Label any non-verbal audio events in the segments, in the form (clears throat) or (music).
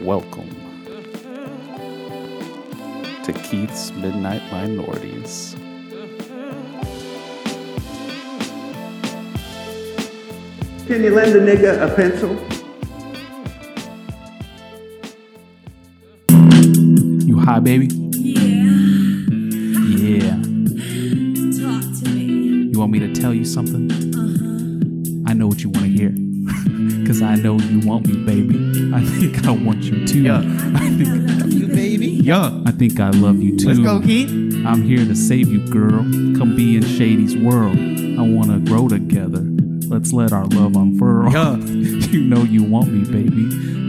Welcome to Keith's Midnight Minorities. Can you lend a nigga a pencil? You high, baby? Yeah, Yeah. talk to me. You want me to tell you something? I know what you want to hear. (laughs) Because I know you want me, baby. I think I want you too. Yeah. I think You baby. Yeah. I think I love you too. Let's go, Keith. I'm here to save you, girl. Come be in Shady's world. I wanna grow together. Let's let our love unfurl. (laughs) Yeah. you know you want me, baby.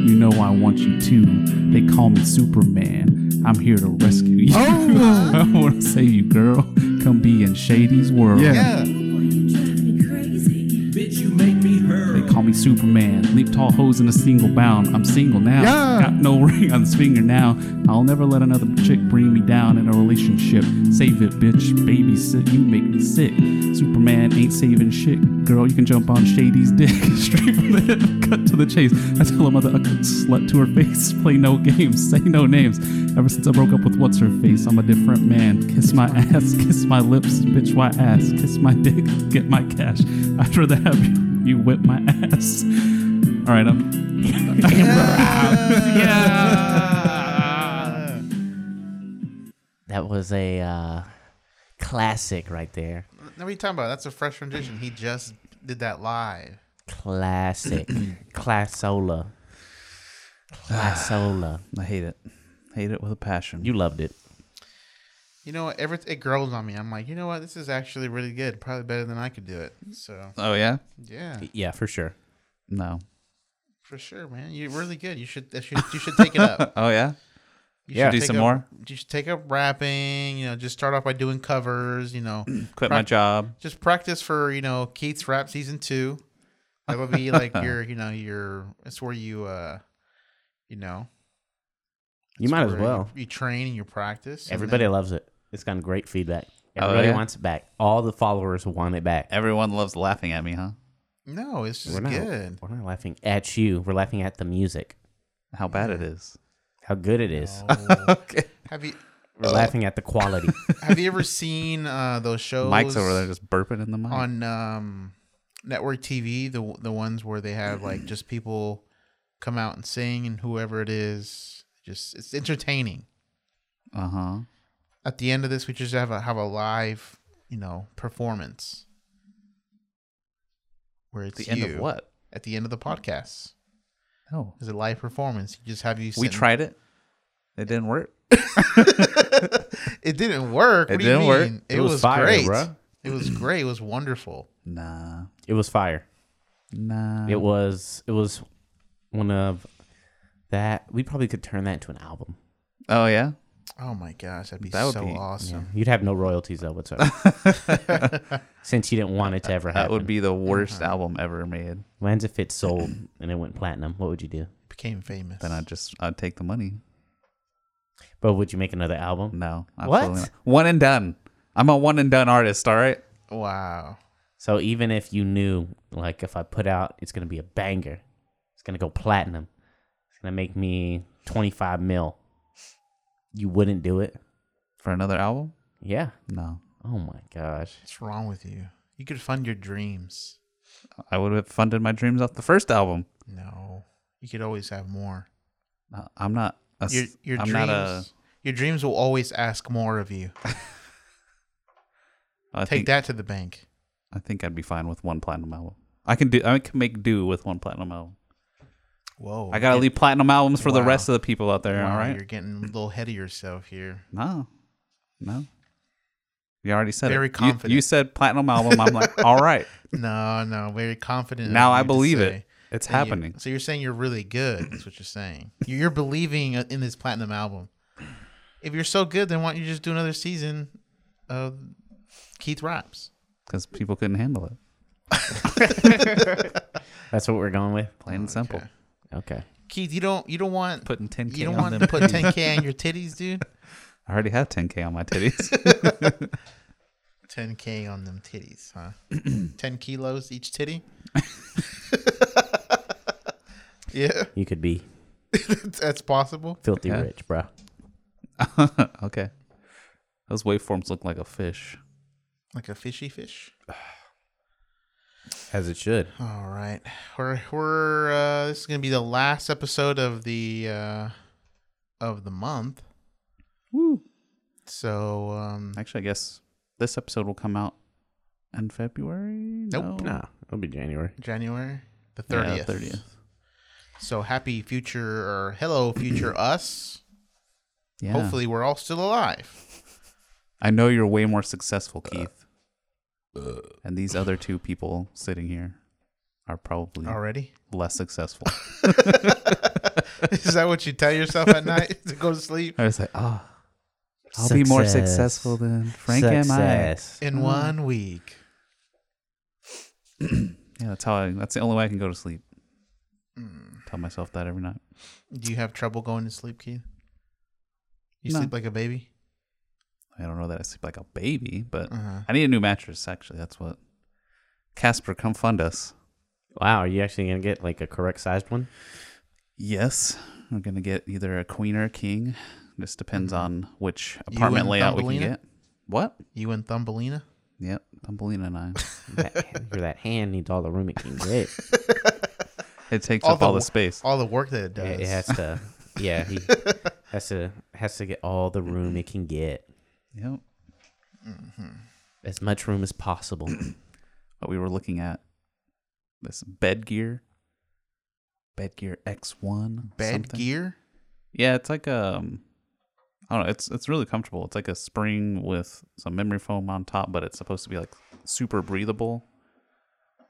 You know I want you too. They call me Superman. I'm here to rescue you. Oh. (laughs) I wanna save you, girl. Come be in Shady's world. Yeah. Boy, you drive me crazy. They call me Superman. Leap tall hoes in a single bound. I'm single now. Yeah. Got no (laughs) ring on this finger now. I'll never let another chick bring me down in a relationship. Save it, bitch. Babysit. You make me sick. Superman ain't saving shit. Girl, you can jump on Shady's (laughs) dick. Straight from the hip, cut to the chase. I tell a mother a slut to her face. (laughs) Play no games, say no names. Ever since I broke up with what's her face, I'm a different man. Kiss my (laughs) ass, kiss my lips, bitch. Why ass? Kiss my dick, (laughs) get my cash. I'd rather have (laughs) you, you whip my (laughs) ass. All right, I'm. Yeah. That was a uh, classic right there. Now, what are you talking about? That's a fresh rendition. He just did that live. (clears throat) Classic. Classola. Classola. (sighs) I hate it. Hate it with a passion. You loved it. You know, what? every it grows on me. I'm like, you know what? This is actually really good. Probably better than I could do it. So oh yeah? yeah, Yeah, for sure. No. for sure, man. You're really good. You should that should- you should take it (laughs) up. Oh yeah. You Yeah. should Do take some up- more? You should take up rapping. You know, just start off by doing covers. You (clears throat) know, Quit my job. just practice for you know Keith's rap season two. That would be (laughs) like your you know your it's where you uh you know You might as where well. you, you train and you practice. and Everybody then- loves it. It's gotten great feedback. Oh, Everybody yeah? wants it back. All the followers want it back. Everyone loves laughing at me, huh? no, it's just We're not, good. we're not laughing at you. We're laughing at the music. How bad it (laughs) is. How good it is. Oh. okay. Oh. Have you We're laughing at the quality. (laughs) have you ever seen uh those shows? Mike's over there just burping in the mic. on um network TV. The the ones where they have like just people come out and sing and whoever it is, just it's entertaining. Uh huh. At the end of this, we just have a have a live you know performance. Where it's The end of you. what? at the end of the podcast. Oh. It's a live performance. You just have you. We sitting- tried it. It didn't work. It didn't It work. what do didn't you work. mean? It It, was was, fire, great. bruh. It was great. It was wonderful. Nah. it was fire. Nah. It was it was one of that we probably could turn that into an album. oh yeah. Oh my gosh, that'd be That would so be- awesome. You'd have no royalties though (laughs) whatsoever. Since you didn't want it to ever happen. That would be the worst Uh-huh. album ever made. Lands if it sold and it went platinum, what would you do? Became famous. Then I'd just I'd take the money. But would you make another album? No. What? absolutely not. One and done. I'm a one and done artist, all right? wow. So even if you knew, like, if I put out, it's gonna be a banger, it's gonna go platinum, it's gonna make me twenty five mil, you wouldn't do it? For another album? Yeah. No. Oh my gosh. What's wrong with you? You could fund your dreams. I would have funded my dreams off the first album. No, you could always have more. Uh, I'm not a s- Your your I'm dreams. not a Your dreams will always ask more of you. I Take think, that to the bank. I think I'd be fine with one platinum album. I can do I can make do with one platinum album. Whoa. I gotta leave platinum albums for the Wow. rest of the people out there. Wow, all You're right. getting a little ahead of yourself here. No, no. You already said Very it. You- confident. You, said platinum album. I'm like, all (laughs) right. No, no, very confident. of Now I you to believe say. it. It's that you- happening. so you're saying you're really good. That's what you're saying. You- You're believing uh, in this platinum album. If you're so good, then why don't you just do another season of Keith Raps? because people couldn't handle it. That's what we're going with. Plain and simple. Okay. Keith, you don't you don't want Putting 10k. you don't on want them to put titties. (laughs) 10k on your titties, dude. I already have 10k on my titties. (laughs) (laughs) 10k on them (clears throat) titties, huh? 10 (laughs) kilos each titty. (laughs) yeah, (laughs) You could be That's possible. Filthy Yeah. rich, bro. okay. Those waveforms look like a fish. Like a fishy fish. As it should. All right, we're we're uh, this is gonna be the last episode of the uh, of the month. Woo. So um, Actually, I guess this episode will come out in February. Nope. No? Nah, it'll be January. January the Yeah, thirtieth. 30th. So happy future or hello future us. Yeah. Hopefully we're all still alive. I know you're way more successful, Keith. Uh, and these other two people sitting here are probably Already? (laughs) less successful. (laughs) is that what you tell yourself at night (laughs) to go to sleep? I was like, ah, I'll be more Success. successful than Frank and I. Uh, Success. In one week. Yeah, that's how I, that's the only way I can go to sleep. Tell myself that every night. Mm. Do you have trouble going to sleep, Keith? You No. sleep like a baby? I don't know that I sleep like a baby, but Uh-huh. I need a new mattress. Actually, that's what. Casper, come fund us. Wow, are you actually gonna get like a correct sized one? Yes, we're gonna get either a queen or a king. Just depends on which apartment Mm-hmm. and layout we can Thumbelina? get. What? You and Thumbelina? Yep, Thumbelina and I. That, for that hand needs all the room it can get. It takes All up the all the wo- space. (laughs) All the work that it does. It, it has to. (laughs) (laughs) Yeah, he has to has to get all the room it can get, Yep. Mm-hmm. as much room as possible. But we were looking at this bed gear. Bed gear X1. Bed something. gear? Yeah, it's like um I don't know, it's it's really comfortable. It's like a spring with some memory foam on top, but it's supposed to be like super breathable.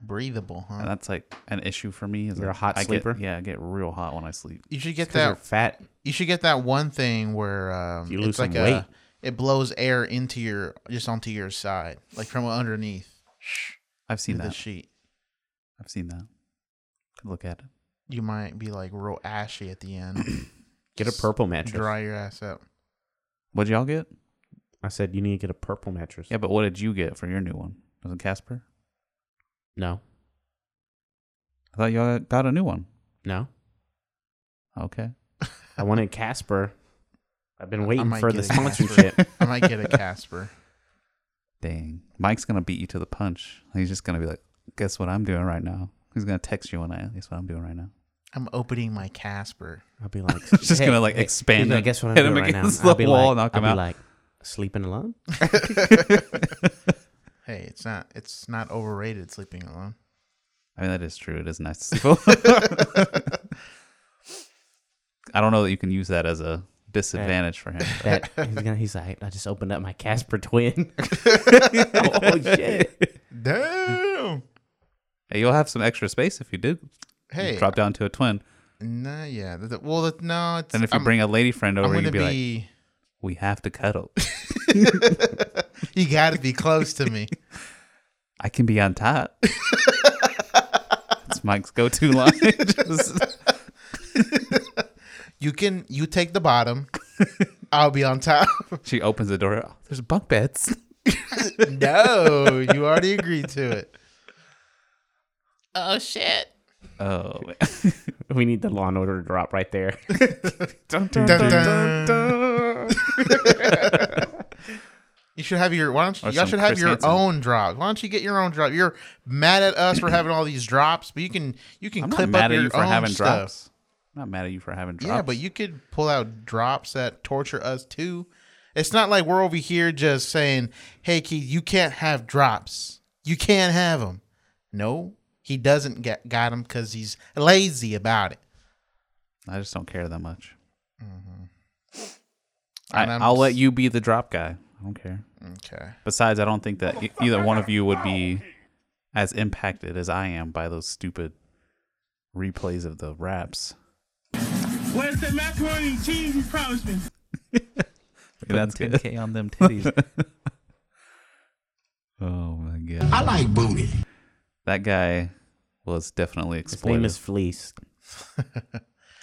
Breathable, huh? And that's like an issue for me. Is You're a that hot I get- sleeper? yeah, I get real hot when I sleep. You should get Because you're that fat. You should get that one thing where um, You it's lose like some a it blows air into your just onto your side, like from underneath I've seen the that. sheet. I've seen that. Could look at it. You might be like real ashy at the (coughs) end. Get a purple mattress. Dry your ass up. (laughs) What'd y'all get? I said you need to get a purple mattress. Yeah, but what did you get for your new one? Was it Casper? No. I thought y'all got a new one. No. Okay. I wanted Casper. I've been waiting might for get the a Casper. sponsorship. (laughs) I might get a Casper. (laughs) Dang. Mike's gonna beat you to the punch. He's just gonna be like, guess what I'm doing right now? He's gonna text you when I guess what I'm doing right now. (laughs) I'm opening my (laughs) Casper. I'll be like, Just gonna, like, expand you know, it, guess what I'm hit him doing right now? against I'll the be wall, like, knock him I'll out. Be like (laughs) sleeping alone. Hey, it's not it's not overrated sleeping alone. (laughs) I mean that is true. It is nice to sleep. (laughs) I don't know that you can use that as a disadvantage for him. That he's, gonna, he's like, I just opened up my Casper (laughs) twin. (laughs) oh shit! Damn. Hey, you'll have some extra space if you do Hey. drop down to a twin. Nah, yeah. the- the- well, the- no. It's, And if you I'm, bring a lady friend I'm over, gonna you'd be, be. (laughs) like, "We have to cuddle. you got to be close to me. I can be on (laughs) top." It's Mike's go-to line. (laughs) Just- You can. You take (laughs) the bottom. I'll be on top. she opens the door. "Oh, there's bunk beds. no, you already agreed to (laughs) it. Oh shit. (laughs) Oh, wait. We need the Law and Order drop right there. Dun, dun, (laughs) You should have your. Why don't you, Or y'all some should have Chris your Hansen. own drop? Why don't you get your own drop? You're mad at us for having all these drops, but you can you can I'm clip not mad at up your you for own having stuff. drops. I'm not mad at you for having drops. Yeah, but you could pull out drops that torture us too. It's not like we're over here just saying, "Hey, Keith, you can't have drops. You can't have them." No, he doesn't get got them because he's lazy about it. I just don't care that much. Mm-hmm. And I, I'm I'll let s- you be the drop guy. I don't care. Okay. Besides, I don't think that e- either one of you would be as impacted as I am by those stupid replays of the raps. Where's the macaroni and cheese you promised me? That's good. K on them titties. (laughs) Oh my god! I like booty. That guy was definitely His exploited. name (laughs) is Fleece.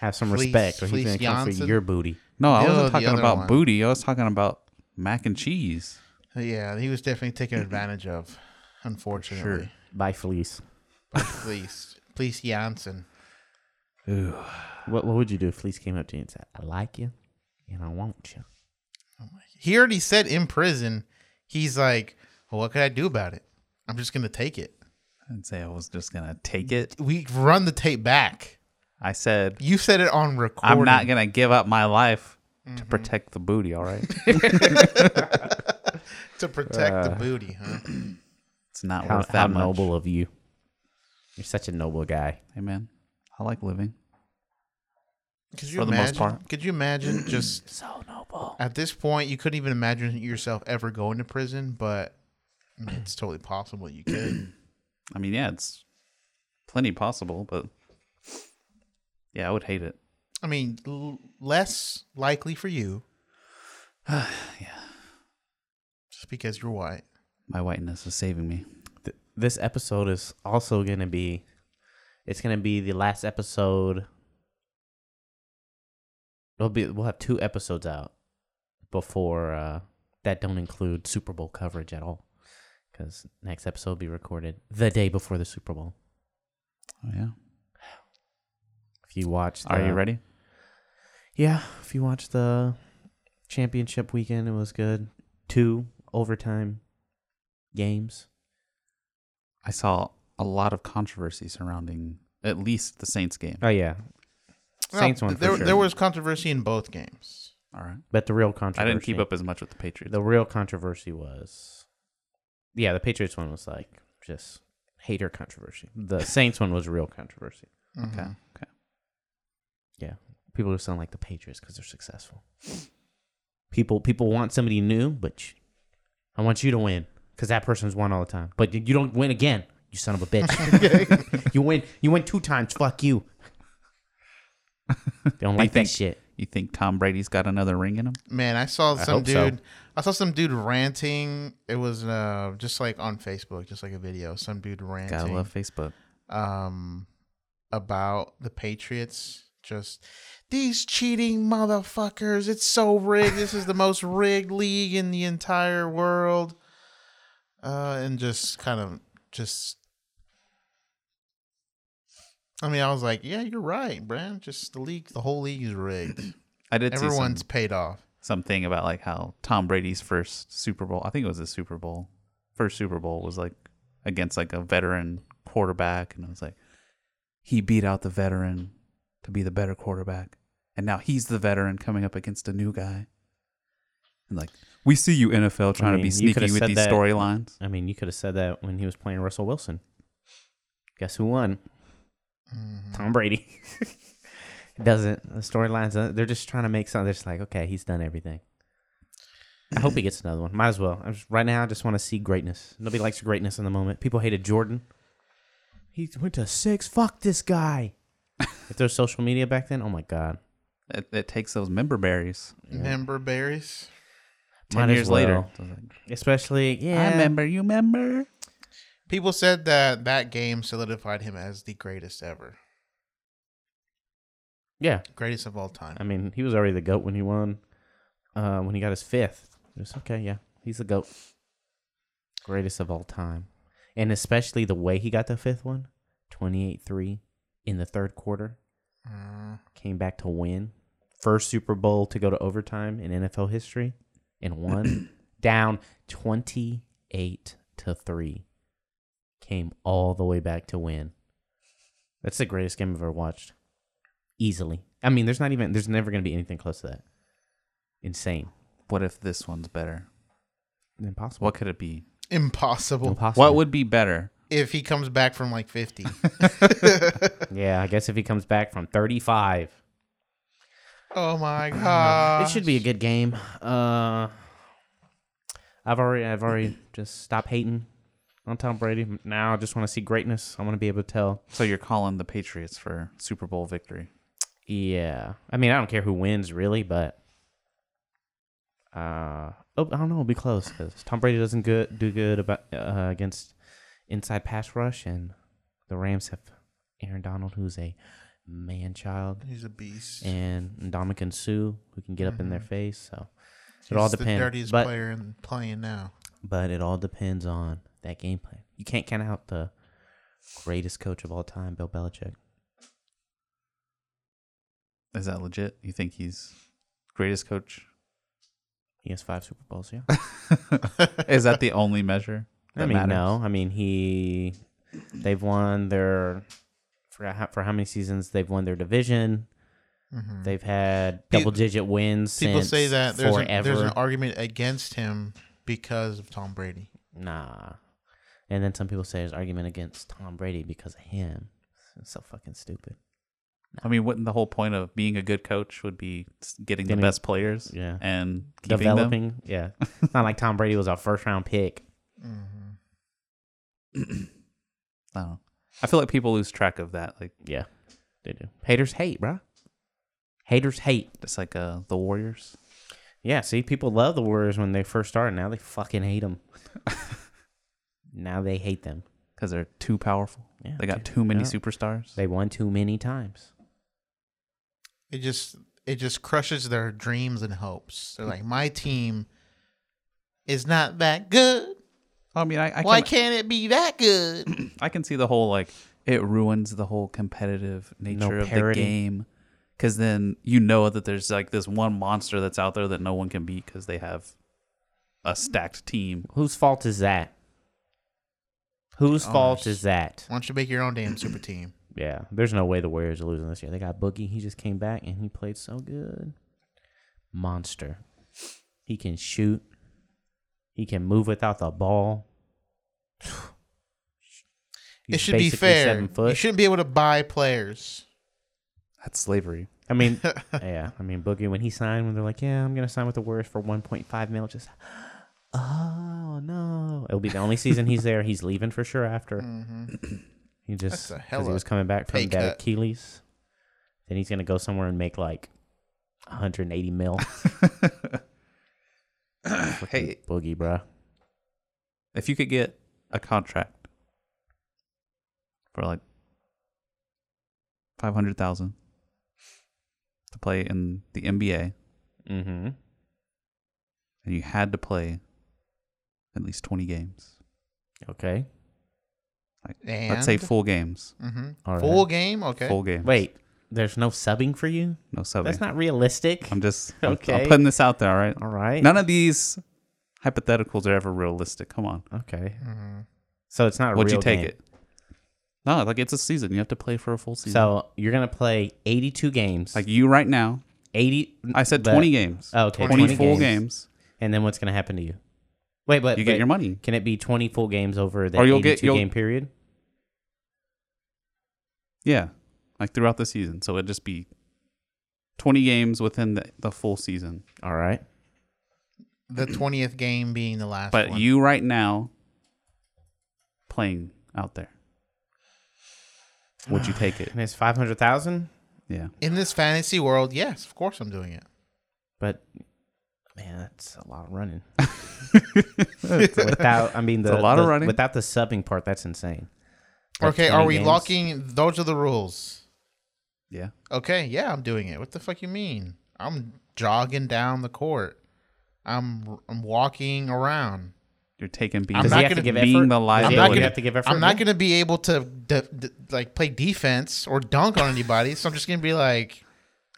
Have some Fleece- respect, or Fleece he's gonna come for Janssen? your booty. no, I No, wasn't the talking other about one. booty. I was talking about mac and cheese. Yeah, he was definitely taken advantage of, unfortunately. By Fleece. By police. Police Janssen. What What would you do if Fleece came up to you and said, "I like you, and I want you"? He already said in prison, he's like, well, what could I do about it? I'm just gonna take it. didn't say I was just gonna take it. We run the tape back. I said You said it on recording. I'm not gonna give up my life to Mm-hmm. protect the booty. All (laughs) right, to protect the Uh, booty, (clears throat) huh? it's not How, worth that how much. noble of you! You're such a noble guy. Hey man, I like living. Could you For the most imagine? part. Could you imagine (clears throat) just So noble. at this point you couldn't even imagine yourself ever going to prison, but I mean, it's totally possible you (clears throat) could. I mean, yeah, it's plenty possible, but yeah, I would hate it. I mean, l- less likely (sighs) for you. yeah. Just because you're white. My whiteness is saving me. Th- this episode is also gonna be. It's gonna be the last episode. It'll be. We'll have two episodes out before uh, that. Don't include Super Bowl coverage at all, because next episode will be recorded the day before the Super Bowl. Oh yeah. If you watch, Are you the- ready? Yeah, if you watch the championship weekend, it was good. Two overtime games. I saw a lot of controversy surrounding at least the Saints game. Oh yeah, Well, Saints one th- there, for sure. there was controversy in both games. All right. but the real I controversy. didn't keep up as much with the Patriots. The real controversy was, yeah, the Patriots one was like just hater controversy. The Saints one was real controversy. Okay. Mm-hmm. Okay. Yeah, people just sound like the Patriots because they're successful. People people want somebody new, but you- I want you to win because that person's won all the time. But you don't win again, you son of a bitch. you win you win two times. Fuck you. They don't like that think- shit. You think Tom Brady's got another ring in him? Man, I saw some hope so. dude. I saw some dude ranting. It was uh, just like on Facebook, just like a video. Some dude ranting. Gotta love Facebook. um about the Patriots. Just these cheating motherfuckers. It's so rigged. This is the most rigged league in the entire world. Uh, and just kind of just. I mean, I was like, yeah, you're right, Brand. Just the league, the whole league is rigged. I did Everyone's see some, paid off. something about like how Tom Brady's first Super Bowl. I think it was a Super Bowl. First Super Bowl was like against like a veteran quarterback, and it was like he beat out the veteran to be the better quarterback, and now he's the veteran coming up against a new guy. And like we see you NFL trying to mean, be you sneaky could've with said these that- storylines. I mean, you could have said that when he was playing Russell Wilson. Guess who won? Tom Brady. (laughs) Doesn't the storylines? uh, They're just trying to make something. They're just like, okay, he's done everything. I hope he gets another one. Might as well. I'm just, right now, I just want to see greatness. Nobody likes greatness in the moment. People hated Jordan. He went to six. Fuck this guy. if there's social media back then, oh my god. It, it takes those member berries. Member berries. Ten Might as years later, well. I was like, Especially, yeah. I remember. You remember? People said that that game solidified him as the greatest ever, Yeah. greatest of all time. I mean, he was already the goat when he won. Uh, when he got his fifth, it was okay. Yeah, he's the goat, greatest of all time, and especially the way he got the fifth one, 28-3 in the third quarter, came back to win, first Super Bowl to go to overtime in NFL history, and won down twenty eight to three, came all the way back to win. That's the greatest game I've ever watched easily. I mean, there's not even there's never going to be anything close to that. Insane, What if this one's better? impossible, What could it be? Impossible. impossible. What would be better? If he comes back from like 50. (laughs) Yeah, I guess if he comes back from 35, (laughs) Oh my god! it should be a good game. Uh, I've already I've already just stopped hating on Tom Brady. Now I just want to see greatness. I want to be able to tell. So you're calling the Patriots for Super Bowl victory? Yeah, I mean, I don't care who wins really, but. Uh, oh, I don't know. It'll be close because Tom Brady doesn't good do good about uh, against inside pass rush, and the Rams have Aaron Donald, who's a man child, He's a beast. and Dominican Sue, who can get up in their face. So it all Mm-hmm. He's The depends. dirtiest but player in playing now. but it all depends on that game plan. You can't count out the greatest coach of all time, Bill Belichick. Is that legit? You think he's greatest coach? (laughs) He has five Super Bowls. Yeah. Is that the only measure? That I mean, matters? no. I mean, he. They've won their. Forgot how, for how many seasons they've won their division. Mm. They've had Pe- double digit wins. Mm-hmm. People since say that there's, an, forever. there's an argument against him because of Tom Brady. nah. And then some people say there's argument against Tom Brady because of him. It's so fucking stupid. I mean, wouldn't the whole point of being a good coach would be s- getting, Getting- the best players yeah. and keeping (clears throat) them? Developing, (laughs) yeah. It's not like Tom Brady was a first round pick. Mm-hmm. I don't know. I feel like people lose track of that. Like Yeah, they do. Haters hate, bruh. Haters hate. it's like uh, the Warriors. Yeah, see, people love the Warriors when they first started. Now they fucking hate them. now they hate them. because they're too powerful. Yeah, they got too- too many yeah. superstars. They won too many times. It just it just crushes their dreams and hopes. They're like, my team is not that good. I mean, I, I Why can can't it be that (clears throat) good? I can see the whole like it ruins the whole competitive nature of the parity. game because then you know that there's like this one monster that's out there that no one can beat because they have a stacked team. Whose fault is that? Whose fault is that? Why don't you make your own damn super team? Yeah, there's no way the Warriors are losing this year. They got Boogie. He just came back and he played so good. Monster. He can shoot. He can move without the ball. (sighs) it He's should be basically fair. Seven You foot. shouldn't be able to buy players. That's (laughs) slavery. I mean, yeah. I mean, Boogie when he signed, when they're like, "Yeah, I'm gonna sign with the Warriors for 1.5 mil," just (gasps) oh no, it'll be the only season he's there. He's leaving for sure after. Mm-hmm. He just That's a because hella he was coming back pay from that cut. Achilles, then he's gonna go somewhere and make like 180 mil. (laughs) Hey, Boogie, bruh. if you could get a contract for like five hundred thousand to play in the NBA, Mm-hmm. and you had to play at least twenty games, Okay. like And let's say full games, hmm All right. full game. Okay, full games. Wait, there's no subbing for you. no subbing. That's not realistic. I'm just I'm, I'm Okay. putting this out there. All right. All right. None of these hypotheticals are ever realistic. Come on. Okay. Mm-hmm. So it's not. A Would real you take game. it? No, like it's a season. You have to play for a full season. So you're gonna play 82 games. like you right now, 80 I said but- 20 games. oh, okay 20, 20 full games. games. and then what's going to happen to you wait but You get but your money. can it be 20 full games over the Or you'll 82 get- you'll- game period Yeah. Like throughout the season. So it'd just be 20 games within the, the full season. all right the twentieth game being the last. But one. you right now playing out there. Would you take (sighs) it? and it's 500000 Yeah. in this fantasy world, yes, of course I'm doing it. but man that's a lot (laughs) of running without i mean the, It's a lot of the- running. without the subbing part that's insane Like Okay, are 20 we games? locking? Those are the rules. Yeah. Okay, yeah, I'm doing it. What the fuck you mean? I'm jogging down the court. I'm I'm walking around. You're taking being, I'm does not he have to gonna- give being effort the does liability. he I'm not have gonna- to give effort I'm not going to be able to de- de- like play defense or dunk on anybody. So I'm just going to be like,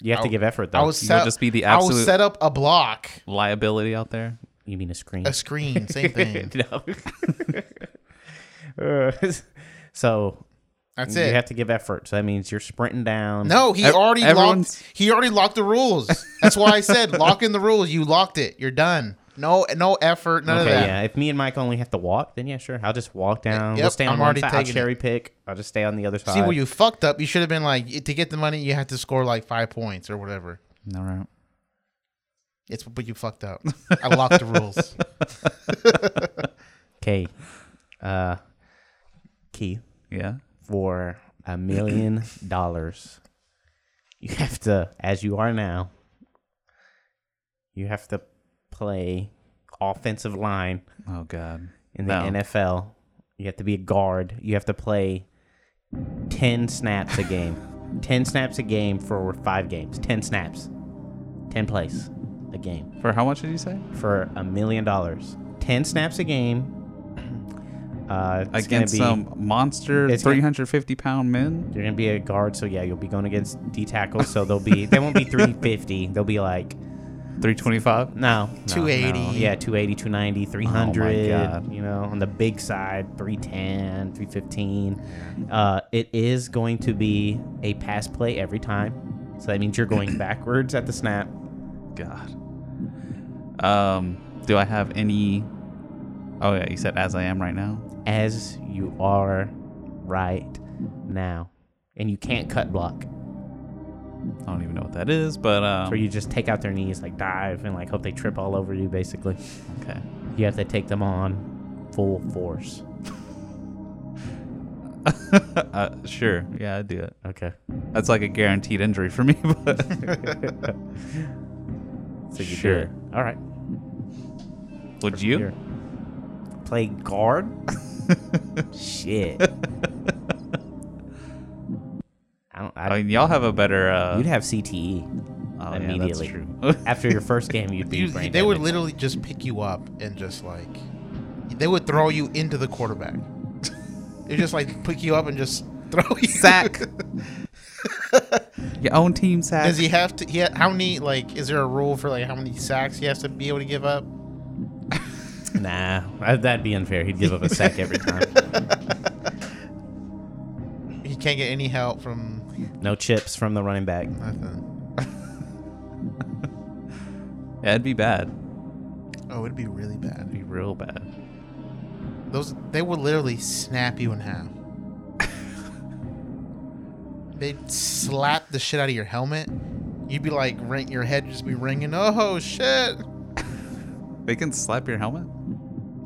you have to give effort though I will set, just be the I will absolute- set up a block, liability out there. you mean a screen a screen, (laughs) (laughs) same thing. no Uh, (laughs) so That's you it. have to give effort so that means you're sprinting down no, he Ev- already everyone's- locked. He already locked the rules. That's why I said lock in the rules. You locked it. You're done. No, no effort. None Okay, of that. yeah. If me and Mike only have to walk, then yeah, sure. I'll just walk down. Yep, we'll stay on I'm one already side. I'll taking it. cherry pick. I'll just stay on the other side. See where you fucked up. You should have been like to get the money. You had to score like five points or whatever. All right. It's but you fucked up. I locked the rules. Okay. Uh, key Yeah. for (clears throat) a million dollars. You have to, as you are now, you have to play offensive line Oh God. in the No. NFL. You have to be a guard. You have to play 10 snaps a game. (laughs) 10 snaps a game for five games. 10 snaps. 10 plays a game For how much did you say? for a million dollars. 10 snaps a game (clears throat) Uh, it's gonna against be- some monster it's gonna- 350 pound men. You're gonna be a guard, so yeah, you'll be going against D tackles. So they'll be they (laughs) won't be 350. They'll be like 325. no, no, 280. no. yeah, 280, 290, 300. God. You know, on the big side, 310, 315. Uh, it is going to be a pass play every time. So that means (clears throat) you're going backwards at the snap. God. Um, do I have any? Oh yeah, you said as I am right now. as you are right now. And you can't cut block. I don't even know what that is, but um, Or you just take out their knees, like dive and like hope they trip all over you basically. okay. You have to take them on full force. uh, sure. Yeah, I do it. Okay. That's like a guaranteed injury for me. (laughs) But So you Sure. do it. All right. would you? Here. Play guard? (laughs) Shit. I don't I, I mean, y'all have a better. Uh, you'd have CTE oh, yeah, that's immediately. true. (laughs) After your first game you'd be You, brain they would damaged. literally just pick you up and just like they would throw you into the quarterback. they just like pick you up and just (laughs) throw you. sack. (laughs) Your own team sack. Does he have to? He ha- how many? Like, is there a rule for like how many sacks he has to be able to give up? (laughs) Nah, I- that'd be unfair. He'd give up a sack every time. (laughs) He can't get any help from No chips from the running back. nothing. yeah, it'd be bad. Oh, it'd be really bad. It'd be real bad. Those they would literally snap you in half. (laughs) They'd slap the shit out of your helmet. You'd be like, ring, your head would just be ringing. Oh shit! They can slap your helmet.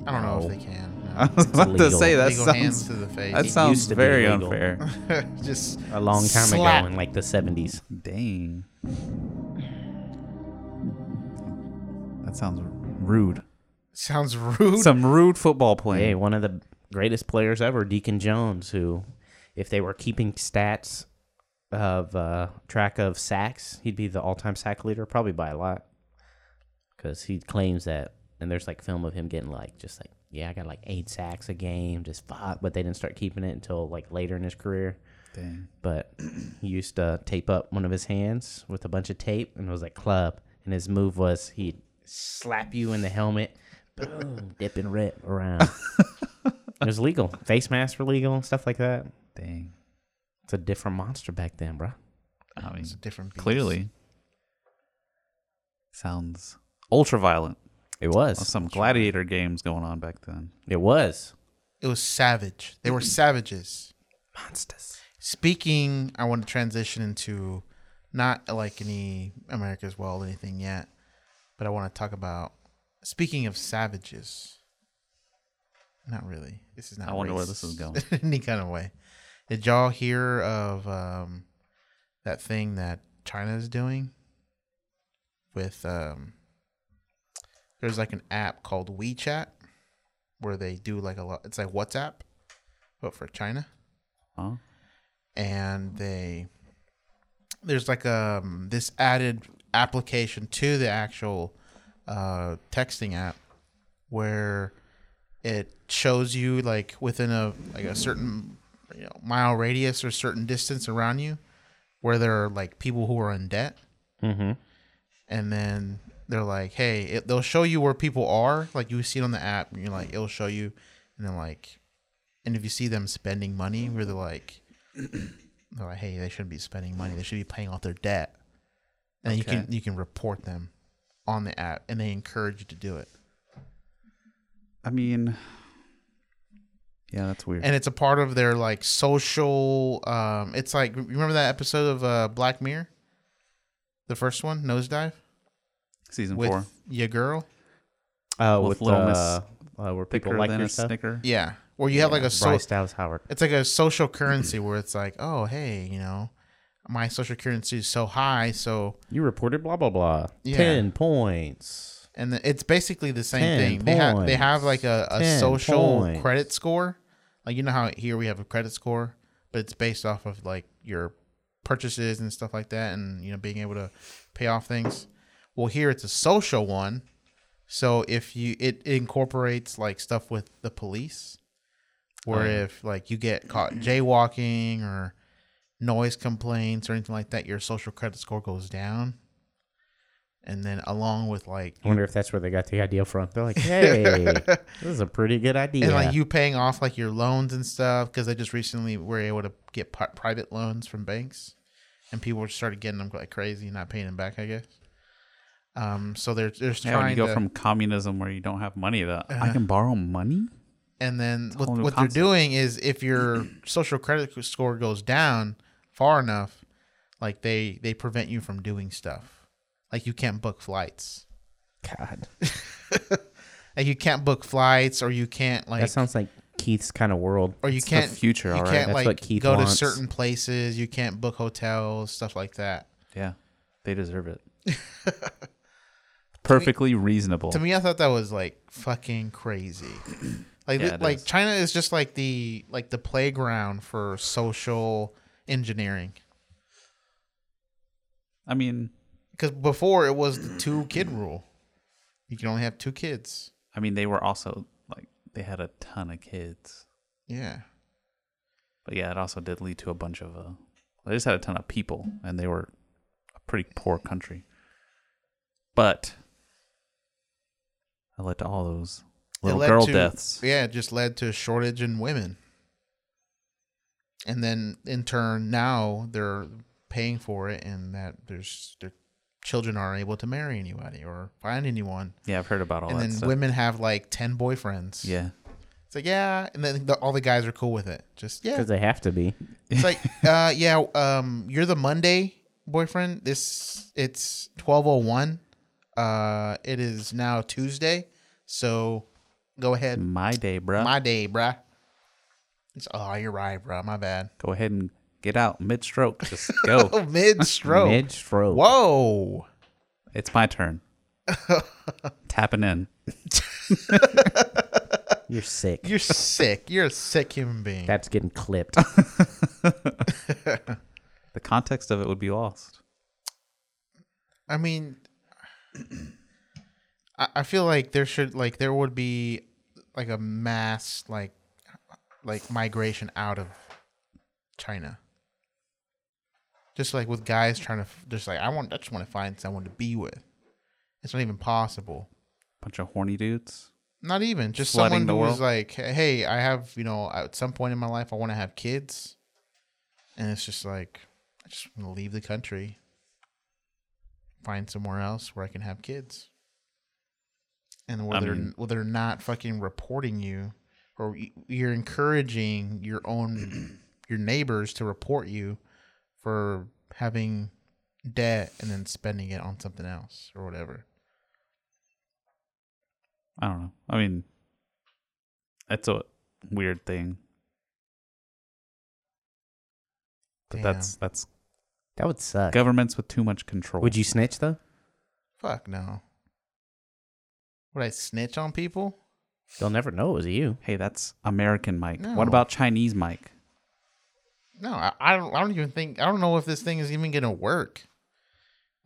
I don't know No. if they can. (laughs) I No. was about to illegal. say that Legal hands sounds. to the face. That used sounds to be very illegal. unfair. (laughs) (laughs) just a long time slap. ago in like the 70s. Dang. That sounds rude. Sounds rude. Some rude football play. Hey, one of the greatest players ever, Deacon Jones, who, if they were keeping stats of uh, track of sacks, he'd be the all time sack leader, probably by a lot. Because he claims that, and there's like film of him getting like, just like, yeah, I got like eight sacks a game, just fuck, but they didn't start keeping it until like later in his career. Dang. but he used to tape up one of his hands with a bunch of tape and it was like club and his move was he'd slap you in the helmet boom dip and rip (laughs) around it was legal face masks were legal and stuff like that Dang. it's a different monster back then bruh I mean, It's a different. beast. clearly. Sounds ultra violent. it was Some gladiator games going on back then. it was it was savage. They were savages. monsters Speaking, I want to transition into not like any America's Wild anything yet, but I want to talk about speaking of savages. Not really. This is not. I wonder where this is racist going. in (laughs) any kind of way. Did y'all hear of um, that thing that China is doing with? Um, there's like an app called WeChat where they do like a lot. It's like WhatsApp, but for China Huh? and they there's like um this added application to the actual uh texting app where it shows you like within a like a certain you know mile radius or certain distance around you where there are like people who are in debt mm-hmm and then they're like, "Hey, it, they'll show you where people are. Like you see it on the app, and you're like, it'll show you, and then like, and if you see them spending money, where they're like, they're like, hey, they shouldn't be spending money. They should be paying off their debt, and you can you can report them on the app, and they encourage you to do it. I mean, yeah, that's weird. And it's a part of their like social. Um, it's like you remember that episode of uh, Black Mirror, the first one, nosedive Season with four. your girl. uh, With with, Little Miss uh, uh, where people Thicker like than your a stuff snicker. Yeah, where you have like a so- Bryce Dallas Howard it's like a social currency where it's like, oh, hey, you know, my social currency is so high, so you reported blah blah blah Yeah. 10 points and the, it's basically the same Ten thing. They have they points. have like a, a Ten social points. credit score, like you know how here we have a credit score, but it's based off of like your purchases and stuff like that, and you know being able to pay off things. Well, here it's a social one, so if you it incorporates like stuff with the police, Oh, Where if like you get caught jaywalking or noise complaints or anything like that, your social credit score goes down. And then along with like I wonder if that's where they got the idea from. (laughs) They're like, hey, this is a pretty good idea. and like you paying off like your loans and stuff because I just recently were able to get pri- private loans from banks, and people started getting them like crazy, not paying them back. I guess. Um. So they're they're Yeah, when you trying go to, Uh-huh. from communism where you don't have money to I can borrow money. and then what, whole new what concept. they're doing is if your (clears throat) social credit score goes down far enough, like they they prevent you from doing stuff, like you can't book flights, God, like you can't book flights or you can't like that sounds like Keith's kind of world. or you It's the can't future, You all right. can't That's like what Keith go wants. to certain places. You can't book hotels, stuff like that. Yeah, they deserve (laughs) it. Perfectly reasonable. To me, I thought that was like (clears throat) fucking crazy. Like Yeah, it like is. China is just like the like the playground for social engineering. I mean, Because before it was the two kid rule. You can only have two kids. I mean, they were also like they had a ton of kids, Yeah. but yeah, it also did lead to a bunch of. Uh, they just had a ton of people, and they were a pretty poor country. But I led to all those It little led girl to- deaths. Yeah, it just led to a shortage in women. And then in turn now they're paying for it and that there's their children aren't able to marry anybody or find anyone. Yeah, I've heard about all and Oh, that then stuff. women have like 10 boyfriends. yeah, It's like, yeah. And then the, all the guys are cool with it. Just, yeah. Because they have to be. It's (laughs) like, uh, yeah, um, you're the Monday boyfriend. This, it's 1201. Uh, it is now Tuesday. So go ahead. my day, bruh. My day, bruh. It's, oh, you're right, bruh. My bad. Go ahead and get out mid stroke. Just (laughs) go. Oh, mid stroke. Mid stroke. Whoa. it's my (laughs) turn. Tapping in. You're sick. You're sick. You're a sick human being. That's getting clipped. The context of it would be lost. I mean, (clears throat) I, I feel like there should like there would be like a mass like like migration out of China. Just like with guys trying to f- just like I want I just want to find someone to be with. It's not even possible. Bunch of horny dudes. Not even just Flooding the someone who world. was like, hey, I have you know at some point in my life I want to have kids, and it's just like I just want to leave the country, find somewhere else where I can have kids, and whether mean- whether or not fucking reporting you, or y- you're encouraging your own (clears throat) your neighbors to report you for having debt and then spending it on something else or whatever. I don't know. I mean, that's a weird thing. But that's that's that would suck. governments with too much control. Would you snitch though? Fuck no. Would I snitch on people? They'll never know it was you. Hey, that's American Mike. No. What about Chinese Mike? No, I, I don't. I don't even think. I don't know if this thing is even gonna work.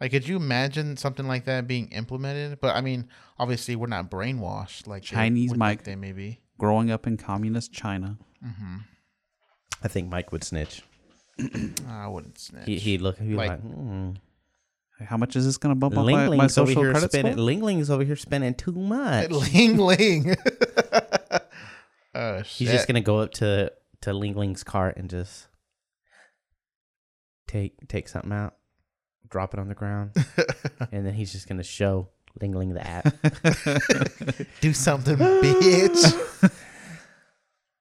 Like, could you imagine something like that being implemented? But I mean, obviously, we're not brainwashed like they Chinese would think mic- They may be. Mm-hmm. Growing up in communist China. I think Mike would snitch. I wouldn't snitch. He he look he'd be Like- like, "Hmm." How much is this going to bump up my, my Lingling's over social here credit spending. score? Lingling's over here spending too much. (laughs) Ling Ling. (laughs) oh shit! He's just gonna go up to to Lingling's cart and just take take something out, drop it on the ground, and then he's just gonna show Lingling (laughs) the app. (laughs) do (laughs) something, bitch.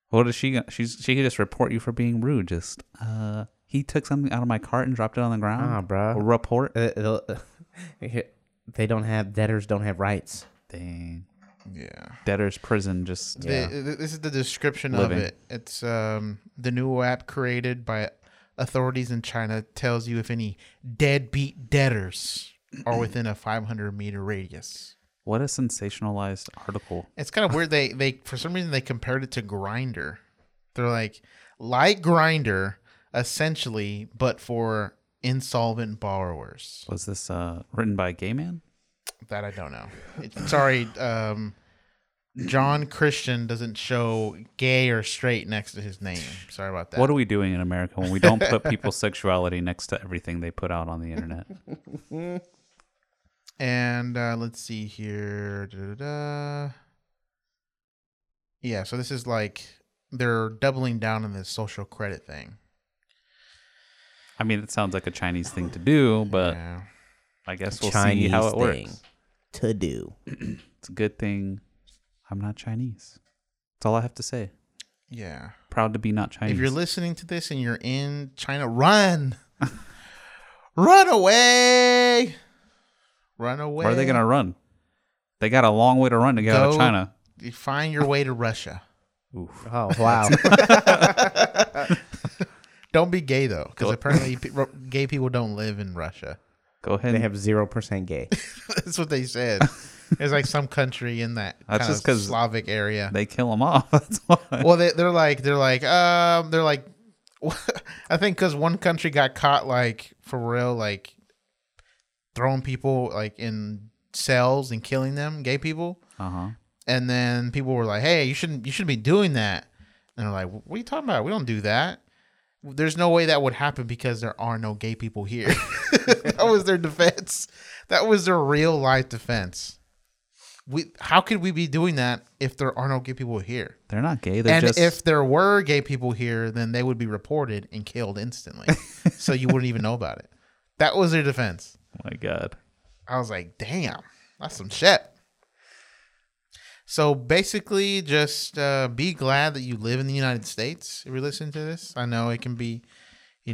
What is she? gonna- She's she could just report you for being rude. Just uh, he took something out of my cart and dropped it on the ground. Ah, bruh. Report. Uh, they'll- (laughs) they don't have debtors, don't have rights. (laughs) Dang. yeah. Debtor's prison. Just Yeah. The, th- this is the description Living. of it. It's um, the new app created by authorities in China tells you if any deadbeat debtors (clears throat) are within a 500 meter radius. what a sensationalized article. It's kind of weird. They they for some reason they compared it to Grinder. They're like like Grinder essentially, but for insolvent borrowers. Was this uh, written by a gay man? That I don't know. It- sorry, um, John Christian doesn't show gay or straight next to his name. Sorry about that. What are we doing in America when we don't put (laughs) people's sexuality next to everything they put out on the internet? And uh, let's see here. Da-da-da. Yeah, so this is like they're doubling down on this social credit thing. I mean, it sounds like a Chinese thing to do, but yeah. I guess we'll see Chinese how it thing works. to do. It's a good thing I'm not Chinese. That's all I have to say. Yeah. Proud to be not Chinese. If you're listening to this and you're in China, run. (laughs) run away. Run away. Where are they going to run? They got a long way to run to get out of Go- China. You Find your way to Russia. (laughs) Oh wow! Don't be gay though, (laughs) because apparently pe- ro- gay people don't live in Russia. (laughs) Go ahead. they and- have zero percent gay. That's what (laughs) they said. It's like some country in that That's kind just of 'cause Slavic area. they kill them off. (laughs) That's why. well, they, they're like they're like um they're like (laughs) I think because one country got caught like for real like throwing people like in cells and killing them, gay people, Uh huh. and then people were like, hey, you shouldn't you shouldn't be doing that, and they're like, what are you talking about? We don't do that. There's no way that would happen because there are no gay people here. (laughs) that was their defense. That was their real life defense. We how could we be doing that if there are no gay people here? They're not gay. They're and just. if there were gay people here, then they would be reported and killed instantly. so you wouldn't even know about it. That was their defense. oh my God. I was like, damn, that's some shit. So basically, just uh, be glad that you live in the United States. If you're listening to this, I know it can be, you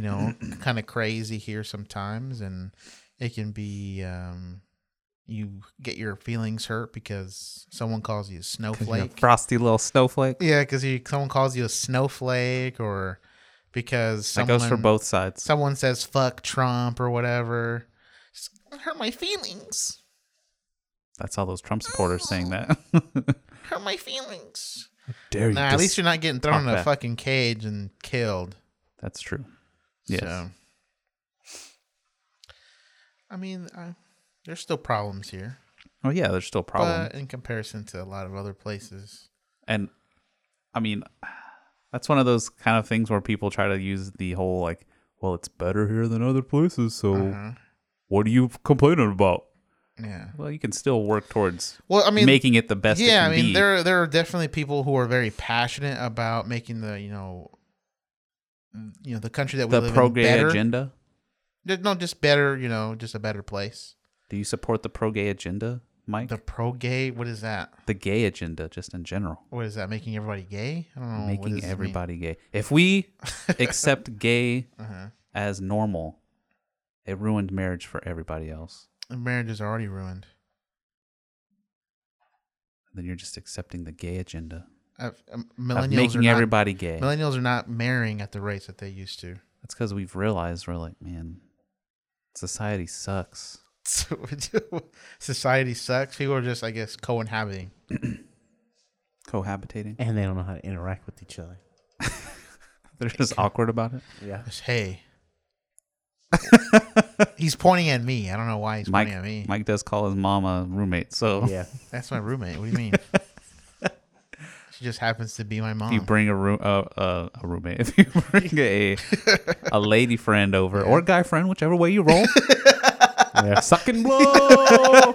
(clears throat) know, kind of crazy here sometimes, and it can be um, you get your feelings hurt because someone calls you a You're a snowflake. frosty little snowflake. Yeah, because someone calls you a snowflake, or because That someone, goes for both sides. Someone says "fuck Trump" or whatever. It's gonna hurt my feelings. That's all those Trump supporters saying (laughs) that. Hurt my feelings. Dare Nah, at least you're not getting thrown in a talk back. fucking cage and killed. (laughs) That's true. Yes. So. I mean, I, there's still problems here, Oh yeah, there's still problems. but in comparison to a lot of other places, and I mean, that's one of those kind of things where people try to use the whole like, well, it's better here than other places, so Uh-huh. what are you complaining about? yeah. Well, you can still work towards Well, I mean, making it the best. it yeah, can I mean, be. there there are definitely people who are very passionate about making the you know, you know, the country that we the live pro in gay better. agenda. Just- No, just better. You know, just a better place. Do you support the pro gay agenda, Mike? The The, pro gay. What is that? gay agenda, just in general, What is that? Making everybody gay? I don't know. Oh, what does making this mean? (laughs) everybody gay. If we accept gay Uh-huh. as normal, it ruined marriage for everybody else. And Marriage is already ruined. Then you're just accepting the gay agenda I've, um, of millennials making are not, everybody gay. Millennials are not marrying at the rates that they used to. (laughs) That's because we've realized we're like, man, society sucks. So (laughs) we do- Society sucks. People are just, I guess, cohabiting. Cohabitating. (laughs) and they don't know how to interact with each other. (laughs) They're just awkward about it. Yeah. (laughs) Just, hey. he's pointing at me. I don't know why he's Mike, pointing at me. Mike does call his mom a roommate. So (laughs) Yeah. That's my roommate. What do you mean? she just happens to be (laughs) my if you mom. bring a room, uh, uh, a roommate, (laughs) if you bring a (laughs) a lady friend over or a guy friend, whichever way you roll, yeah. Suck (laughs) and blow.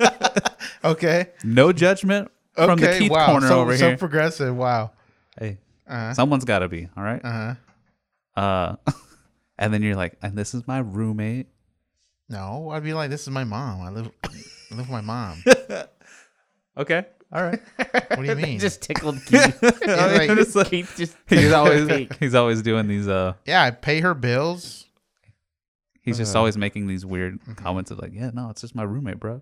okay. no judgment Okay. from the Keith wow. corner so, over so here. progressive. Wow. hey, Uh-huh. someone's got to be all right. Uh-huh. Uh, (laughs) and then you're like, and this is my roommate. No, I'd be like, this is my mom. I live, I live with my mom. (laughs) Okay, (laughs) all right. What do you mean? just (laughs) tickled Keith. (laughs) It's like, Keith (laughs) just he's always he's always doing these uh yeah, I pay her bills. He's Uh-huh. just always making these weird Mm-hmm. comments of like, yeah, no, it's just my roommate, bro.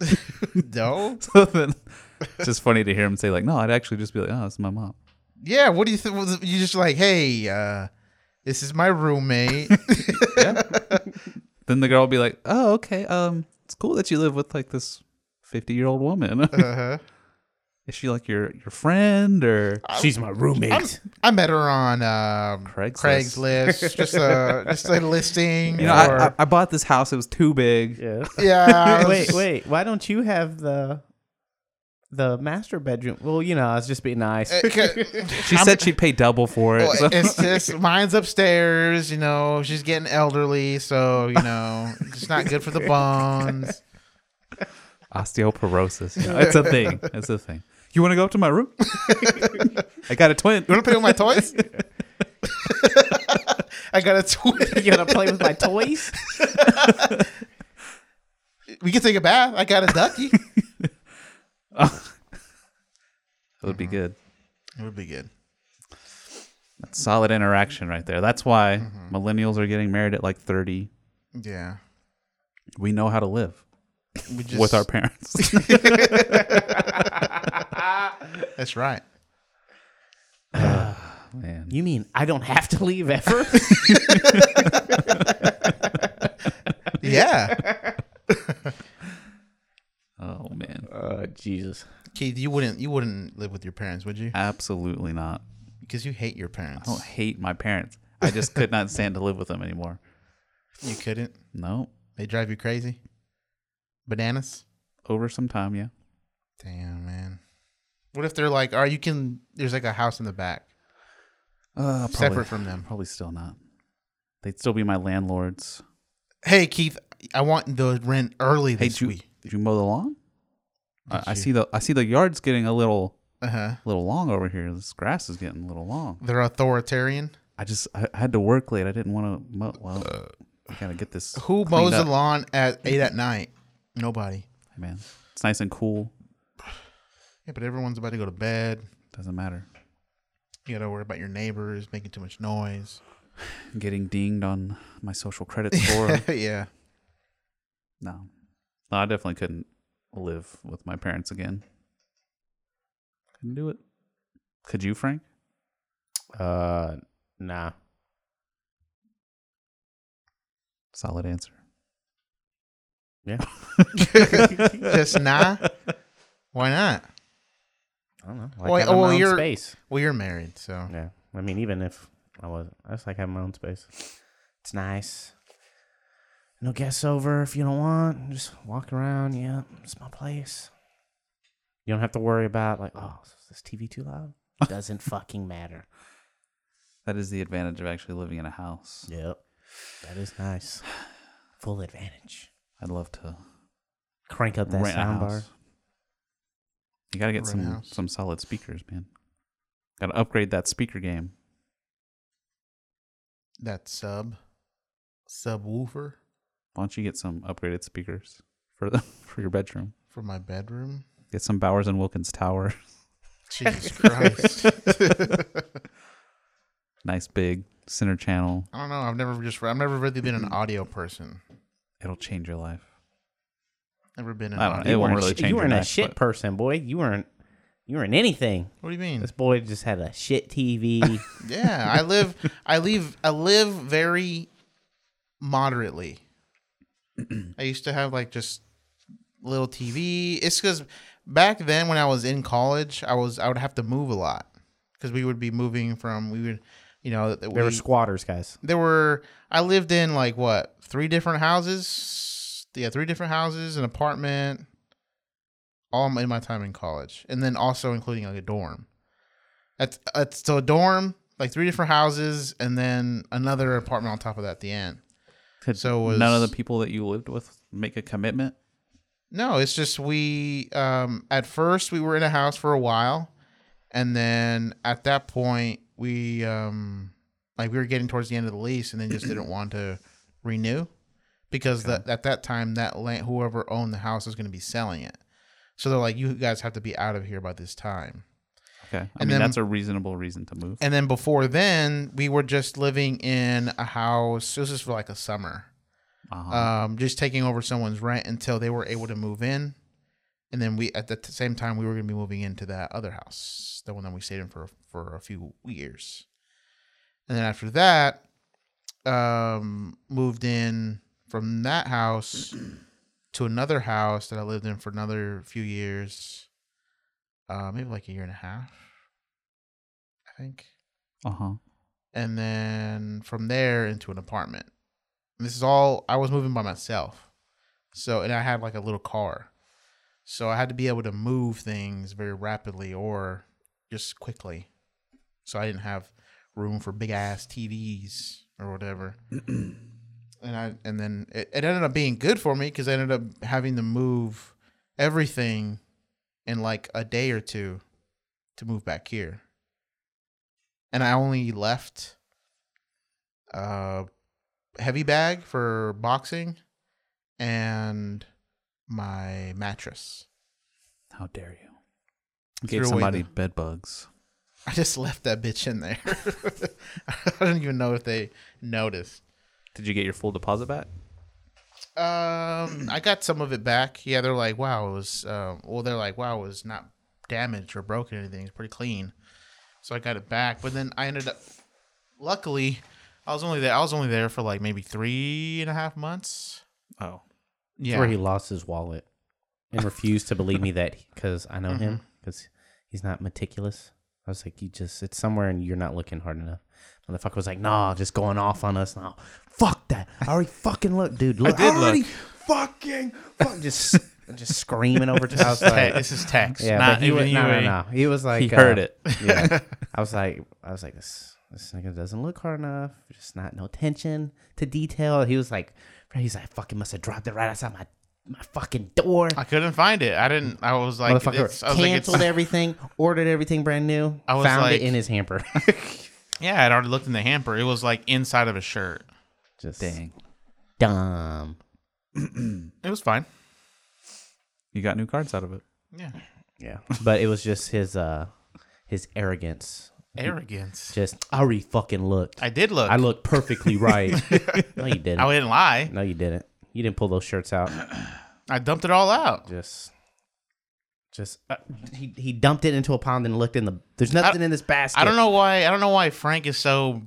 (laughs) No. So then it's just funny to hear him say like, no, I'd actually just be like, oh, it's my mom. Yeah. What do you think? You just like, hey, uh, this is (laughs) my roommate. Then the girl will be like, oh, okay, um, it's cool that you live with like this fifty year old woman. (laughs) uh-huh. Is she like your your friend or She's my roommate. I'm, I met her on um, Craigslist. Craigslist. (laughs) Just a just a listing. you know, or- I, I, I bought this house. It was too big. (laughs) (laughs) yeah. yeah. I was wait, just- wait. Why don't you have the the master bedroom. Well, you know, I was just being nice. She said (laughs) she'd pay double for it. so- Well, uh, it's just mine's upstairs. You know, she's getting elderly, so you know it's not (laughs) good for the bones. Osteoporosis. Yeah, it's a thing. It's a thing. You want to go up to my (laughs) room? I got a twin. You want to play with my toys? (laughs) I got a twin. (laughs) you want to play with (laughs) my toys? We can take a bath. I got a ducky. That would be good. It would be good. Solid interaction right there. That's why millennials are getting married at like 30. Yeah. We know how to live We just, with our parents. That's right. (laughs) Man. You mean I don't have to leave ever? Yeah. Oh, man. (laughs) uh, Jesus. Keith, you wouldn't you wouldn't live with your parents, would you? Absolutely not. Because you hate your (laughs) parents. I don't hate my parents. I just could not stand to live with them anymore. You couldn't. No. They drive you crazy. Bananas. Over some time, yeah. Damn, man. What if they're like, "All right, you can." There's like a house in the back, Uh, probably, separate from them. Probably still not. They'd still be my landlords. Hey, Keith, I want the rent early Hey, this did you, week. did you mow the lawn? I, Did I you- see the I see the yard's getting a little Uh huh. little long over here. This grass is getting a little long. They're authoritarian. I just I I had to work late. I didn't want to mow. Well, I gotta get this. Who cleaned mows the up, lawn at eight at night? Nobody. Man, it's nice and cool. Yeah, but everyone's about to go to bed. Doesn't matter. You gotta worry about your neighbors making too much noise. Getting dinged on my social credit (laughs) score. yeah. no, no, I definitely couldn't live with my parents again. Couldn't do it. Could you, Frank? Uh, nah. Solid answer. Just nah. Why not? I don't know. Well, Like having well, my own you're- space. Well, you're married, so Yeah. I mean, even if I was, I just like having my own space. It's nice. No guests over if you don't want. Just walk around. Yeah, it's my place. You don't have to worry about like, oh, is this TV too loud? (laughs) Doesn't fucking matter. That is the advantage of actually living in a house. Yep. That is nice. Full advantage. I'd love to Crank up that rent a soundbar. house. You gotta get Rent a some house. some solid speakers, man. Gotta upgrade that speaker game. that sub subwoofer Why don't you get some upgraded speakers for the, (laughs) for your bedroom? for my bedroom. Get some Bowers and Wilkins Tower, (laughs) Jesus Christ. nice big center channel. I don't know. I've never just I've never really been an audio person. It'll change your life. Never been an I don't know. audio. It won't weren't really shit- change You your weren't a life, shit but- person, boy. You weren't. You weren't anything. What do you mean? This boy just had a shit (laughs) TV. Yeah, I live I live I live very moderately. I used to have like just little TV. It's cuz back then when I was in college, I was I would have to move a lot cuz we would be moving from we would you know th- they were we- squatters, guys. there were I lived in like what three different houses. Yeah, three different houses, an apartment, all in my time in college, and then also including like a dorm. That's that's so a dorm, like three different houses, and then another apartment on top of that at the end. Could So was- none of the people that you lived with make a commitment? No, it's just we um at first we were in a house for a while and then at that point we um like we were getting towards the end of the lease and then just didn't want to renew because that at that time that land whoever owned the house was going to be selling it. So they're like you guys have to be out of here by this time. Okay, I mean And then- that's a reasonable reason to move. And then before then, we were just living in a house. This is for like a summer, Uh-huh. um, just taking over someone's rent until they were able to move in. And then we, at the t- same time, we were going to be moving into that other house, the one that we stayed in for for a few years. And then after that, um, moved in from that house (clears throat) to another house that I lived in for another few years, uh, maybe like a year and a half, I think Uh huh. and then from there into an apartment. And this is all I was moving by myself. So and I had like a little car. So I had to be able to move things very rapidly or just quickly. So I didn't have room for big ass TVs or whatever. and I and then it, it ended up being good for me because I ended up having to move everything in like a day or two to move back here. And I only left uh heavy bag for boxing and my mattress. (laughs) How dare you? Threw Gave away somebody the- bed bugs. I just left that bitch in there. (laughs) I don't even know if they noticed. Did you get your full deposit back? Um, I got some of it back. Yeah, they're like, wow, it was. Um, well, they're like, wow, it was not damaged or broken or anything. It's pretty clean. So I got it back, but then I ended up. Luckily, I was only there. I was only there for like maybe three and a half months. Oh, Yeah, where he lost his wallet and refused to believe me that (laughs) because I know him because he's not meticulous. I was like, you just it's somewhere and you're not looking hard enough. Motherfucker was like, nah, just going off on us now. Fuck that. I already fucking look, dude. Look, I did look. already fucking fuck just (laughs) just screaming over to us. Hey, (laughs) (laughs) Like, this is text. yeah, not but he even was, you. eh? no, no, no. He was like, he heard uh, it. yeah. (laughs) I was like, I was like, this this nigga doesn't look hard enough. Just not no attention to detail. He was like, he's like, I fucking must have dropped it right outside my my fucking door. I couldn't find it. I didn't. I was like, it's- Motherfucker I was like, canceled it's- everything, ordered everything brand new, I was found like- it in his hamper. (laughs) (laughs) yeah, I'd already looked in the hamper. It was like inside of a shirt. Just Dang. dumb. It was fine. You got new cards out of it. Yeah, Yeah, but it was just his uh his arrogance. arrogance. Just I already fucking looked. I, I did look. looked (laughs) perfectly right. no, you didn't. I didn't lie. no, you didn't. You didn't pull those shirts out. I dumped it all out. Just. Just uh, he, he dumped it into a pond and looked in the. There's nothing in this basket. I don't know why. I don't know why Frank is so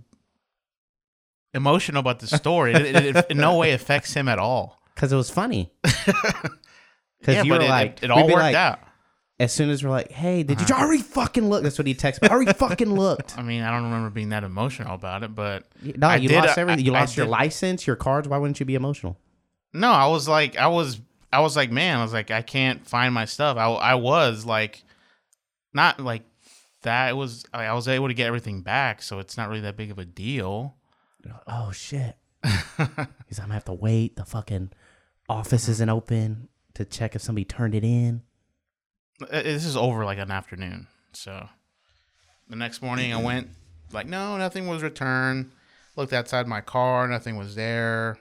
emotional about (laughs) the story. It, it- it in no way affects him at all. because it was funny. (laughs) Because Yeah, you but were it, like, it, it we'd all be worked like, out. Uh-huh. as soon as we're like, hey, did you I already fucking look? That's what he texted me. I already fucking (laughs) looked. I mean, I don't remember being that emotional about it, but No, I you did- uh, lost everything. You I- I lost your did- license, your cards. Why wouldn't you (laughs) be emotional? No, I was like, I was, I was like, man, I was like, I can't find my stuff. I, I was like, not like that. It was, I I was able to get everything back, so it's not really that big of a deal. (laughs) Oh shit. Because I'm gonna have to wait. The fucking office isn't open to check if somebody turned it in. Uh, This is over like an afternoon, so the next morning I went, like, no, nothing was returned. Looked outside my car, nothing was there.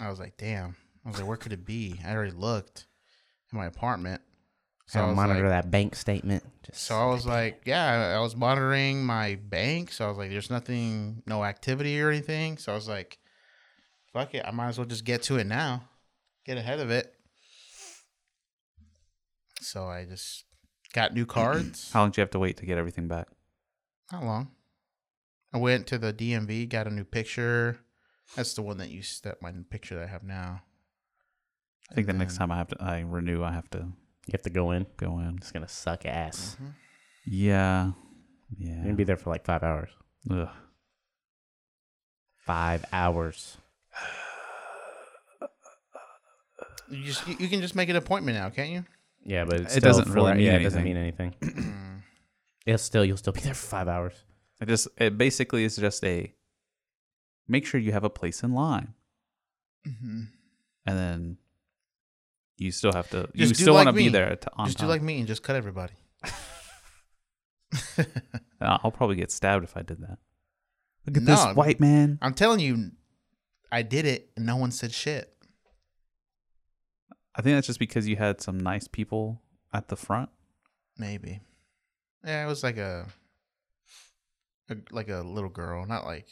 I was like, damn. I was like, where could it be? I already looked in my apartment. So I I'll was monitor like- that bank statement. Just So I was like, yeah, I- I was monitoring my bank. So I was like, there's nothing, no activity or anything. So I was like, fuck it. I might as well just get to it now, get ahead of it. So I just got new cards. (clears throat) How long did you have to wait to get everything back? Not long. I went to the DMV, got a new picture. That's the one that you that my picture that I have now. I think the And next then- time I have to, I renew, I have to you have to go in. go in. It's gonna suck ass. Mm-hmm. Yeah, You're gonna yeah. be there for like five hours. Ugh. Five hours. you just you, you can just make an appointment now, can't you? Yeah, but it's It still doesn't for- really mean yeah, it doesn't mean anything. (clears throat) It's still you'll still be there for five hours. It just it basically is just a make sure you have a place in line, Mm-hmm. and then you still have to. you Just do still like want to be me. there to, on just time. do like me and just cut everybody. (laughs) Uh, (laughs) I'll probably get stabbed if I did that. Look at No. this white man. I'm telling you, I did it, and no one said shit. I think that's just because you had some nice people at the front. Maybe. Yeah, it was like a, a like a little girl, not like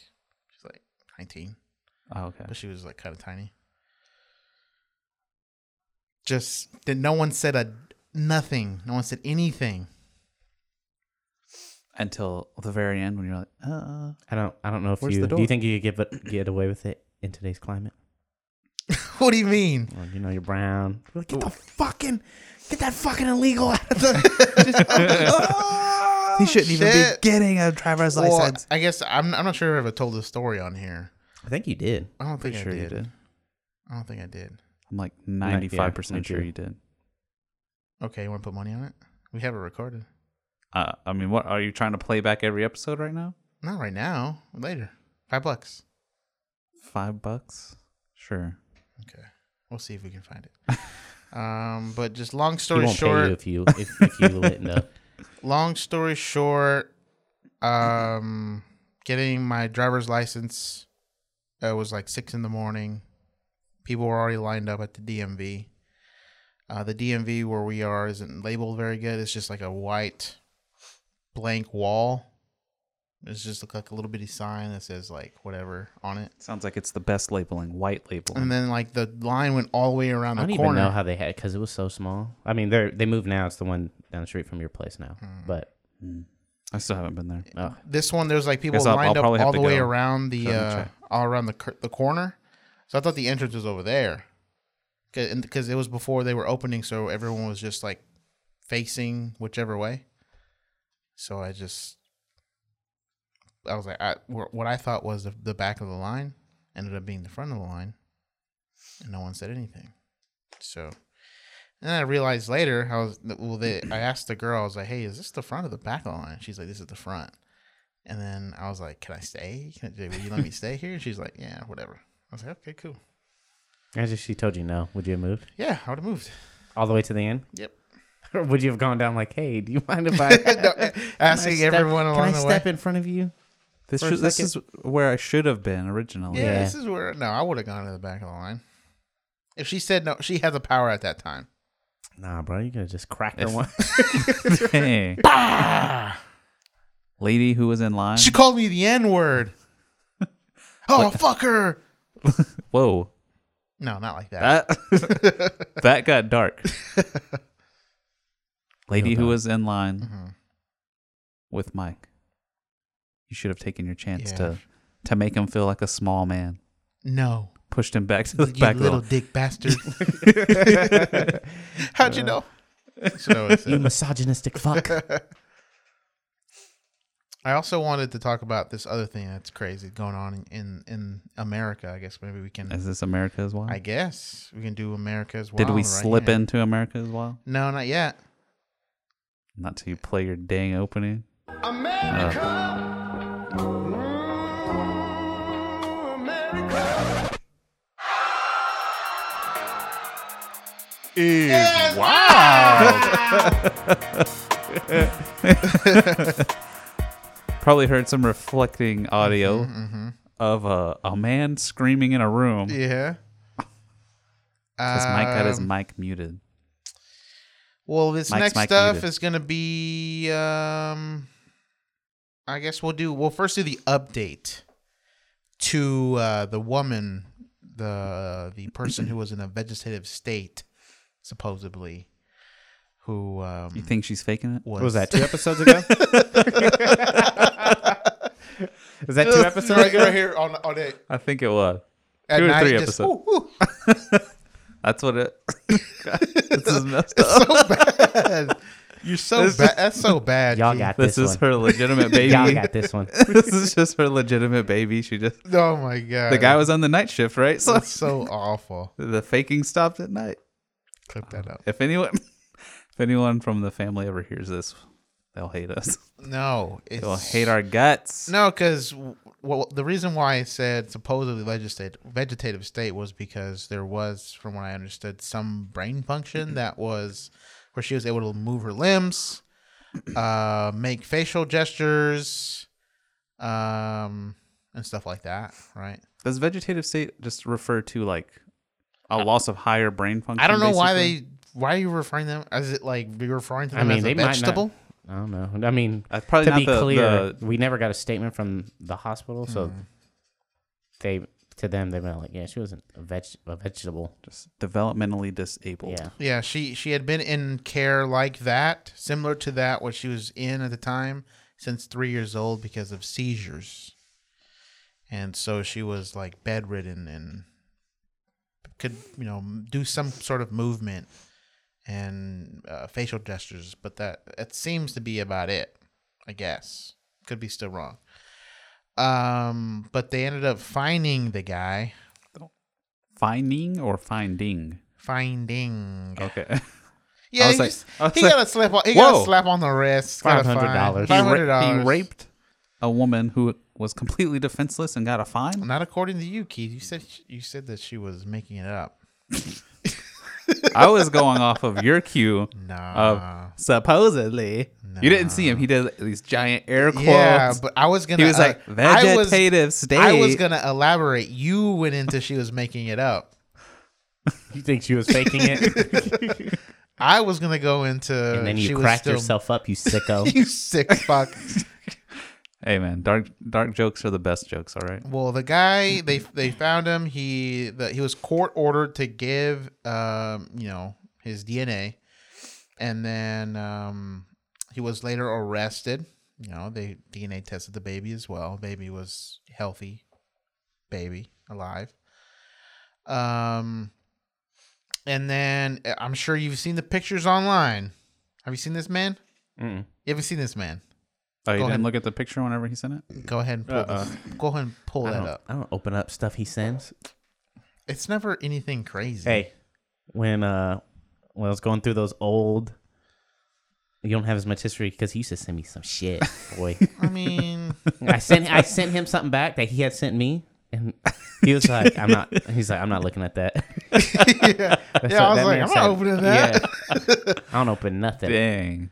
she's like 19, Oh, okay. but she was like kind of tiny. Just that no one said a nothing. No one said anything. (laughs) Until the very end when you're like, (laughs) uh, I don't I don't know if Where's you the do you door? think you could give it, get away with it in today's climate. what do you mean? Well, you know you're brown. We're like, get the fucking, get that fucking illegal out of (laughs) the. he shouldn't shit. getting a driver's Well, I guess I'm. I'm not sure if I told this story on here. I think you did. I don't think Pretty I sure did. you did. I don't think I did. I'm like yeah, 95% me sure too. you did. Okay, you want to put money on it? We have it recorded. Uh, I mean, what are you trying to play back every episode right now? Not right now. Later. Five bucks. Five bucks? Sure. Okay. We'll see if we can find it. (laughs) um, but just long He story won't pay short, you if you if, if you (laughs) lit it up. long story short, um, getting my driver's license uh, was like six in the morning. People were already lined up at the DMV. Uh, the DMV where we are isn't labeled very good. It's just like a white blank wall. It's just like a little bitty sign that says like whatever on it. Sounds like it's the best labeling, white labeling. And then like the line went all the way around I the don't corner. even know how they had because it was so small. I mean, they they moved now. It's the one down the street from your place now. Hmm. But Mm. I still haven't been there. oh, this one there's like people Guess I'll- lined I'll probably up have all the to way go. around the Go and uh, check. all around the cor- the corner. So I thought the entrance was over there, because it was before they were opening, so everyone was just like facing whichever way. So I just, I was like, I, wh- what I thought was the, the back of the line ended up being the front of the line, and no one said anything. So. And then I realized later, I was well. They, I asked the girl, I was like, "Hey, is this the front or the back of the line?" She's like, "This is the front." And then I was like, "Can I stay? Can I, will you (laughs) let me stay here?" And she's like, "Yeah, whatever." I was like, "Okay, cool." as if she told you no, would you have moved Yeah, I would have moved. all the way to the end, Yep. (laughs) or would you have gone down like, hey, do you (laughs) mind if I (laughs) can No, asking step- everyone can along I the way. step in front of you? This, For a should, this is second- where I should have been originally. yeah, Yeah. this is where. No, I would have gone to the back of the line. If she said no, she had the power at that time. Nah, bro, you're gonna just crack her one. (laughs) Hey. Lady who was in line. She called me the N (laughs) word. oh, fuck her. Whoa. No, not like that. That, (laughs) that got (laughs) dark. Lady who was in line Mm-hmm. with Mike. You should have taken your chance Yeah. to to make him feel like a small man. (laughs) no, Pushed him back to the you back little little. dick bastard. Uh, How'd you know? So it's, (laughs) (laughs) you misogynistic (laughs) fuck. I also wanted to talk about this other thing that's crazy going on in in, in America. I guess maybe we can. Is this America as well? I guess we can do America as well. Did we right slip here. into America as well? No, not yet. Not till you play your dang opening. Probably heard some reflecting audio of a, a man screaming in a room because (laughs) Yeah. Mike got his Um, mic muted. Well, this Mike's next mic stuff muted. is gonna be. Um, I guess we'll do. We'll first do the update to uh, the woman, the the person who was in a vegetative state, supposedly, who um, (laughs) You think she's faking it? What was that? Two episodes ago? Is that two episodes right, ago? right here on on it. (laughs) I think it was. At Two or night, three just, episodes. ooh, ooh, That's what it. (laughs) this is messed up. so bad. You're so bad. That's so bad. Y'all G. got this, This is one. her legitimate baby. (laughs) Y'all got this (laughs) one. this is just her legitimate baby. She just Oh my god. the guy was on the night shift, right? So That's so awful. the faking stopped at night. Clip that up. If anyone, (laughs) if anyone from the family ever hears this, they'll hate us. (laughs) No, it's They'll hate our guts. No, because well, the reason why I said supposedly legislative vegetative state was because there was, from what I understood, some brain function that was where she was able to move her limbs, uh, make facial gestures, um, and stuff like that. Right. Does vegetative state just refer to like a loss of higher brain function? I don't know why basically? they. Why are you referring them? Is it like you're referring to I them mean, as they a might not- vegetable? I don't know. I mean, That's probably to not be the- clear, the- we never got a statement from the hospital, so Mm. they to them they've been like, yeah, she wasn't a, veg- a vegetable. just developmentally disabled. Yeah, Yeah, she she had been in care like that, similar to that what she was in at the time since 3 years old because of seizures. And so she was like bedridden and could, you know, do some sort of movement and uh, facial gestures, but that it seems to be about it, I guess. Could be still wrong. Um, but they ended up finding the guy, Finding or finding? finding Okay. (laughs) Yeah, I was he like- just- I was he like, got a slap on. He got a whoa. slap on the wrist. $500. He ra- Five hundred dollars. He raped a woman who was completely defenseless and got a fine. Not according to you, Keith. You said you said that she was making it up. I was going off of your cue of Nah. supposedly. You didn't see him. He did these giant air quotes. yeah, but I was gonna. he was uh, like I was- vegetative state. I was gonna elaborate. You went into she was making it up. (laughs) You think she was faking (laughs) it? I was gonna go into and then she you was cracked still- yourself up, you sicko. (laughs) You sick fuck. Hey man, dark dark jokes are the best jokes. All right. Well, the guy Mm-hmm. they they found him. He the, he was court ordered to give um you know his DNA, and then um he was later arrested. You know they DNA tested the baby as well. Baby was healthy, baby alive. Um, and then uh, I'm sure you've seen the pictures online. Have you seen this man? Mm. You haven't seen this man. Oh, you Go didn't ahead. look at the picture whenever he sent it. Go ahead and pull. this- Go ahead and pull Uh-uh. I that don't, up. I don't open up stuff he sends. It's never anything crazy. Hey, when uh, when I was going through those old, you don't have as much history because he used to send me (laughs) some shit, boy. I (laughs) mean, I sent I sent him something back that he had sent me, and he was like, "I'm not." He's like, "I'm not looking at that." (laughs) yeah, yeah. I was like, that man I'm said- not opening that. (laughs) Yeah. I don't open nothing. Dang.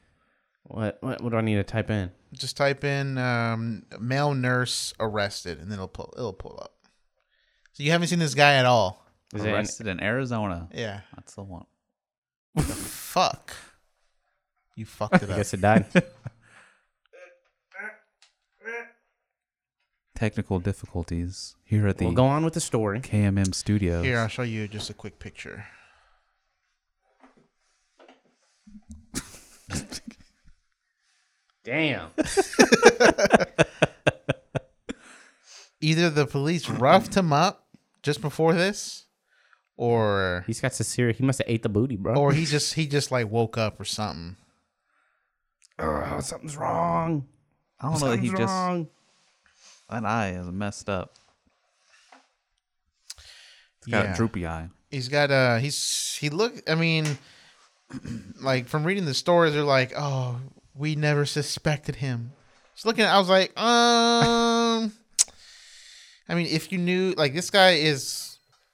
What, what what do I need to type in? Just type in um, "male nurse arrested" and then it'll pull. It'll pull up. So you haven't seen this guy at all. Is there an- Arrested in Arizona. Yeah. That's the one. Fuck. You fucked it (laughs) I up. guess (laughs) it died. Technical difficulties here at the we'll go on with the story. KMM Studios. Here, I'll show you just a quick picture. Damn. Either the police roughed him up just before this, or He's got Cecilia. He must have ate the booty, bro. (laughs) or he just he just like woke up or something. uh, Ugh, something's wrong. I don't know. that He Something's just wrong. that eye is messed up. It's got a Yeah. droopy eye. he's got uh he's he look i mean (clears throat) like from reading the stories they're like oh we never suspected him just looking i was like um i mean if you knew like this guy is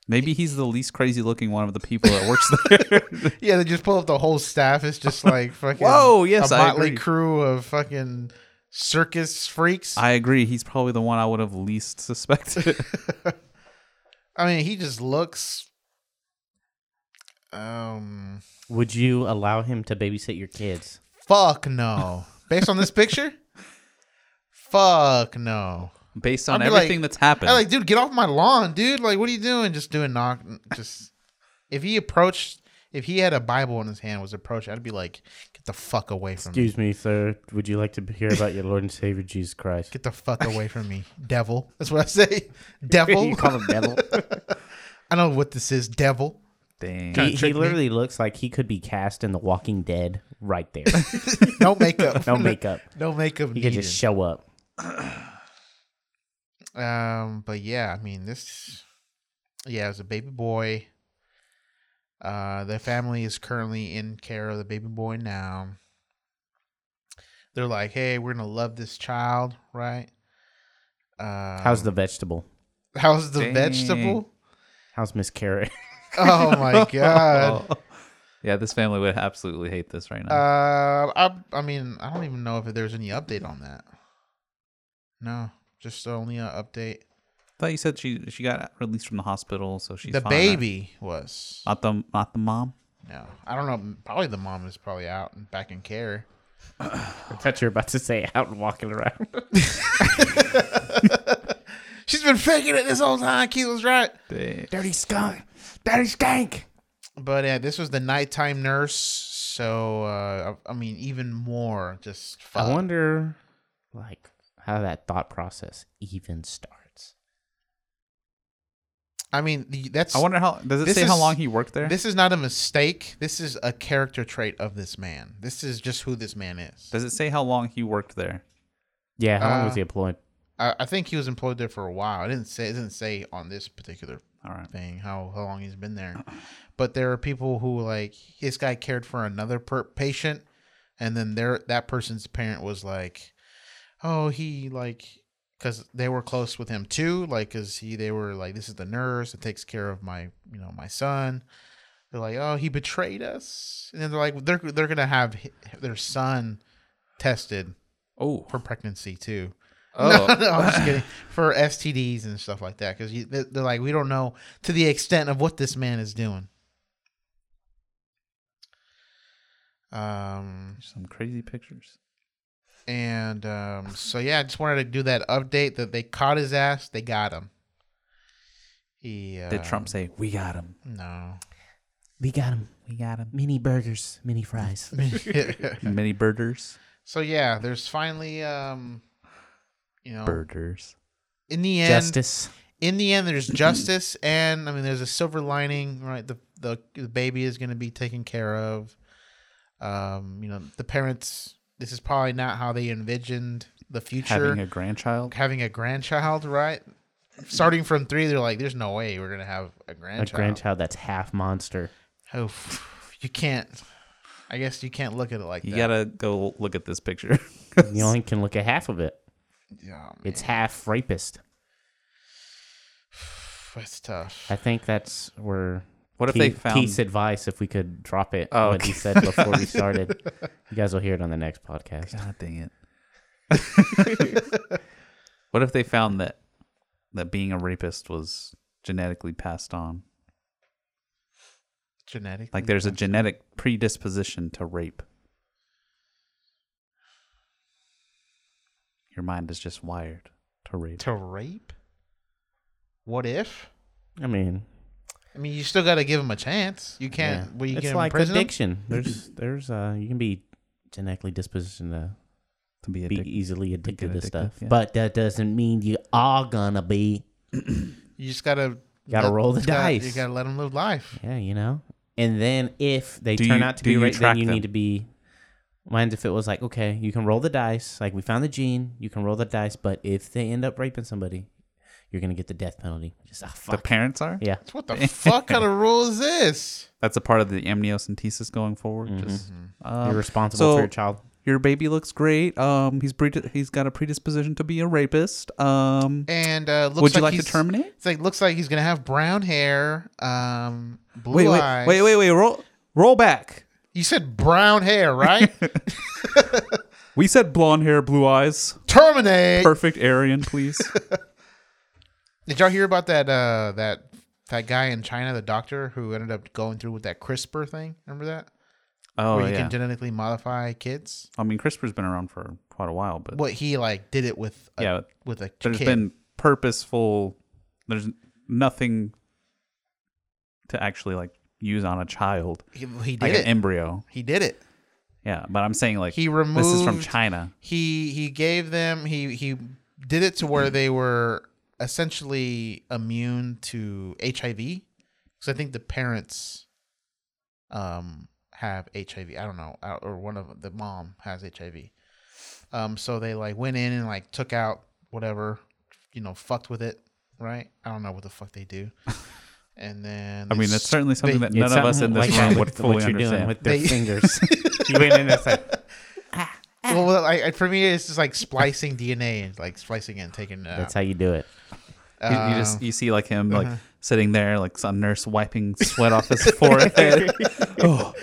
Maybe he's the least crazy looking one of the people that works (laughs) there. yeah they just pull up the whole staff it's (laughs) just like fucking Whoa, yes, a I motley agree. crew of fucking circus freaks I, I agree. He's probably the one I would have least suspected. (laughs) mean he just looks um Would you allow him to babysit your kids? fuck no based on this (laughs) picture fuck no Based on I'd be like- everything that's happened. I like, dude, get off my lawn, dude. Like, what are you doing? Just doing knock. Just if he approached, if he had a Bible in his hand, was approached, I'd be like, get the fuck away from me. Excuse me, sir. Would you like to hear about your Lord and Savior Jesus Christ? Get the fuck away from me, devil. That's what I say, (laughs) devil. (laughs) you call him devil? I know what this is, devil. Dang. he, Kinda he tricked me. literally looks like he could be cast in The Walking Dead right there. No makeup. (laughs) No makeup. No makeup He needed. could just show up. um, but yeah, I mean, this. Yeah, it was a baby boy. Uh, the family is currently in care of the baby boy now. They're like, hey, we're gonna love this child, right? Uh, How's the vegetable? (laughs) how's the Dang. vegetable? How's Miss Carrot? (laughs) (laughs) Oh my god! Yeah, this family would absolutely hate this right now. Uh, I I mean, I don't even know if there's any update on that. No, just only an update. I thought you said she she got released from the hospital, so she's the fine, right? baby was not the not the mom. no. I don't know. Probably the mom is probably out and back in care. (laughs) I thought you were about to say out and walking around. She's been faking it this whole time. Keith was right. Dirty skunk. Dirty skank. But uh, this was the nighttime nurse, so uh, I I mean, even more just. I Fuck. wonder, like, how that thought process even starts. I mean, the- that's. I wonder how does it This say how is- long he worked there? This is not a mistake. This is a character trait of this man. This is just who this man is. does it say how long he worked there? Yeah, how long Uh, was he employed? I, I think he was employed there for a while. I didn't say. It didn't say on this particular All right. thing how, how long he's been there but there are people who like this guy cared for another per- patient and then their that person's parent was like oh he like because they were close with him too like because he they were like this is the nurse that takes care of my you know my son they're like oh he betrayed us and then they're like they're, they're gonna have hi- their son tested Oh. for pregnancy too Oh. (laughs) no, I'm just kidding. For STDs and stuff like that, because they're like, we don't know to the extent of what this man is doing. Um, Some crazy pictures. and um, so yeah, I just wanted to do that update that they caught his ass, they got him. He uh, Did Trump say, we got him? No. (laughs) We got him. We got him. Mini burgers, mini fries. Mini birders? so yeah, there's finally um, you know, Birders. in the end, Justice. in the end, there's justice, and I mean, there's a silver lining, right? The the, the baby is going to be taken care of. Um, you know, the parents. This is probably not how they envisioned the future. Having a grandchild? having a grandchild, right? Starting from three, they're like, "There's no way we're gonna have a A grandchild." grandchild that's half monster. Oof. you can't. I guess you can't look at it like You that. gotta go look at this picture. (laughs) You only can look at half of it. yeah, It's half rapist. it's tough. I think that's where. What if Keith- they found- Keith's advice? If we could drop it, Oh, what he okay. said before (laughs) we started, you guys will hear it on the next podcast. God dang it. what if they found that that being a rapist was genetically passed on? Genetic. Like there's a genetic predisposition to rape. Your mind is just wired to rape. to rape. What if? I mean, I mean, you still got to give him a chance. You can't. yeah. Well, you it's can like imprison 'em? (clears throat) addiction. There's, there's, uh, you can be genetically dispositioned to To be be addicted. easily addicted to addicted, stuff, yeah. but that doesn't mean you are gonna be. You just gotta Gotta roll the you gotta- dice. You gotta let them live life. Yeah, you know. And then if they Do turn you- out to do be you right, track then you them? need to be. Mine's if it was like, okay, you can roll the dice. Like we found the gene, you can roll the dice, but if they end up raping somebody, you're gonna get the death penalty. Just ah, the fuck. parents are? yeah, What (laughs) the fuck kind of rule is this? That's a part of the amniocentesis going forward. Just um, you're responsible so- for your child. your baby looks great. Um he's pre- he's got a predisposition to be a rapist. Um And uh, looks Would you like to he's- terminate? It's like looks like he's gonna have brown hair, um, blue Wait, wait, eyes. wait, wait, wait, roll roll back. You said brown hair, (laughs) right? (laughs) We said blonde hair, blue eyes. Terminate. Perfect Aryan, (laughs) please. Did y'all hear about that? Uh, that that guy in China, the doctor who ended up going through with that CRISPR thing. Remember that? oh Where you yeah. can genetically modify kids. I mean, CRISPR's been around for quite a while, but What uh, he like did it with? A, Yeah, with a there's kid. been purposeful. There's nothing to actually like use on a child, he, he did like it. an embryo. he did it. Yeah, but I'm saying like He this is from removed- China. he he gave them he he did it to Mm. where they were essentially immune to HIV because I think the parents um have HIV I don't know uh, or one of the mom has HIV um so they like went in and like took out whatever you know fucked with it right I don't know what the fuck (laughs) they do and then I they mean, that's s- certainly something they- that none of us in this Like room what- would fully what you're doing understand. with their They- (laughs) fingers. (laughs) you went in there, it's like well I, I- for me it's just like splicing DNA and like splicing it and taking it out that's how you do it. You, Um, you just you see like him uh-huh. like sitting there like some nurse (laughs) wiping sweat off his forehead. oh,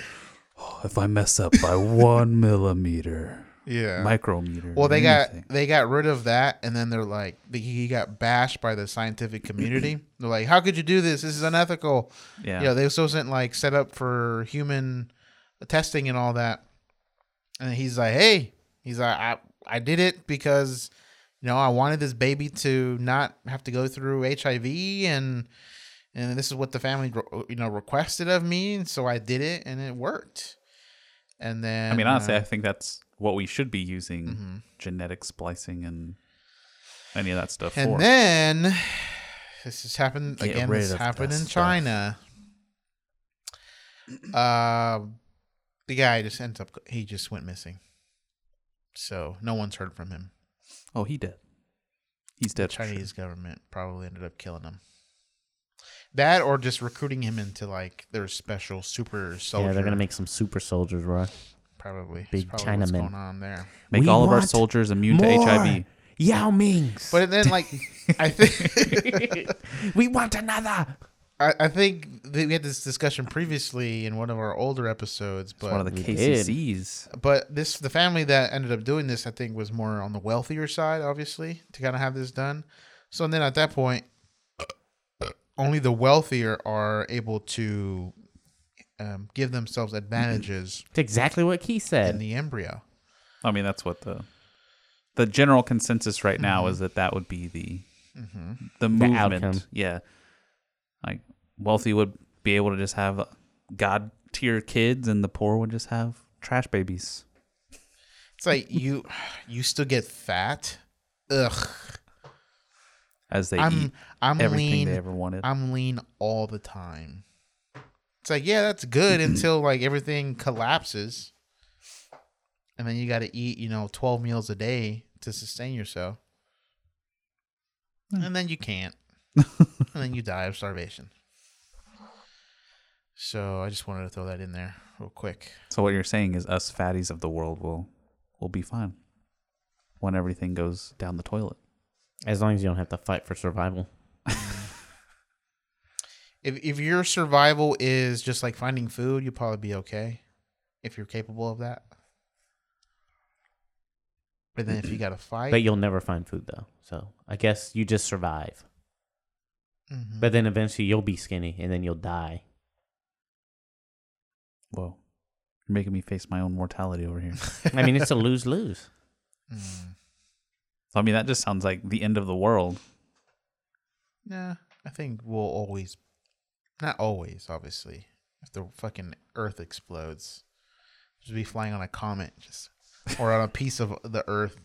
oh, if I mess up by one millimeter, yeah micrometer. Well, they got anything. they got rid of that, and then they're like, the- he got bashed by (clears throat) the scientific community. they're like, "How could you do this? This is unethical." Yeah. you know, this wasn't like set up for human testing and all that. And he's like, "Hey," he's like, "I I did it because, you know, I wanted this baby to not have to go through HIV, and and this is what the family, you know, requested of me, and so I did it, and it worked." And then, I mean, honestly, uh, I think that's what we should be using Mm-hmm. genetic splicing and any of that stuff And for. then this has happened Get again. rid This of happened that in stuff. China. Uh, the guy just ends up. He just went missing. So no one's heard from him. oh, he did. He's dead. for sure. Chinese government probably ended up killing him. That or just recruiting him into like their special super soldier. Yeah, they're gonna make some super soldiers, bro. probably big That's probably what's Chinamen. going on there. Make We all of our want soldiers immune to more HIV. Yao Ming's. But then like I think we want another. (laughs) I, I think that we had this discussion previously in one of our older episodes, but One of the We did. KCCs. but this the family that ended up doing this, I think, was more on the wealthier side, obviously, to kind of have this done. So then at that point, only the wealthier are able to um, give themselves Mm-hmm. advantages It's exactly what Key in said. the embryo. I mean, that's what the the general consensus right now is that that would be the the movement. outcome. Yeah, like wealthy would be able to just have god tier kids, and the poor would just have trash babies. It's like you you still get fat. Ugh, As they eat I'm I'm everything lean. they ever wanted. I'm lean all the time. It's like, yeah, that's good until like everything collapses. And then you got to eat, you know, 12 meals a day to sustain yourself. And then you can't. and then you die of starvation. So I just wanted to throw that in there real quick. so what you're saying is, us fatties of the world will will be fine when everything goes down the toilet. As long as you don't have to fight for survival. If, if your survival is just like finding food, you'll probably be okay if you're capable of that. But then if you got to fight. But you'll never find food though. So I guess you just survive. Mhm. But then eventually you'll be skinny and then you'll die. Whoa, you're making me face my own mortality over here. I mean it's a (laughs) lose lose. mm-hmm. I mean, that just sounds like the end of the world. Nah, I think we'll always, not always, obviously. If the fucking Earth explodes, just be flying on a comet, just or on a piece of the Earth,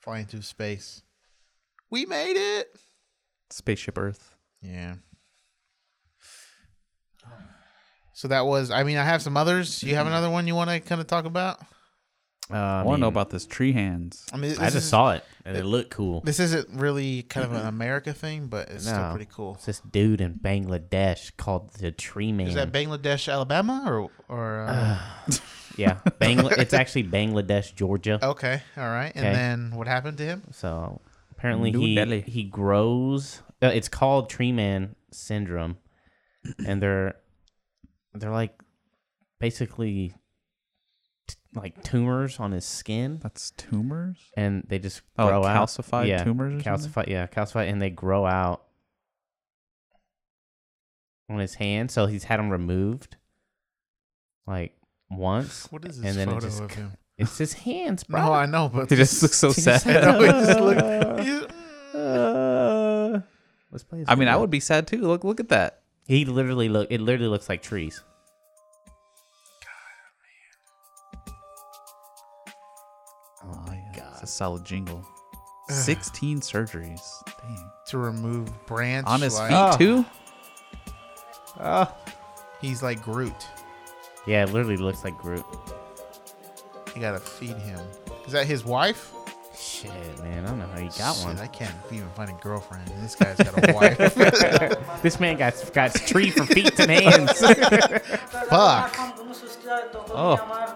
flying through space. We made it. Spaceship Earth. Yeah. So that was. I mean, I have some others. You have another one you want to kind of talk about? Uh, I, I, want to know mean, about this tree hands. I mean, this I just is, saw it and it looked cool. This isn't really kind of an America thing, but it's still Mm-hmm. No. pretty cool. It's this dude in Bangladesh called the Tree Man. Is that Bangladesh, Alabama, or or? Uh, (sighs) (laughs) yeah, Bangla- it's actually Bangladesh, Georgia. okay, all right. And Okay. then what happened to him? So apparently New he Delhi. he grows. uh, It's called Tree Man syndrome, and they're they're like basically t- like tumors on his skin, That's tumors. and they just Oh, like grow out. calcified yeah, tumors or calcified, something? (laughs) yeah, calcified, and they grow out on his hand. So he's had them removed, like once. What is and this then it photo just of c- him? It's his hands, bro. No, I know, but He just looks so (laughs) sad. I know, it just (laughs) look- you- Uh, (laughs) let's play. (laughs) I mean, I would be sad too. Look, look at that. He literally look. It literally looks like trees. Oh, yeah, it's a solid jingle. Sixteen surgeries. Dang. to remove branch On his like- feet too. (laughs) He's like Groot. Yeah, it literally looks like Groot. You gotta feed him. Is that his wife? Shit, man, I don't know how he got Shit, one. I can't even find a girlfriend. This guy's got a (laughs) wife. This man got got tree for feet (laughs) and hands. Fuck. Oh.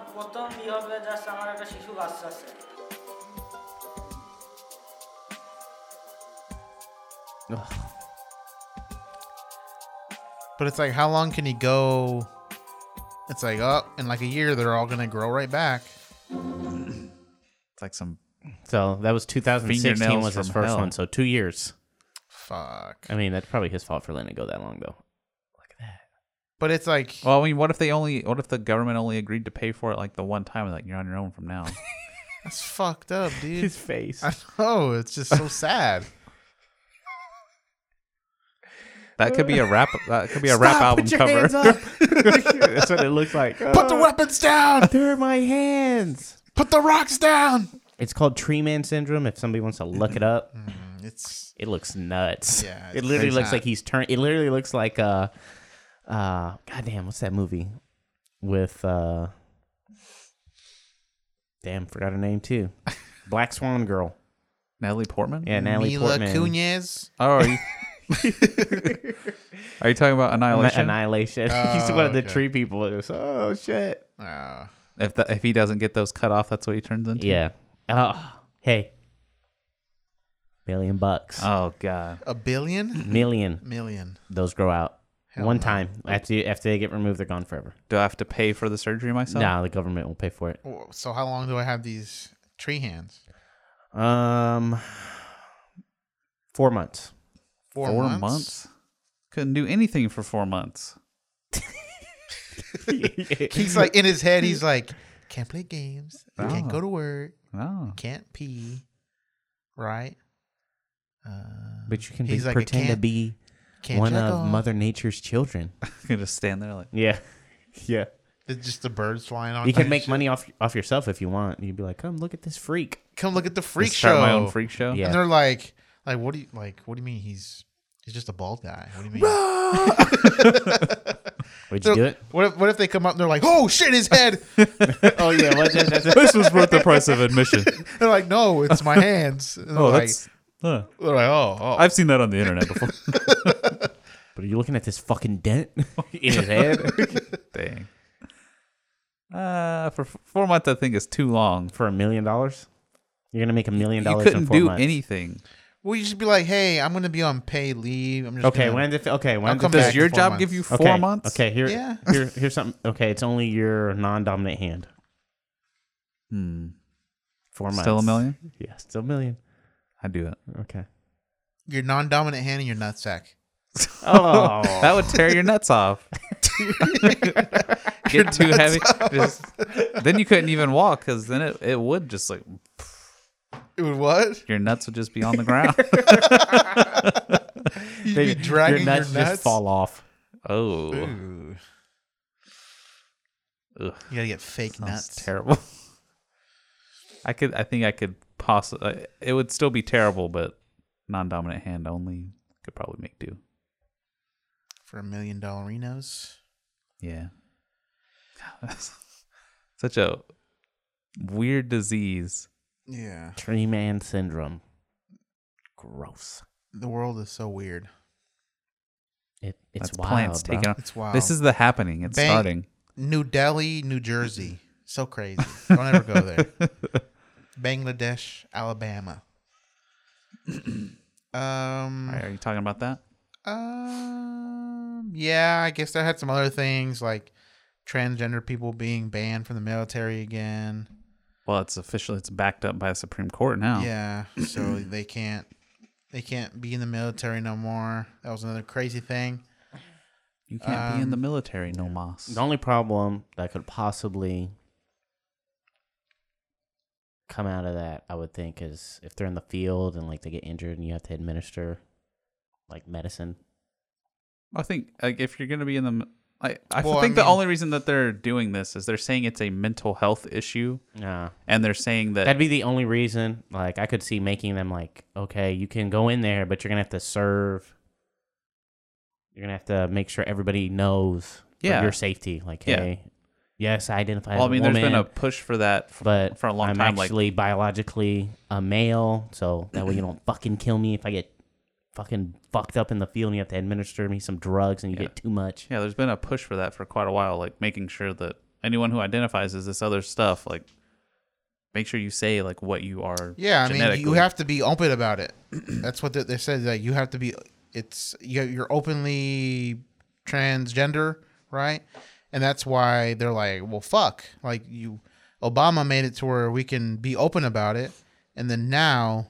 But it's like, how long can he go? It's like, oh, in like a year, they're all gonna grow right back. It's like some. so that was 2016 Fingernails was his from first hell. one. So two years. Fuck. I mean, that's probably his fault for letting it go that long though. But it's like, Well, I mean, what if they only? What if the government only agreed to pay for it like the one time? Like you're on your own from now. that's fucked up, (laughs) dude. face. I know. It's just (laughs) so sad. (laughs) That could be a rap. That could be a rap album cover. (laughs) that's what it looks like. Put the weapons (laughs) down. They're my hands. Put the rocks down. It's called Tree Man syndrome. If somebody wants to look it up, It's it looks nuts. Mm-hmm. Yeah, it it's literally crazy. looks like he's turned. It literally looks like uh, uh, goddamn, what's that movie with uh, damn, forgot her (laughs) name too, Black Swan Girl. Natalie Portman. Mm. Yeah, Natalie Mila Portman. Kunis. Oh, are you, (laughs) Are you talking about Annihilation? Annihilation. (laughs) He's Oh, one of the okay. tree people. It was, oh shit. Ah. if the, if he doesn't get those cut off, that's what he turns into. Yeah. Oh, hey. Million bucks. Oh god. a billion? Million. Million. Those grow out Hell one no. time. After you, after they get removed, they're gone forever. Do I have to pay for the surgery myself? no, the government will pay for it. Whoa, So how long do I have these tree hands? Um, four months. Four, Four months? Couldn't do anything for four months. He's like in his head. He's like, can't play games. Can't Ah. go to work. Oh. Can't pee. Right. Uh, But you can be, He's like, I pretend to can't- be can't one jack of off. Mother Nature's children. (laughs) Could just stand there like (laughs) Yeah. Yeah. It's just the birds flying on. You can top. make money off off yourself if you want. You'd be like, come look at this freak. Come look at the freak show. start my own freak show. Yeah. And they're like, like, what do you like? What do you mean he's he's just a bald guy? What do you mean? Would They're- you do it? What if what if they come up and they're like, oh shit, his head. (laughs) (laughs) oh yeah. What, that, that, (laughs) this was worth the price of (laughs) admission. they're like, no, it's (laughs) my hands. And Oh, they're that's. huh. like, they're like, oh, oh. I've seen that on the internet (laughs) before. (laughs) But are you looking at this fucking dent (laughs) in his head? Dang. Uh, for f- four months, I think is too long. for a million dollars? You're gonna make a million You dollars in couldn't four do months. anything. well, you should be like, hey, I'm gonna be on pay leave. I'm just okay, gonna- when did okay when I'll come did back Does to your four job months. give you four okay, months? Okay, here, Yeah. here here's something. Okay, it's only your non-dominant hand. Hmm. Four months. Still a million? Yeah, still a million. I do it. (laughs) Okay. your non-dominant hand and your nutsack. (laughs) Oh, That would tear your nuts off. (laughs) Get too heavy. Just, then you couldn't even walk because then it, it would just like It would what? (laughs) your nuts would just be on the ground. You'd be They- dragging your nuts just fall off. oh, Ooh. Ugh. You gotta get fake that's nuts. terrible. (laughs) I could. I think I could possibly. It would still be terrible, but non-dominant hand only could probably make do. for a million dollarinos. Yeah. (laughs) Such a weird disease. Yeah, Tree man syndrome. Gross. the world is so weird. It, it's That's wild. plants bro. taking on. It's wild. This is the happening. It's Bang. starting. New Delhi, New Jersey. So (laughs) crazy. Don't ever go there. Bangladesh, (clears throat) Alabama. um, All Mm. right, are you talking about that? um, yeah, I guess I had some other things like transgender people being banned from the military again. Well, it's officially it's backed up by a Supreme Court now. Yeah, so they can't they can't be in the military no more. That was another crazy thing. You can't be in the military no mas. The only problem that could possibly come out of that, I would think, is if they're in the field and like they get injured and you have to administer like medicine. I think like if you're going to be in the mi- I, I Well, I think the mean- only reason that they're doing this is they're saying it's a mental health issue Nah. and they're saying that That'd be the only reason. Like I could see making them like, okay, you can go in there, but you're gonna have to serve. You're gonna have to make sure everybody knows for Yeah. your safety. Like, Yeah. hey, yes, I identify. well, I as a mean there's been a woman. push for that f- but for a long I'm time like actually biologically a male, so that way you don't (clears throat) fucking kill me if I get fucking fucked up in the field and you have to administer me some drugs and you get too much. yeah, there's been a push for that for quite a while like making sure that anyone who identifies as this other stuff like make sure you say like what you are Yeah, I mean, you genetically. have to be open about it. (clears throat) That's what they, they said. That you have to be. It's you- you're openly transgender, right? And that's why they're like, well, fuck. Like you, Obama made it to where we can be open about it, and then now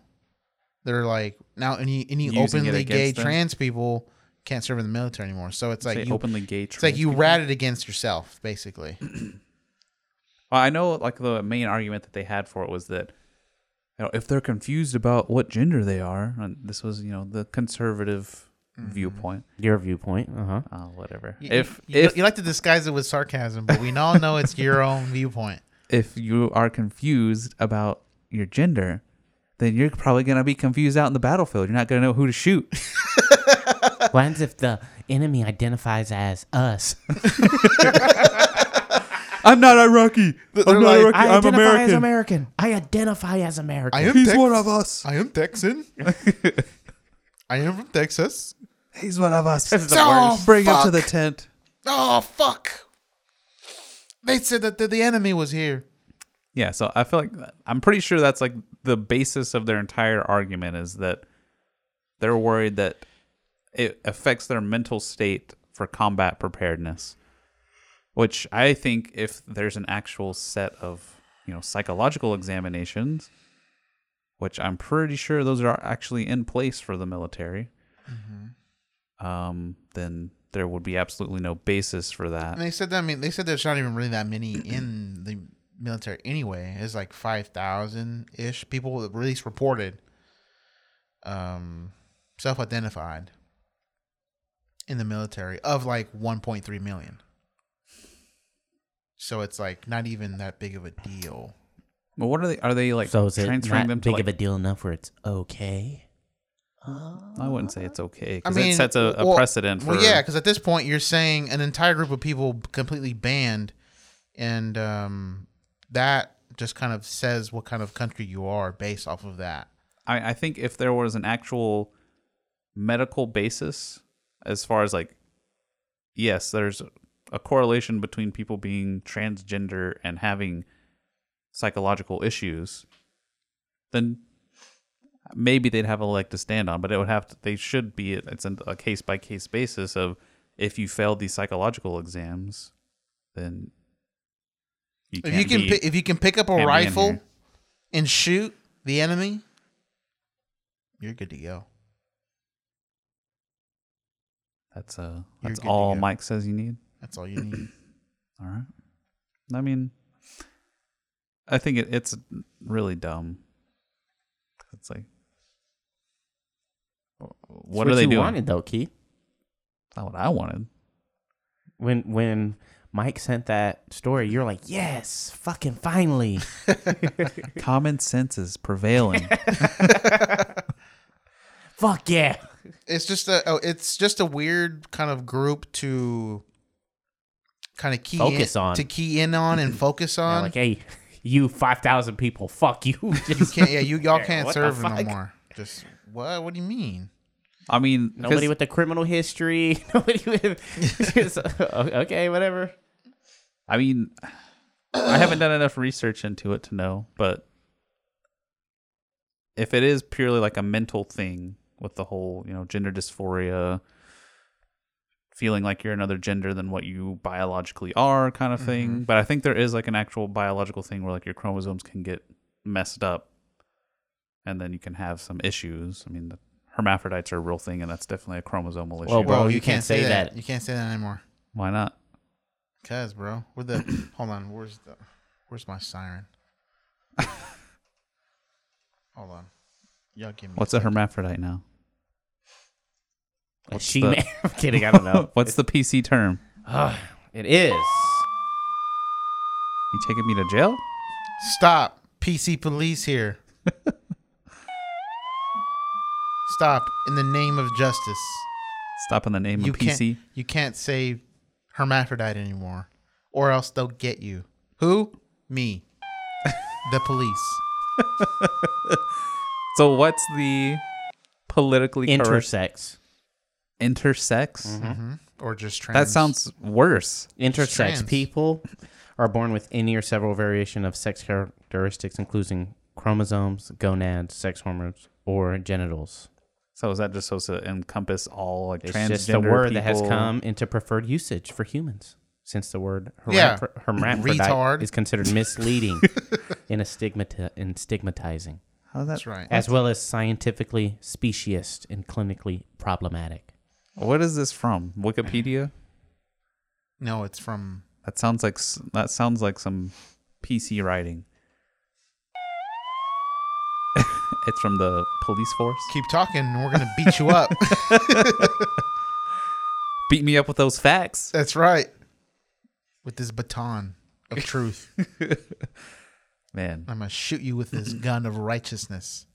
they're like, now any any Using it openly gay against them? trans people can't serve in the military anymore. So it's Say like you, openly gay it's like you ratted against yourself, basically. Well, I know like the main argument that they had for it was that you know, if they're confused about what gender they are, and this was you know the conservative viewpoint, Your viewpoint, uh huh. uh, whatever. You- if you, if you like to disguise it with sarcasm, but we all know it's your own viewpoint. if you are confused about your gender, then you're probably gonna be confused out in the battlefield. You're not gonna know who to shoot. (laughs) what happens if the enemy identifies as (laughs) us? I'm not Iraqi. they're I'm not like, Iraqi. I I'm identify as American. American. I identify as American. I am He's (laughs) Tex- one of us. I am Texan. I am from Texas. He's one of us. That's the Oh, worst. Bring him to fuck. the tent. Oh fuck! They said that the, the enemy was here. Yeah, so I feel like I'm pretty sure that's like the basis of their entire argument is that they're worried that it affects their mental state for combat preparedness. Which I think if there's an actual set of, you know, psychological examinations, which I'm pretty sure those are actually in place for the military, um, then there would be absolutely no basis for that. And they said that. I mean, they said there's not even really that (clears throat) many in the military anyway. It's like five thousand ish people that were at least reported, um, self-identified in the military of like one point three million. So it's like not even that big of a deal. But what are they? Are they like So is it transferring not them to big like of a deal enough where it's okay? I wouldn't say it's okay I because mean, it sets a, a well- precedent for Well, yeah, because at this point you're saying an entire group of people completely banned, and um, that just kind of says what kind of country you are based off of that. I, I think if there was an actual medical basis, as far as like, yes, there's a correlation between people being transgender and having psychological issues, then maybe they'd have a leg to stand on. But it would have to, they should be, it's an- a case by case basis of if you failed these psychological exams, then you If you can't can, be- pi- if you can pick up can't be a in rifle here. and shoot the enemy, you're good to go. That's uh You're that's good to all go. Mike says you need. That's all (laughs) you need. All right. I mean, I think it, it's really dumb. It's like, what It's are they you doing? wanted though, Keith? Not what I wanted. When when Mike sent that story, you're like, yes, fucking finally. Common sense is (laughs) prevailing. Fuck yeah. it's just a, oh, it's just a weird kind of group to kind of key Focus in, on. to key in on (clears throat) and focus They're on. like, hey, you five thousand people, fuck you. (laughs) you can't. Yeah, you y'all can't What the serve no fuck? more. Just what? What do you mean? I mean, 'cause Nobody with a criminal history. (laughs) Nobody with (laughs) just, okay, whatever. I mean, I haven't done enough research into it to know, but if it is purely like a mental thing with the whole, you know, gender dysphoria, feeling like you're another gender than what you biologically are kind of thing, Mm-hmm. but I think there is like an actual biological thing where like your chromosomes can get messed up and then you can have some issues. I mean, the hermaphrodites are a real thing and that's definitely a chromosomal issue. Well, bro, you can't say that. You can't say that anymore. Why not? Cause, bro, where the? (coughs) hold on. Where's the? Where's my siren? (laughs) hold on. Y'all give me. What's a hermaphrodite now? What's she the- man? (laughs) I'm kidding. I don't know. (laughs) Ah, What's the PC term? it is. You taking me to jail? Stop! PC police (laughs) here. Stop! In the name of justice, Stop in the name you of PC. can't. You can't say hermaphrodite anymore, or else they'll get you. Who? (laughs) Me. the police. So what's the politically correct Intersex. intersex? Mm-hmm. Or just trans. That sounds worse. Intersex Trans. people are born with any or several variation of sex characteristics, including chromosomes, gonads, sex hormones, or genitals. So is that just supposed to encompass all like It's transgender just a word that has people? come into preferred usage for humans, since the word Yeah. hermaphr- hermaphrodite Retard. is considered (laughs) misleading and, a stigmati- and stigmatizing, How's that? That's right. as well as scientifically speciest and clinically problematic. What is this from? Wikipedia? No, it's from That sounds like s- that sounds like some PC writing. (laughs) it's from the police force. keep talking and we're gonna beat (laughs) you up. Beat me up with those facts. That's right. With this baton of truth, Man, I'm gonna shoot you (laughs) with this gun of righteousness.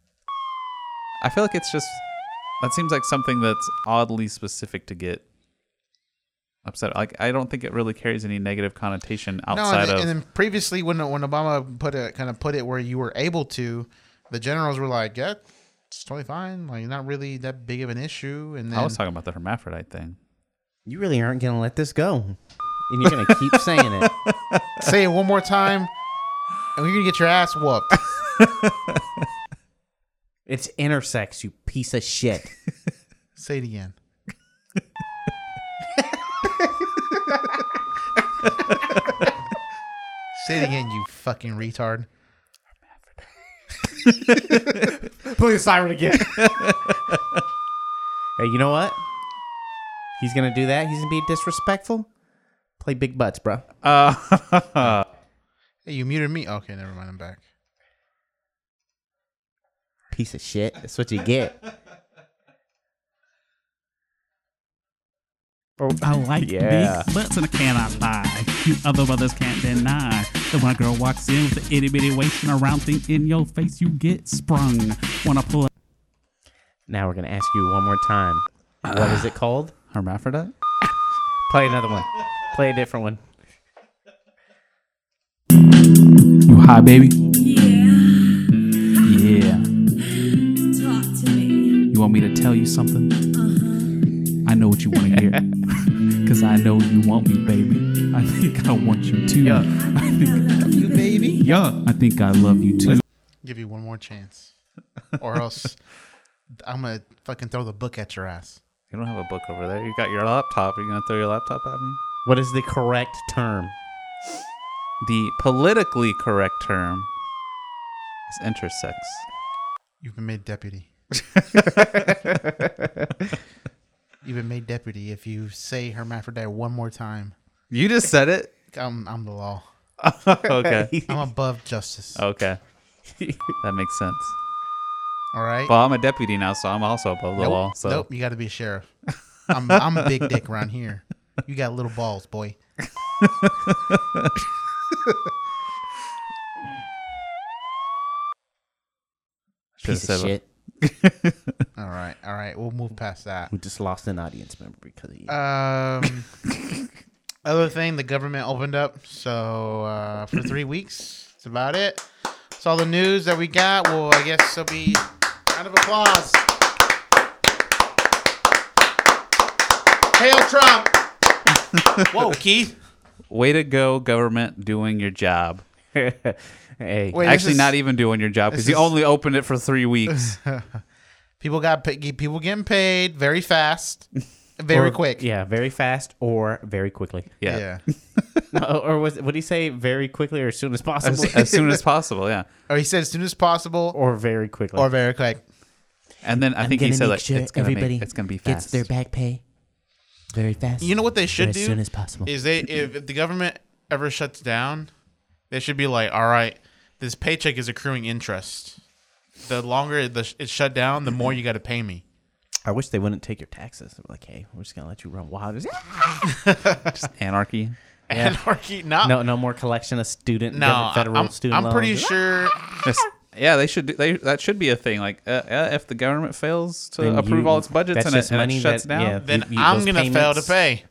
I feel like it's just that seems like something that's oddly specific to get upset. Like I don't think it really carries any negative connotation outside no, and, of then- and then previously when when Obama put it kind of put it where you were able to, the generals were like, "Yeah, it's totally fine. Like not really that big of an issue. And then I was talking about the hermaphrodite thing. You really aren't gonna let this go, and you're gonna (laughs) keep saying it. say it one more time, and you're gonna get your ass whooped. It's intersex, you piece of shit. say it again. say it again, you fucking retard. (laughs) Play the siren again. (laughs) hey, you know what? He's gonna do that. He's gonna be disrespectful. Play big butts, bro. Uh, (laughs) Hey, you muted me. Okay, never mind. I'm back. Piece of shit. That's what you get. I Oh, like Yeah. these butts and I cannot lie. You (laughs) other brothers can't deny. Then when a girl walks in with the itty bitty waist and a round thing in your face, you get sprung. Wanna pull a Now we're gonna ask you one more time. What is it called? Hermaphrodite? Play another one. Play a different one. You high, baby? Yeah. Yeah. Talk to me. You want me to tell you something? I know what you want to hear. Cause I know you want me, baby. I think I want you too. (laughs) I love you, baby. Yeah. I think I love you too. Give you one more chance, or else I'm gonna fucking throw the book at your ass. You don't have a book over there. You got your laptop. You're gonna throw your laptop at me? What is the correct term? The politically correct term is intersex. You've been made deputy. You've been made deputy if you say hermaphrodite one more time. You just said it. I'm, I'm the law. okay. I'm above justice. Okay. that makes sense. All right. Well, I'm a deputy now, so I'm also above the nope, law. So nope. You got to be a sheriff. I'm I'm a big dick around here. You got little balls, boy. Should've Piece of said- shit. All right. All right. We'll move past that. We just lost an audience member because of you. Um. other thing, the government opened up. So uh, for three weeks, that's about it. That's all the news that we got. Well, I guess there'll be round of applause. Hail Trump! Whoa, Keith. Way to go, government doing your job. (laughs) hey, Wait, this Actually, is- not even doing your job because this you is- only opened it for three (laughs) weeks. People got pa- people getting paid very fast, very or- quick. Yeah, very fast or very quickly. Yeah. yeah. (laughs) No, (laughs) or was what do you say? Very quickly or as soon as possible? As, as soon (laughs) as possible, yeah. Or he said as soon as possible (laughs) or very quickly. or very quick. And then I think he said like it's gonna everybody make, it's gonna be gets fast. their back pay very fast. You know what they should as do soon as possible. is they if, if the government ever shuts down, they should be like, all right, this paycheck is accruing interest. The longer the, it's shut down, the more you got to pay me. (laughs) I wish they wouldn't take your taxes. They're like, hey, we're just gonna let you run wild. Just- Anarchy. (laughs) Anarchy, not no, no more collection of student no. no, I- federal I'm, student. I'm pretty loans. sure. Yes. yeah, they should. Do, they that should be a thing. Like, uh, uh, if the government fails to Then approve you- all its budgets that's and it, just and it money shuts that- down, yeah. Then You- you- I'm those gonna fail to payments- pay.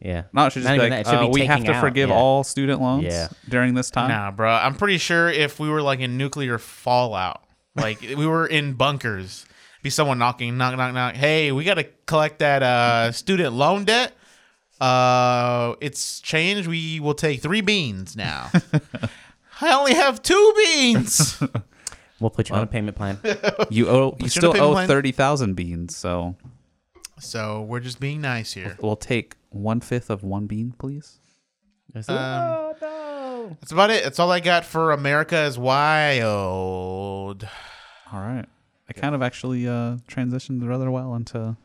Yeah, no, it should just Not be like even that, it should uh, be we have taking to out, forgive yeah. all student loans Yeah. during this time. Nah, bro. I'm pretty sure if we were like in nuclear fallout, like we were in bunkers, be someone knocking, knock, knock, knock. Hey, we got to collect that uh, student loan debt. Uh, it's changed. We will take three beans now. I only have two beans. we'll put you on a (laughs) payment plan. You owe you should've still been owe blind. thirty thousand beans, so so we're just being (laughs) nice here. we'll take one fifth of one bean, please. Um, That's about it. That's all I got for America is wild. All right. I kind of actually uh, transitioned rather well into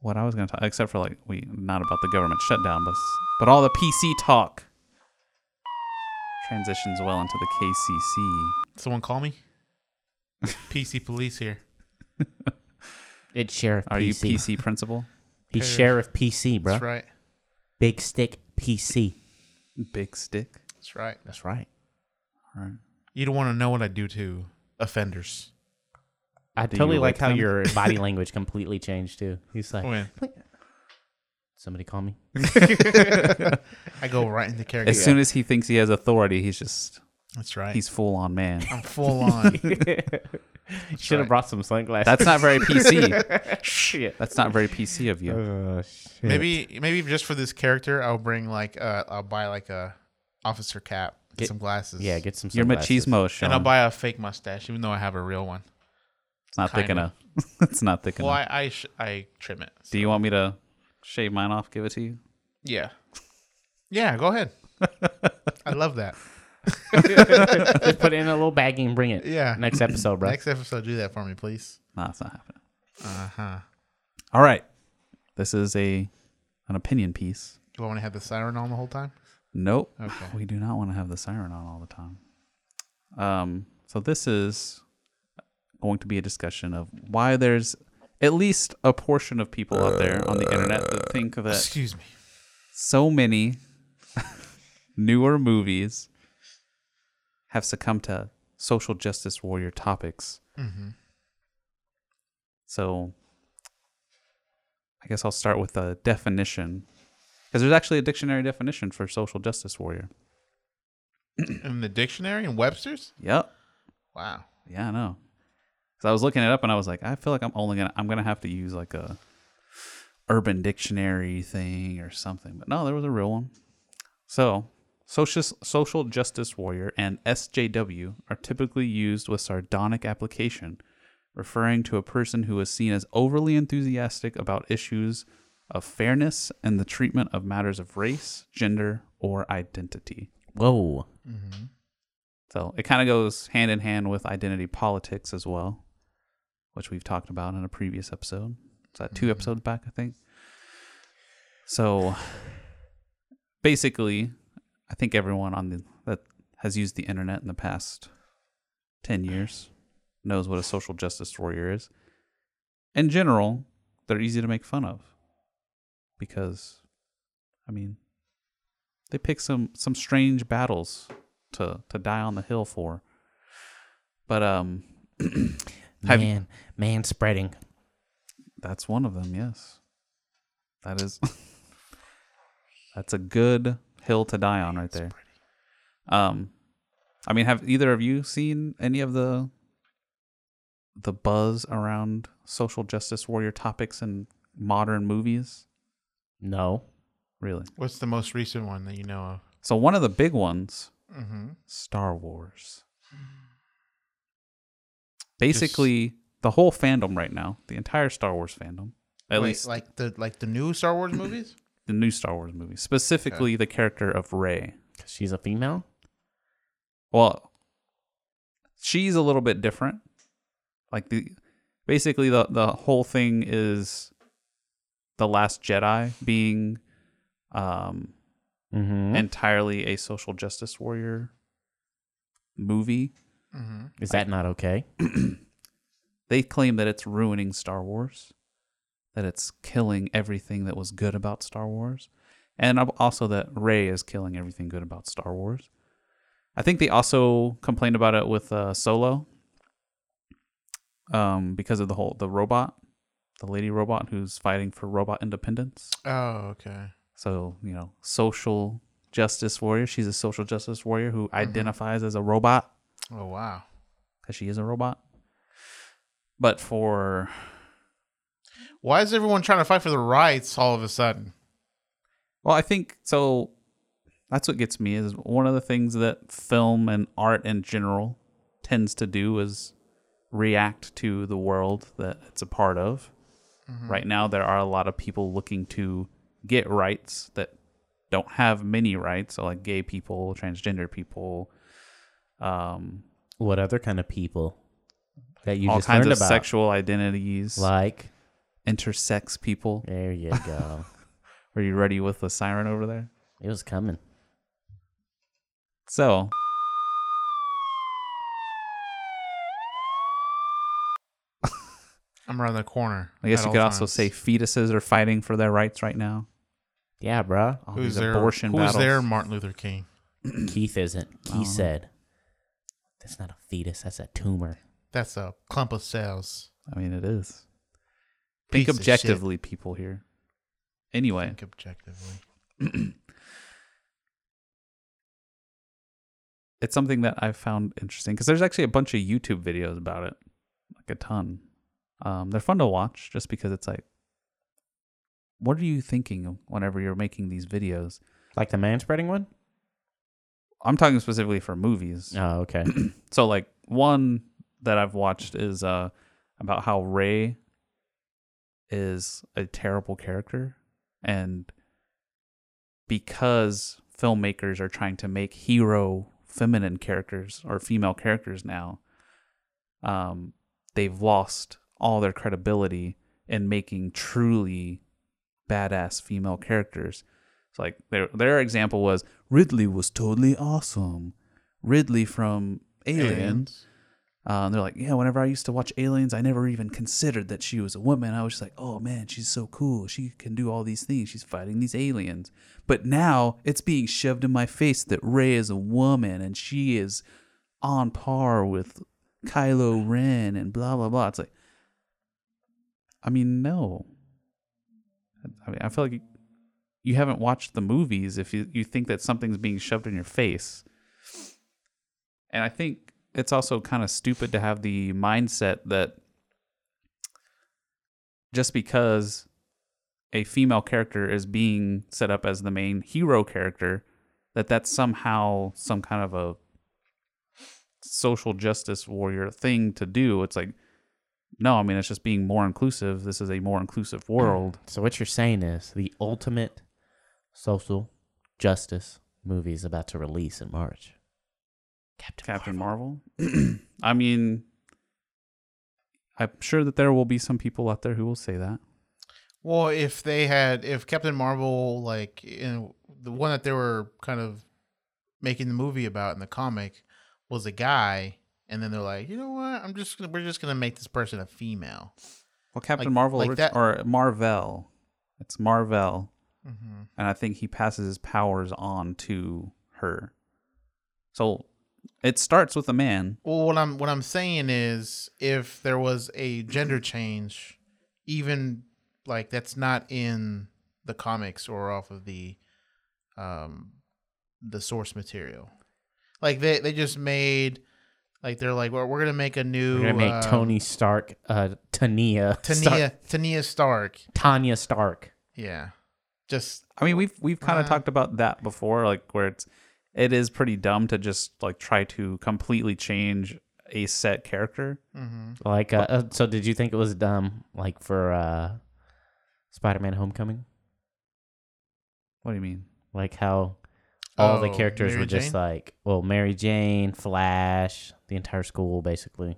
what I was going to talk, except for like we not about the government shutdown, but s- but all the PC talk transitions well into the KCC. Someone call me. PC police here. it's sheriff. Are you PC. PC principal? He's sheriff PC, bro. That's right. Big stick PC. Big stick. That's right. That's right. You don't want to know what I do to offenders. I Do you totally like lick how them? (laughs) your body language completely changed too. He's like, When somebody (laughs) call me. (laughs) I go right into character. As soon as he thinks he has authority, he's just That's right. He's full on man. I'm full (laughs) on. Should have right. brought some sunglasses. (laughs) That's not very PC. shit. That's not very PC of you. Uh, Oh, shit. maybe maybe just for this character, I'll bring like uh, I'll buy like a officer cap, and Get- some glasses. Yeah, get some Your sunglasses. (laughs) machismo is shown. and I'll buy a fake mustache, even though I have a real one. it's not thick kinda. enough. (laughs) it's not thick Well, enough. I I, sh- I trim it. Do you want me to shave mine off? Give it to you? Yeah, yeah. Go ahead. (laughs) I love that. Just put it in a little baggie and bring it. Yeah. Next episode, bro. Next episode, do that for me, please. No, it's not happening. Uh huh. All right. This is a an opinion piece. Do I want to have the siren on the whole time? Nope. Okay. We do not want to have the siren on all the time. Um, so this is going to be a discussion of why there's at least a portion of people out there on the internet that think that Excuse me. so many (laughs) newer movies have succumbed to social justice warrior topics. So I guess I'll start with a definition because there's actually a dictionary definition for social justice warrior. In the dictionary in Webster's? Yep. Wow. Yeah, I know. Because I was looking it up and I was like, I feel like I'm only gonna I'm gonna have to use like a Urban Dictionary thing or something. But no, there was a real one. So social social justice warrior and SJW are typically used with sardonic application, referring to a person who is seen as overly enthusiastic about issues of fairness and the treatment of matters of race, gender, or identity. Whoa. So it kind of goes hand in hand with identity politics as well, which we've talked about in a previous episode. Is that 2 episodes back, I think? So basically, I think everyone on the that has used the internet in the past 10 years knows what a social justice warrior is. In general, they're easy to make fun of because I mean, they pick some some strange battles to to die on the hill for. But um, (clears throat) Have- man, man spreading. that's one of them. Yes, that is. (laughs) that's a good hill to die on, right there. Um, I mean, have either of you seen any of the the buzz around social justice warrior topics in modern movies? No. Really? What's the most recent one that you know of? So one of the big ones, Mm-hmm. Star Wars. Basically, the whole fandom right now, the entire Star Wars fandom, at least like the like the new Star (clears throat) Wars movies. the new Star Wars movie, specifically the character of Rey. 'Cause she's a female? Well, she's a little bit different. Like the basically the the whole thing is the last Jedi being um Mm-hmm. entirely a social justice warrior movie. Is that not okay? They claim that it's ruining Star Wars, that it's killing everything that was good about Star Wars, and ab- also that Rey is killing everything good about Star Wars. I think they also complained about it with uh, Solo, um, because of the whole the robot, the lady robot who's fighting for robot independence. Oh, okay. So you know, social justice warrior. She's a social justice warrior who identifies as a robot Oh, wow. because she is a robot. But for Why is everyone trying to fight for the rights all of a sudden? Well, I think so. That's what gets me is one of the things that film and art in general tends to do is react to the world that it's a part of. Mm-hmm. Right now, there are a lot of people looking to get rights that don't have many rights, so like gay people, transgender people, um, What other kind of people that you all just kinds learned of about? sexual identities, (laughs) like, intersex people. there you go. Are you ready with the siren over there? it was coming. So. I'm around the corner. I guess at you all could also times. say fetuses are fighting for their rights right now. Yeah, bruh. Oh, All who's these there? abortion who's battles. there? Martin Luther King. Keith isn't. Oh. He said, that's not a fetus. That's a tumor. That's a clump of cells. I mean, it is. Think Piece of shit. objectively, people here. Anyway, Think objectively. it's something that I found interesting because there's actually a bunch of YouTube videos about it, like a ton. Um, they're fun to watch just because it's like, what are you thinking whenever you're making these videos? Like the man spreading one? I'm talking specifically for movies. Oh, okay. So like one that I've watched is uh about how Ray is a terrible character and because filmmakers are trying to make hero feminine characters or female characters now um they've lost all their credibility in making truly badass female characters. It's like their their example was Ridley was totally awesome. Ridley from Alien. Uh, they're like, yeah. Whenever I used to watch Aliens, I never even considered that she was a woman. I was just like, oh man, she's so cool. She can do all these things. She's fighting these aliens. But now it's being shoved in my face that Rey is a woman and she is on par with Kylo Ren and blah blah blah. It's like, I mean, no. I mean, I feel like you, you haven't watched the movies if you, you think that something's being shoved in your face. And I think it's also kind of stupid to have the mindset that just because a female character is being set up as the main hero character, that that's somehow some kind of a social justice warrior thing to do. It's like, no, I mean, it's just being more inclusive. This is a more inclusive world. So what you're saying is the ultimate social justice movie is about to release in March. Captain Marvel. (clears throat) I mean, I'm sure that there will be some people out there who will say that. Well, if they had, if Captain Marvel, like you know, the one that they were kind of making the movie about in the comic, was a guy, and then they're like, you know what? I'm just gonna, we're just gonna make this person a female. Well, Captain Like- Marvel like orig- that- or Marvel, it's Marvel, Mm-hmm. and I think he passes his powers on to her. So it starts with a man. Well, what I'm what I'm saying is, if there was a gender change, even like that's not in the comics or off of the, um, the source material, like they they just made, like they're like, well, we're gonna make a new We're gonna make um, Tony Stark, uh, Tania, Tania Tania Stark, Tanya Stark. yeah, just I mean, we've we've kind of Uh. talked about that before, like where it's it is pretty dumb to just like try to completely change a set character. mm-hmm. Like, uh, uh, so did you think it was dumb? Like for uh, Spider-Man: Homecoming, What do you mean? like how all the Oh, characters Mary were just Jane? like, well, Mary Jane, Flash, the entire school, basically.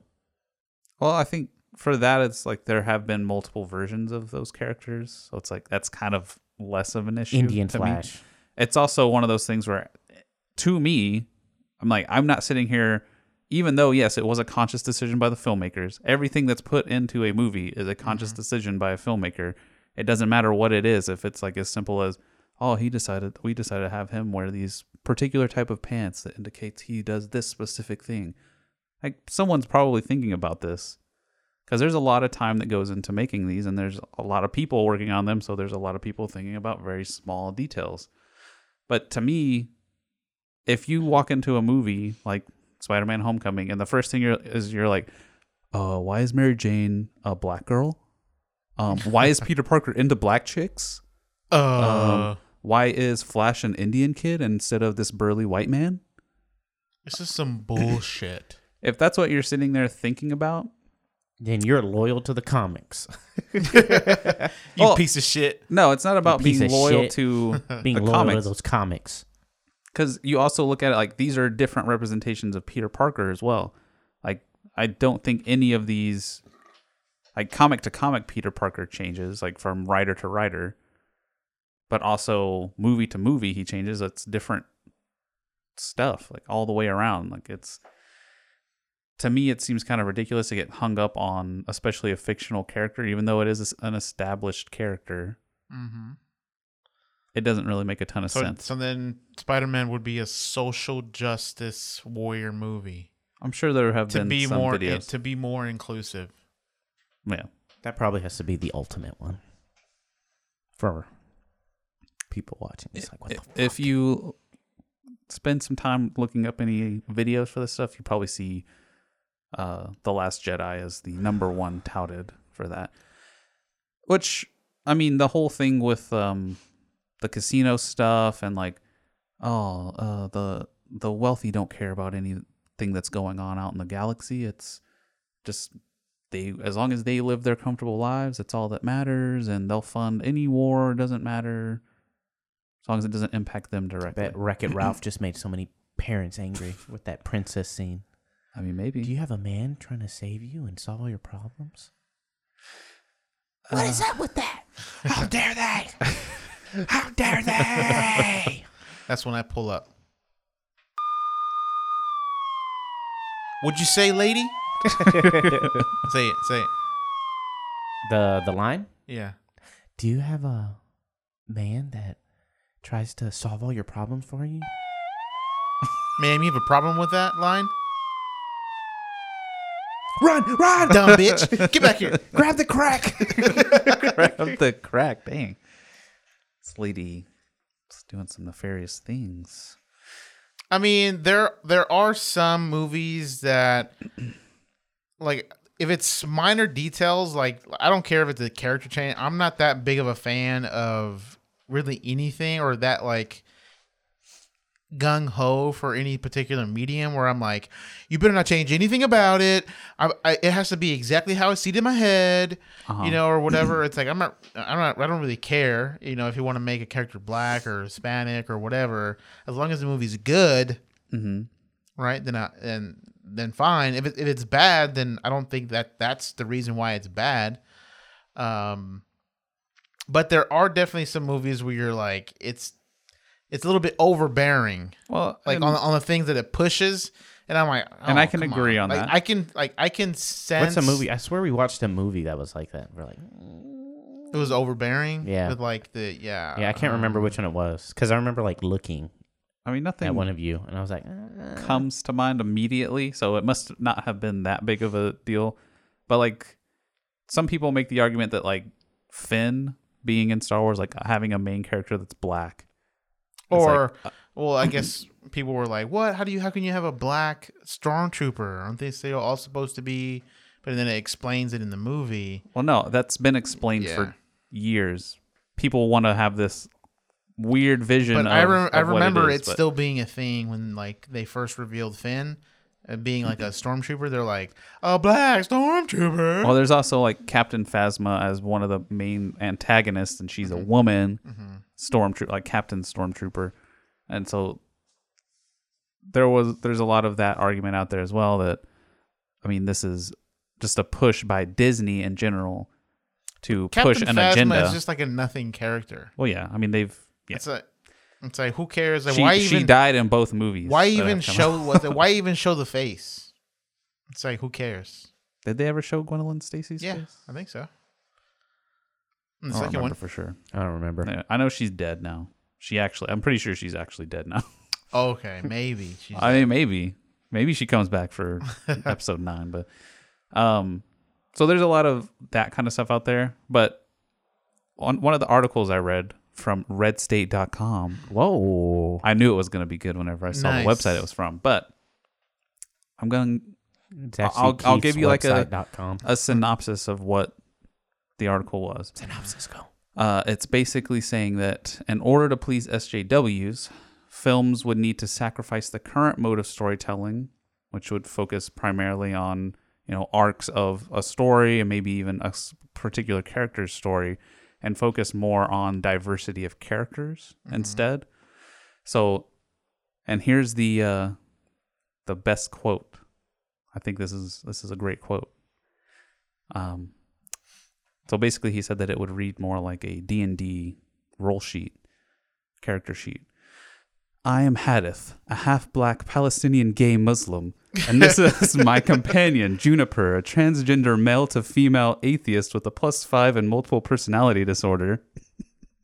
Well, I think for that, it's like there have been multiple versions of those characters. So it's like that's kind of less of an issue. Indian to me. Flash. It's also one of those things where, to me, I'm like, I'm not sitting here, even though, yes, it was a conscious decision by the filmmakers. Everything that's put into a movie is a conscious decision by a filmmaker. It doesn't matter what it is, if it's like as simple as, oh, he decided, we decided to have him wear these particular type of pants that indicates he does this specific thing. Like, someone's probably thinking about this because there's a lot of time that goes into making these and there's a lot of people working on them so there's a lot of people thinking about very small details but to me if you walk into a movie like spider-man homecoming and the first thing you're, is you're like uh, why is mary jane a black girl um, why (laughs) is peter parker into black chicks uh, Um, why is flash an indian kid instead of this burly white man this is some bullshit. if that's what you're sitting there thinking about Then you're loyal to the comics. (laughs) You Oh. piece of shit. no it's not about piece being of loyal shit. to (laughs) Being the loyal comics. to those comics. because you also look at it like these are different representations of Peter Parker as well. Like I don't think any of these, like comic to comic Peter Parker changes, like from writer to writer, but also movie to movie he changes. It's different stuff, like all the way around. Like it's to me, it seems kind of ridiculous to get hung up on, especially a fictional character, even though it is an established character. Mm-hmm. It doesn't really make a ton of So, sense. so then Spider Man would be a social justice warrior movie I'm sure there have to been be some more videos. to be more inclusive. yeah. That probably has to be the ultimate one for people watching. It's like, what the if you spend some time looking up any videos for this stuff, you probably see uh, The Last Jedi as the number one touted for that. Which, I mean, the whole thing with um, the casino stuff and like, oh, uh, the the wealthy don't care about anything that's going on out in the galaxy. It's just they as long as they live their comfortable lives, that's all that matters, and they'll fund any war. Doesn't matter as long as it doesn't impact them directly. Bet Wreck (clears throat) It Ralph just made so many parents angry with that princess scene. I mean, maybe. Do you have a man trying to save you and solve all your problems? That's when I pull up. Would you say, lady? say it. Say it. The the line? Yeah. Do you have a man that tries to solve all your problems for you? Ma'am, you have a problem with that line? Run, run! Dumb bitch. Get back here. Grab (laughs) the crack. (laughs) Up the crack, dang. This lady is doing some nefarious things. I mean, there there are some movies that like if it's minor details, like I don't care if it's a character change. I'm not that big of a fan of really anything or that like gung ho for any particular medium where I'm like, you better not change anything about it. I, I it has to be exactly how I see it in my head, you know, or whatever. it's like I'm not, I'm not, I don't really care, you know, if you want to make a character black or Hispanic or whatever, as long as the movie's good, right? Then I and then fine. If it, if it's bad, then I don't think that that's the reason why it's bad. Um, but there are definitely some movies where you're like it's it's a little bit overbearing Well, like on, on the things that it pushes and i'm like And oh, I can come agree on Like, that. i can like i can sense What's a movie? I swear we watched a movie that was like that. We're like, it was overbearing Yeah. with like the yeah yeah, I can't remember which one it was because I remember like looking I mean, at nothing one of you and I was like, "Uh, Uh-huh. comes to mind immediately, so it must not have been that big of a deal. But like, some people make the argument that like Finn being in Star Wars, like having a main character that's black, or uh, well (clears throat) i guess people were like what how do you how can you have a black stormtrooper aren't they still all supposed to be but then it explains it in the movie Well, no, that's been explained Yeah. for years. People want to have this weird vision. but of, I, rem- of I what remember it is, it but- still being a thing when like they first revealed finn uh, being like a stormtrooper they're like a black stormtrooper Mm-hmm. Well, there's also like Captain Phasma as one of the main antagonists, and she's a Mm-hmm. woman, stormtrooper, like Captain Stormtrooper, and so there was there's a lot of that argument out there as well. That I mean, this is just a push by Disney in general to Captain push an Phasma agenda. is just like a nothing character well, yeah, I mean they've yeah. It's like it's like who cares? Like She, why she even died in both movies. why that have even come show out. what the, why even show the face? It's like who cares? (laughs) Did they ever show Gwendolyn Stacy's Yeah, face? I think so. I don't And the second remember one. for sure. I don't remember. Yeah, I know she's dead now. She actually, I'm pretty sure she's actually dead now. (laughs) Okay, maybe. She's, I mean, maybe, maybe she comes back for episode nine, but um, so there's a lot of that kind of stuff out there. But on one of the articles I read from RedState.com, Whoa. I knew it was going to be good whenever I saw Nice. the website it was from. But I'm going It's I'll- actually I'll- I'll give you, like, a- keithswebsite.com. a synopsis of what the article was. synopsis. Go. Uh, it's basically saying that in order to please SJWs, films would need to sacrifice the current mode of storytelling, which would focus primarily on you know arcs of a story and maybe even a s- particular character's story, and focus more on diversity of characters instead. So, and here's the uh, the best quote. I think this is this is a great quote. Um, so basically, he said that it would read more like a D and D roll sheet, character sheet. I am Hadith, a half-black Palestinian gay Muslim, and this is my companion Juniper, a transgender male-to-female atheist with a plus five and multiple personality disorder. (laughs)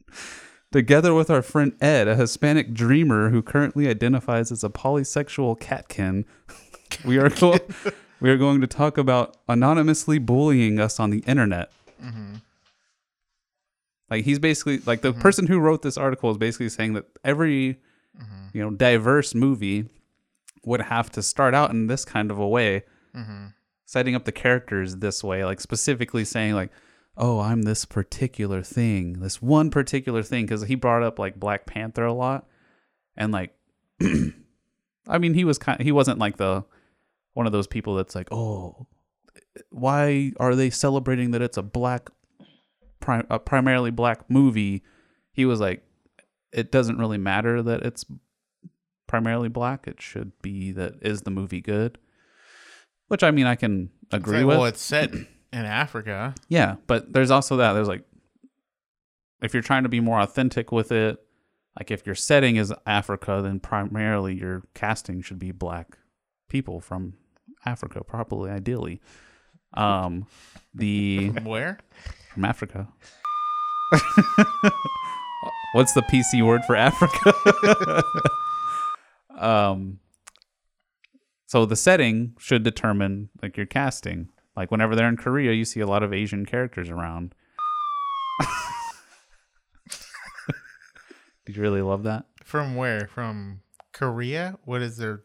Together with our friend Ed, a Hispanic dreamer who currently identifies as a polysexual catkin, (laughs) we are go- (laughs) we are going to talk about anonymously bullying us on the internet. Like he's basically like the person who wrote this article is basically saying that every you know, diverse movie would have to start out in this kind of a way, setting up the characters this way, like specifically saying like, "Oh, I'm this particular thing, this one particular thing," because he brought up like Black Panther a lot, and like, (clears throat) I mean, he was kind, he wasn't like the one of those people that's like, "Oh, why are they celebrating that it's a black, prim- a primarily black movie?" He was like, "It doesn't really matter that it's primarily black. It should be that is the movie good." Which I mean, I can It's agree like, with. well, it's set in (laughs) Africa. Yeah, but there's also that. There's like, if you're trying to be more authentic with it, like if your setting is Africa, then primarily your casting should be black people from Africa, probably ideally. Um, the Where? from Africa. (laughs) What's the PC word for Africa? (laughs) um, so the setting should determine like your casting. Like whenever they're in Korea, you see a lot of Asian characters around. (laughs) Did you really love that? From where? From Korea? What is their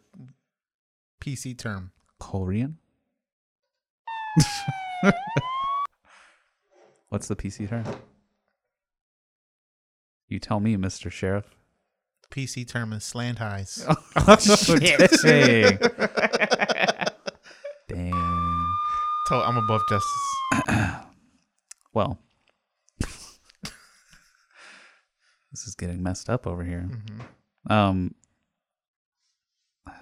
PC term? Korean. (laughs) What's the PC term? You tell me, Mister Sheriff. PC term is (laughs) slant highs. Oh, Dang. (laughs) Dang. So I'm above justice. Well, this is getting messed up over here. Um, I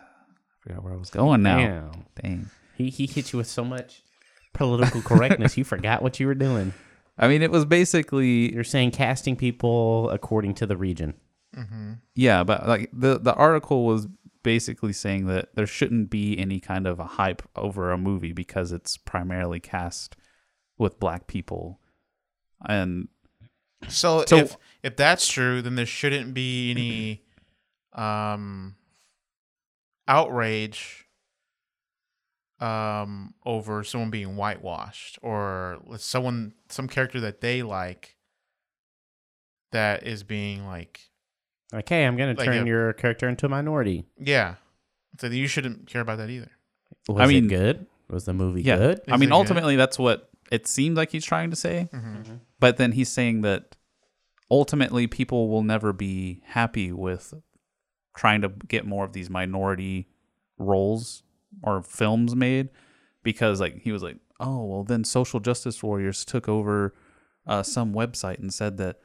forgot where I was going now. Damn. Dang. He he hit you with so much political correctness. you forgot what you were doing. I mean, it was basically You're saying casting people according to the region. Yeah, but like the the article was basically saying that there shouldn't be any kind of a hype over a movie because it's primarily cast with black people. And So, So- if if that's true, then there shouldn't be any um outrage um over someone being whitewashed or someone some character that they like that is being like Like, hey, I'm gonna Like turn a- your character into a minority. yeah. So you shouldn't care about that either. Was I mean- it good? Was the movie yeah, good? I mean it good? Mm-hmm. ultimately that's what it seemed like he's trying to say. But then he's saying that ultimately people will never be happy with trying to get more of these minority roles or films made because like he was like oh well then social justice warriors took over uh, some website and said that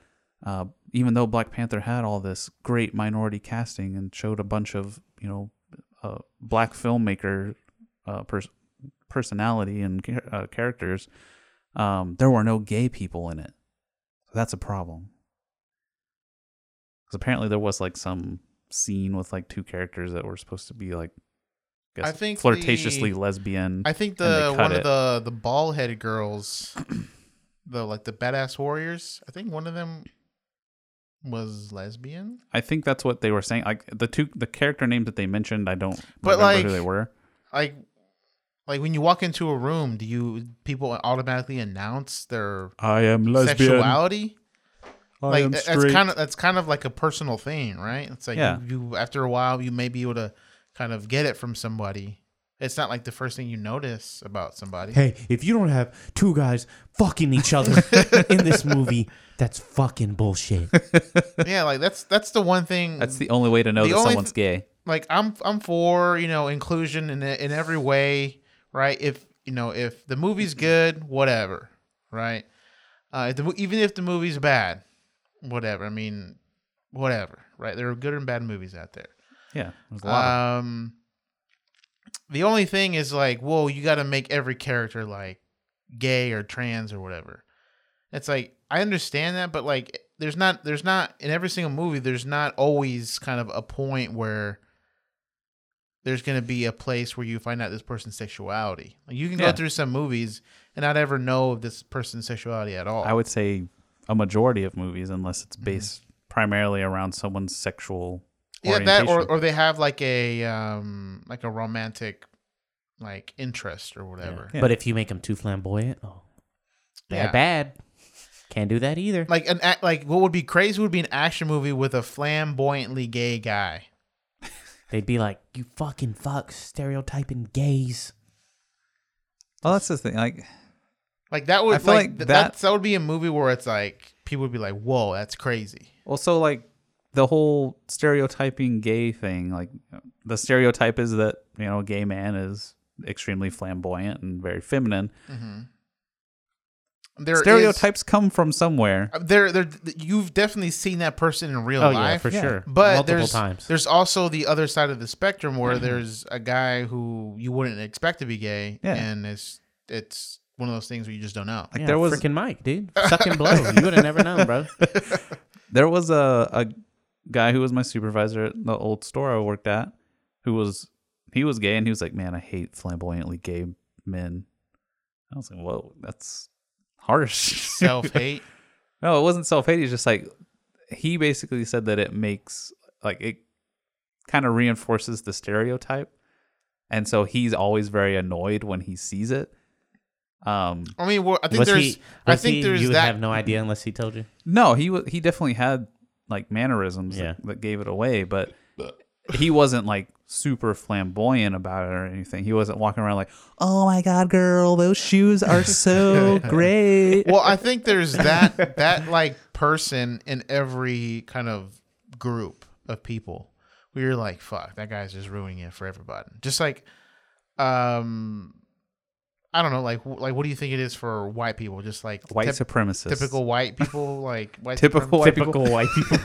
uh, even though black panther had all this great minority casting and showed a bunch of you know uh, black filmmaker uh, pers- personality and cha- uh, characters um, there were no gay people in it so that's a problem because apparently there was like some scene with like two characters that were supposed to be like guess, I think flirtatiously the- lesbian I and think they the cut one it. of the the bald headed girls, the like the badass warriors. I think one of them was lesbian. I think that's what they were saying. Like the two the character names that they mentioned, I don't But, remember like- who they were. like like when you walk into a room do you people automatically announce their I am sexuality I like that- that's kind of that's kind of like a personal thing right it's like Yeah. you, you after a while you may be able to kind of get it from somebody it's not like the first thing you notice about somebody hey, if you don't have two guys fucking each other in this movie, that's fucking (laughs) bullshit. yeah like that's that's the one thing That's the only way to know um, The that only someone's gay. like I'm I'm for you know inclusion in in every way, right? If you know if the movie's good, whatever, right? Uh, if the, mo- even if the movie's bad, whatever. I mean, whatever, right? There are good and bad movies out there. Yeah, there's a lot of Um, the only thing is like, whoa, you got to make every character like gay or trans or whatever. It's like I understand that, but like, there's not, there's not in every single movie, there's not always kind of a point where there's going to be a place where you find out this person's sexuality. Like, you can Yeah. go through some movies and not ever know of this person's sexuality at all. I would say a majority of movies, unless mm-hmm. it's based primarily around someone's sexual. yeah that or, orientation. or they have like a um like a romantic like interest or whatever But if you make them too flamboyant, oh, bad, bad. Can't do that either. Like an act, like what would be crazy would be an action movie with a flamboyantly gay guy. They'd be like, "You fucking fuck, stereotyping gays." Well, Oh, that's the thing. Like, Like that would I feel like, like th- that- that's, that would be a movie where it's like people would be like, "Whoa, that's crazy." well, so like the whole stereotyping gay thing. Like, the stereotype is that you know, a gay man is extremely flamboyant and very feminine. There is- Uh, Stereotypes come from somewhere. there, there, you've definitely seen that person in real Oh yeah, life. for sure. But multiple there's times. Mm-hmm. there's also the other side of the spectrum where there's a guy who you wouldn't expect to be gay, Yeah. and it's it's one of those things where you just don't know. Like (laughs) yeah, there was freaking Mike, dude. Sucking blow. You would have never (laughs) known, bro. there was a, a guy who was my supervisor at the old store I worked at who was he was gay and he was like, Man, I hate flamboyantly gay men. I was like, Whoa, that's harsh. (laughs) Self hate. no, it wasn't self hate, he's just like he basically said that it makes like it kind of reinforces the stereotype. And so he's always very annoyed when he sees it. Um I mean, well, I think Was there's he? I was think he- there's you would that have no idea unless he told you. No, he wa he definitely had like mannerisms Yeah. that, that gave it away, but he wasn't like super flamboyant about it or anything. He wasn't walking around like, "Oh my god, girl, those shoes are (laughs) so great." well, (laughs) I think there's that that like person in every kind of group of people where you're like, fuck, that guy's just ruining it for everybody. Just like, um, I don't know, like like what do you think it is for white people? Just like White typ- supremacists. typical white people, like white Typical suprem- white people. white people.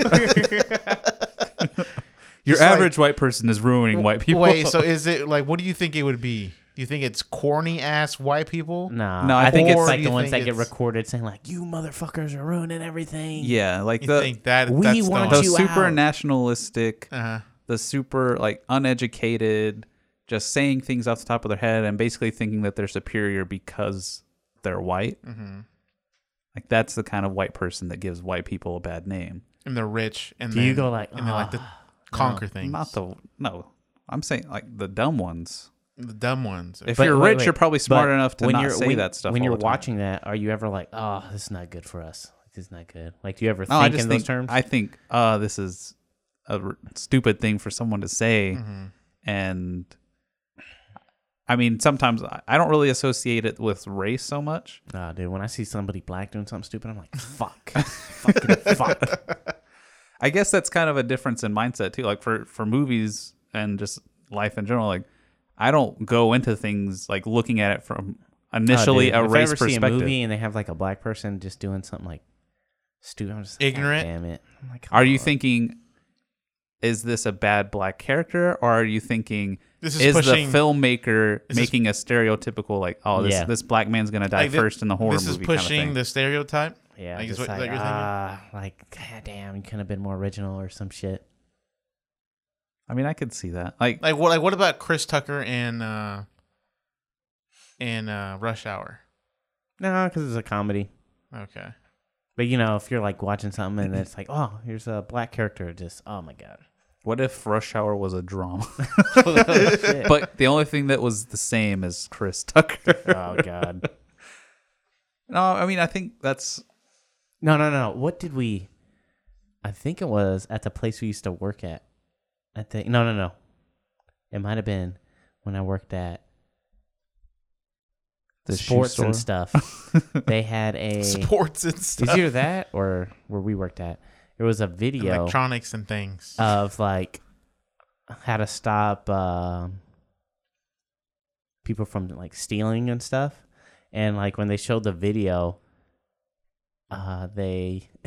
Your (laughs) Just like- average white person is ruining (laughs) white people. Wait, so is it like what do you think it would be? Do you think it's corny ass white people? No, No, no. I I think think it's Or do like you the ones think that get it's- recorded saying like, "You motherfuckers are ruining everything." yeah, like You the think that We that's want the the you super out. nationalistic, uh the super like uneducated, just saying things off the top of their head and basically thinking that they're superior because they're white. Like that's the kind of white person that gives white people a bad name. and they're rich and Do you then- go like, "Ah, and they like to conquer things. Not the no. I'm saying like the dumb ones. the dumb ones. If But you're wait, rich, wait, you're probably smart but enough to when not you're- say when- that stuff. When all you're the time. watching that, are you ever like, "Oh, this is not good for us. This is not good." Like, do you ever no, think I just in think those terms? I think uh, this is a r- stupid thing for someone to say, and I mean sometimes I I don't really associate it with race so much. Nah, dude. When I see somebody black doing something stupid, I'm (laughs) like, "Fuck, fucking fuck." I guess that's kind of a difference in mindset too. Like for for movies and just life in general, like I don't go into things like looking at it from initially Oh, dude, a if race I ever perspective. See a movie and they have like a black person just doing something like stupid. I'm just like, "God Ignorant? Damn it. I'm like, "Oh, Are you "Come on." thinking is this a bad black character or are you thinking This is, is pushing- the filmmaker making a stereotypical like oh this Yeah. this black man's going to die Like, thi- first in the horror This is movie pushing kind of the stereotype. Yeah, Like, is just what- like, like you're thinking? ah, like, god damn, you could have been more original or some shit. I mean I could see that. Like, Like what? Like what about Chris Tucker and uh and uh Rush Hour? No, because it's a comedy. Okay. But you know, if you're like watching something and it's like, oh, here's a black character, just oh my god, what if Rush Hour was a drama? Shit. but the only thing that was the same is Chris Tucker. oh god, (laughs) no, I mean I think that's no, no, no. What did we? I think it was at the place we used to work at. I think no, no, no. It might have been when I worked at the shoe sports and store. (laughs) stuff. (laughs) they had a Sports and It's stuff. either that or where we worked at. There was a E video. Electronics and things. Uh, of like how to stop um, people from like stealing and stuff. And like when they showed the video, uh, they (laughs)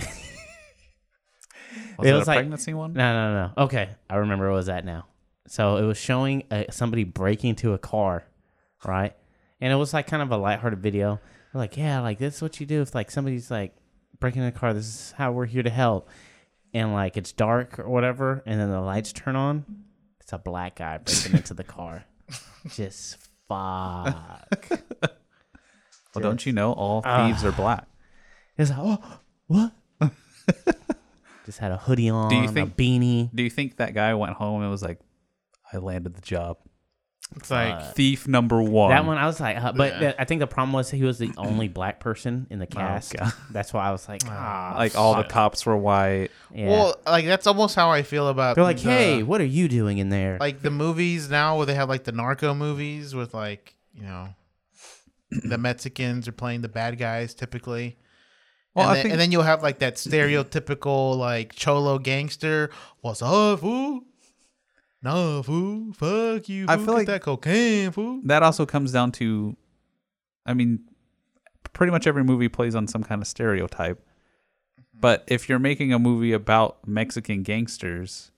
Was It it, was a like- pregnancy one? no no no okay I remember what it was that now. So it was showing uh somebody breaking into a car, right? And it was like kind of a lighthearted video. They're like yeah, like this is what you do if like somebody's like breaking into a car. This is how we're here to help. And like it's dark or whatever, and then the lights turn on. It's a black guy breaking into (laughs) the car. Just fuck. Well, don't you know all Uh. thieves are black? It's like, oh, (laughs) what? Just had a hoodie on, you a think- beanie. Do you think that guy went home and was like, I landed the job? It's like Thief number one. That one I was like, uh, but the- I think the problem was he (clears throat) was the only black person in the Oh, cast. God. That's why I was like, ah, Like all the cops were white. yeah. well, like that's almost how I feel about. they're like, the- hey, what are you doing in there? like the movies now where they have like the narco movies with like you know the Mexicans are playing the bad guys typically. Well, and, I then, think- and then you'll have like that stereotypical like cholo gangster. What's up, fool? No, fool. Fuck you. Fool. I feel Get like- that cocaine, fool. That also comes down to, I mean, pretty much every movie plays on some kind of stereotype. Mm-hmm. But if you're making a movie about Mexican gangsters,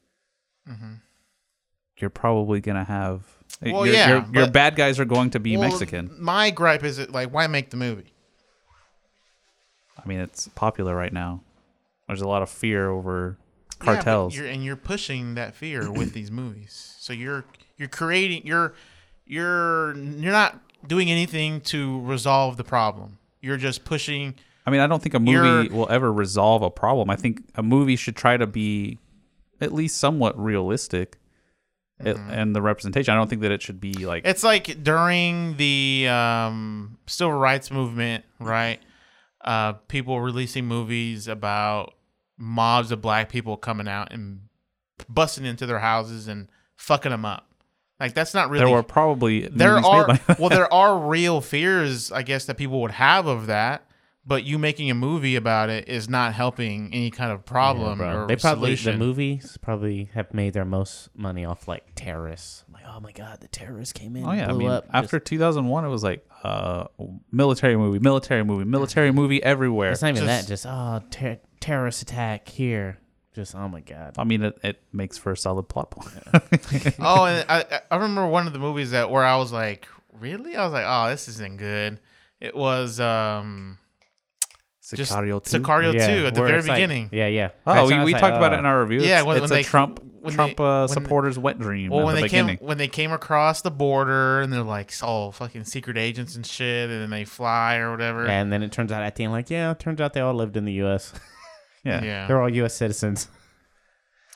you're probably gonna have. Mm-hmm. Well, your, yeah, your, your but- bad guys are going to be Well, Mexican. My gripe is that, like, why make the movie? I mean, it's popular right now. There's a lot of fear over Yeah, but cartels. you're, and you're pushing that fear with these movies. So you're you're creating you're you're you're not doing anything to resolve the problem. You're just pushing. I mean, I don't think a You're- movie will ever resolve a problem. I think a movie should try to be at least somewhat realistic it- and the representation. I don't think that it should be like Mm-hmm. It's like during the um, civil rights movement, right? Uh, people releasing movies about mobs of black people coming out and busting into their houses and fucking them up. Like that's not really there were probably (laughs) there movies are made by (laughs) well there are real fears i guess that people would have of that but you making a movie about it is not helping any kind of problem Bro, or they probably solution. the movies probably have made their most money off like terrorists. Like, oh my god, the terrorists came in, Oh yeah, I blew mean, up. after just, 2001, it was like uh, military movie, military movie, military Mm-hmm. movie everywhere. it's not even just- that, just oh ter- terrorist attack here. Just oh my god, I mean, it, it makes for a solid plot point. (laughs) oh and I, I- I remember one of the movies that where i was like really i was like oh this isn't good it was um just Sicario 2. sicario 2 at the where very it's like- beginning yeah, yeah. Oh, That's we, why I we was like, talked about it uh, in our review. yeah, it's, when- it's when a they- Trump when Trump they- uh, when- supporters' wet dream. Well, at when the they beginning. came when they came across the border and they're like all fucking secret agents and shit, and then they fly or whatever. And then it turns out at the end, like, yeah, it turns out they all lived in the U.S. yeah, yeah. They're all U.S. citizens.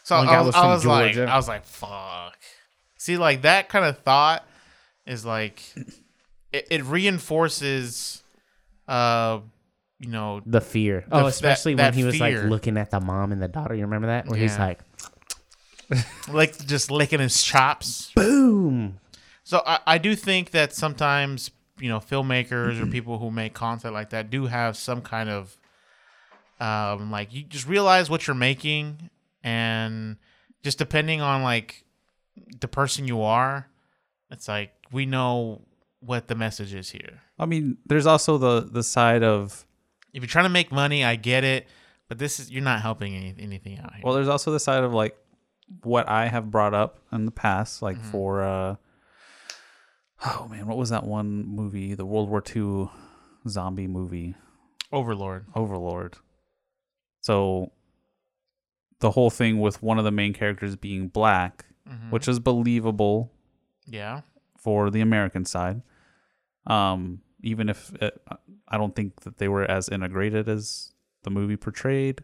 So One I guy was, was I from was like, Georgia. I was like, fuck. See, like that kind of thought is like, it, it reinforces, uh, you know, The fear. f- oh, that- especially that when he was fear. like looking at the mom and the daughter. You remember that? Where he's Yeah. like, like just licking his chops. boom. So I, I do think that sometimes you know filmmakers or people who make content like that do have some kind of um like you just realize what you're making and just depending on like the person you are, it's like we know what the message is here. I mean, there's also the the side of If you're trying to make money, I get it, but this is you're not helping any, anything out here. well, there's also the side of like what I have brought up in the past, like for uh, oh man, what was that one movie? The World War II zombie movie, Overlord. Overlord. So the whole thing with one of the main characters being black, which is believable Yeah. for the American side. Um, even if it, I don't think that they were as integrated as the movie portrayed,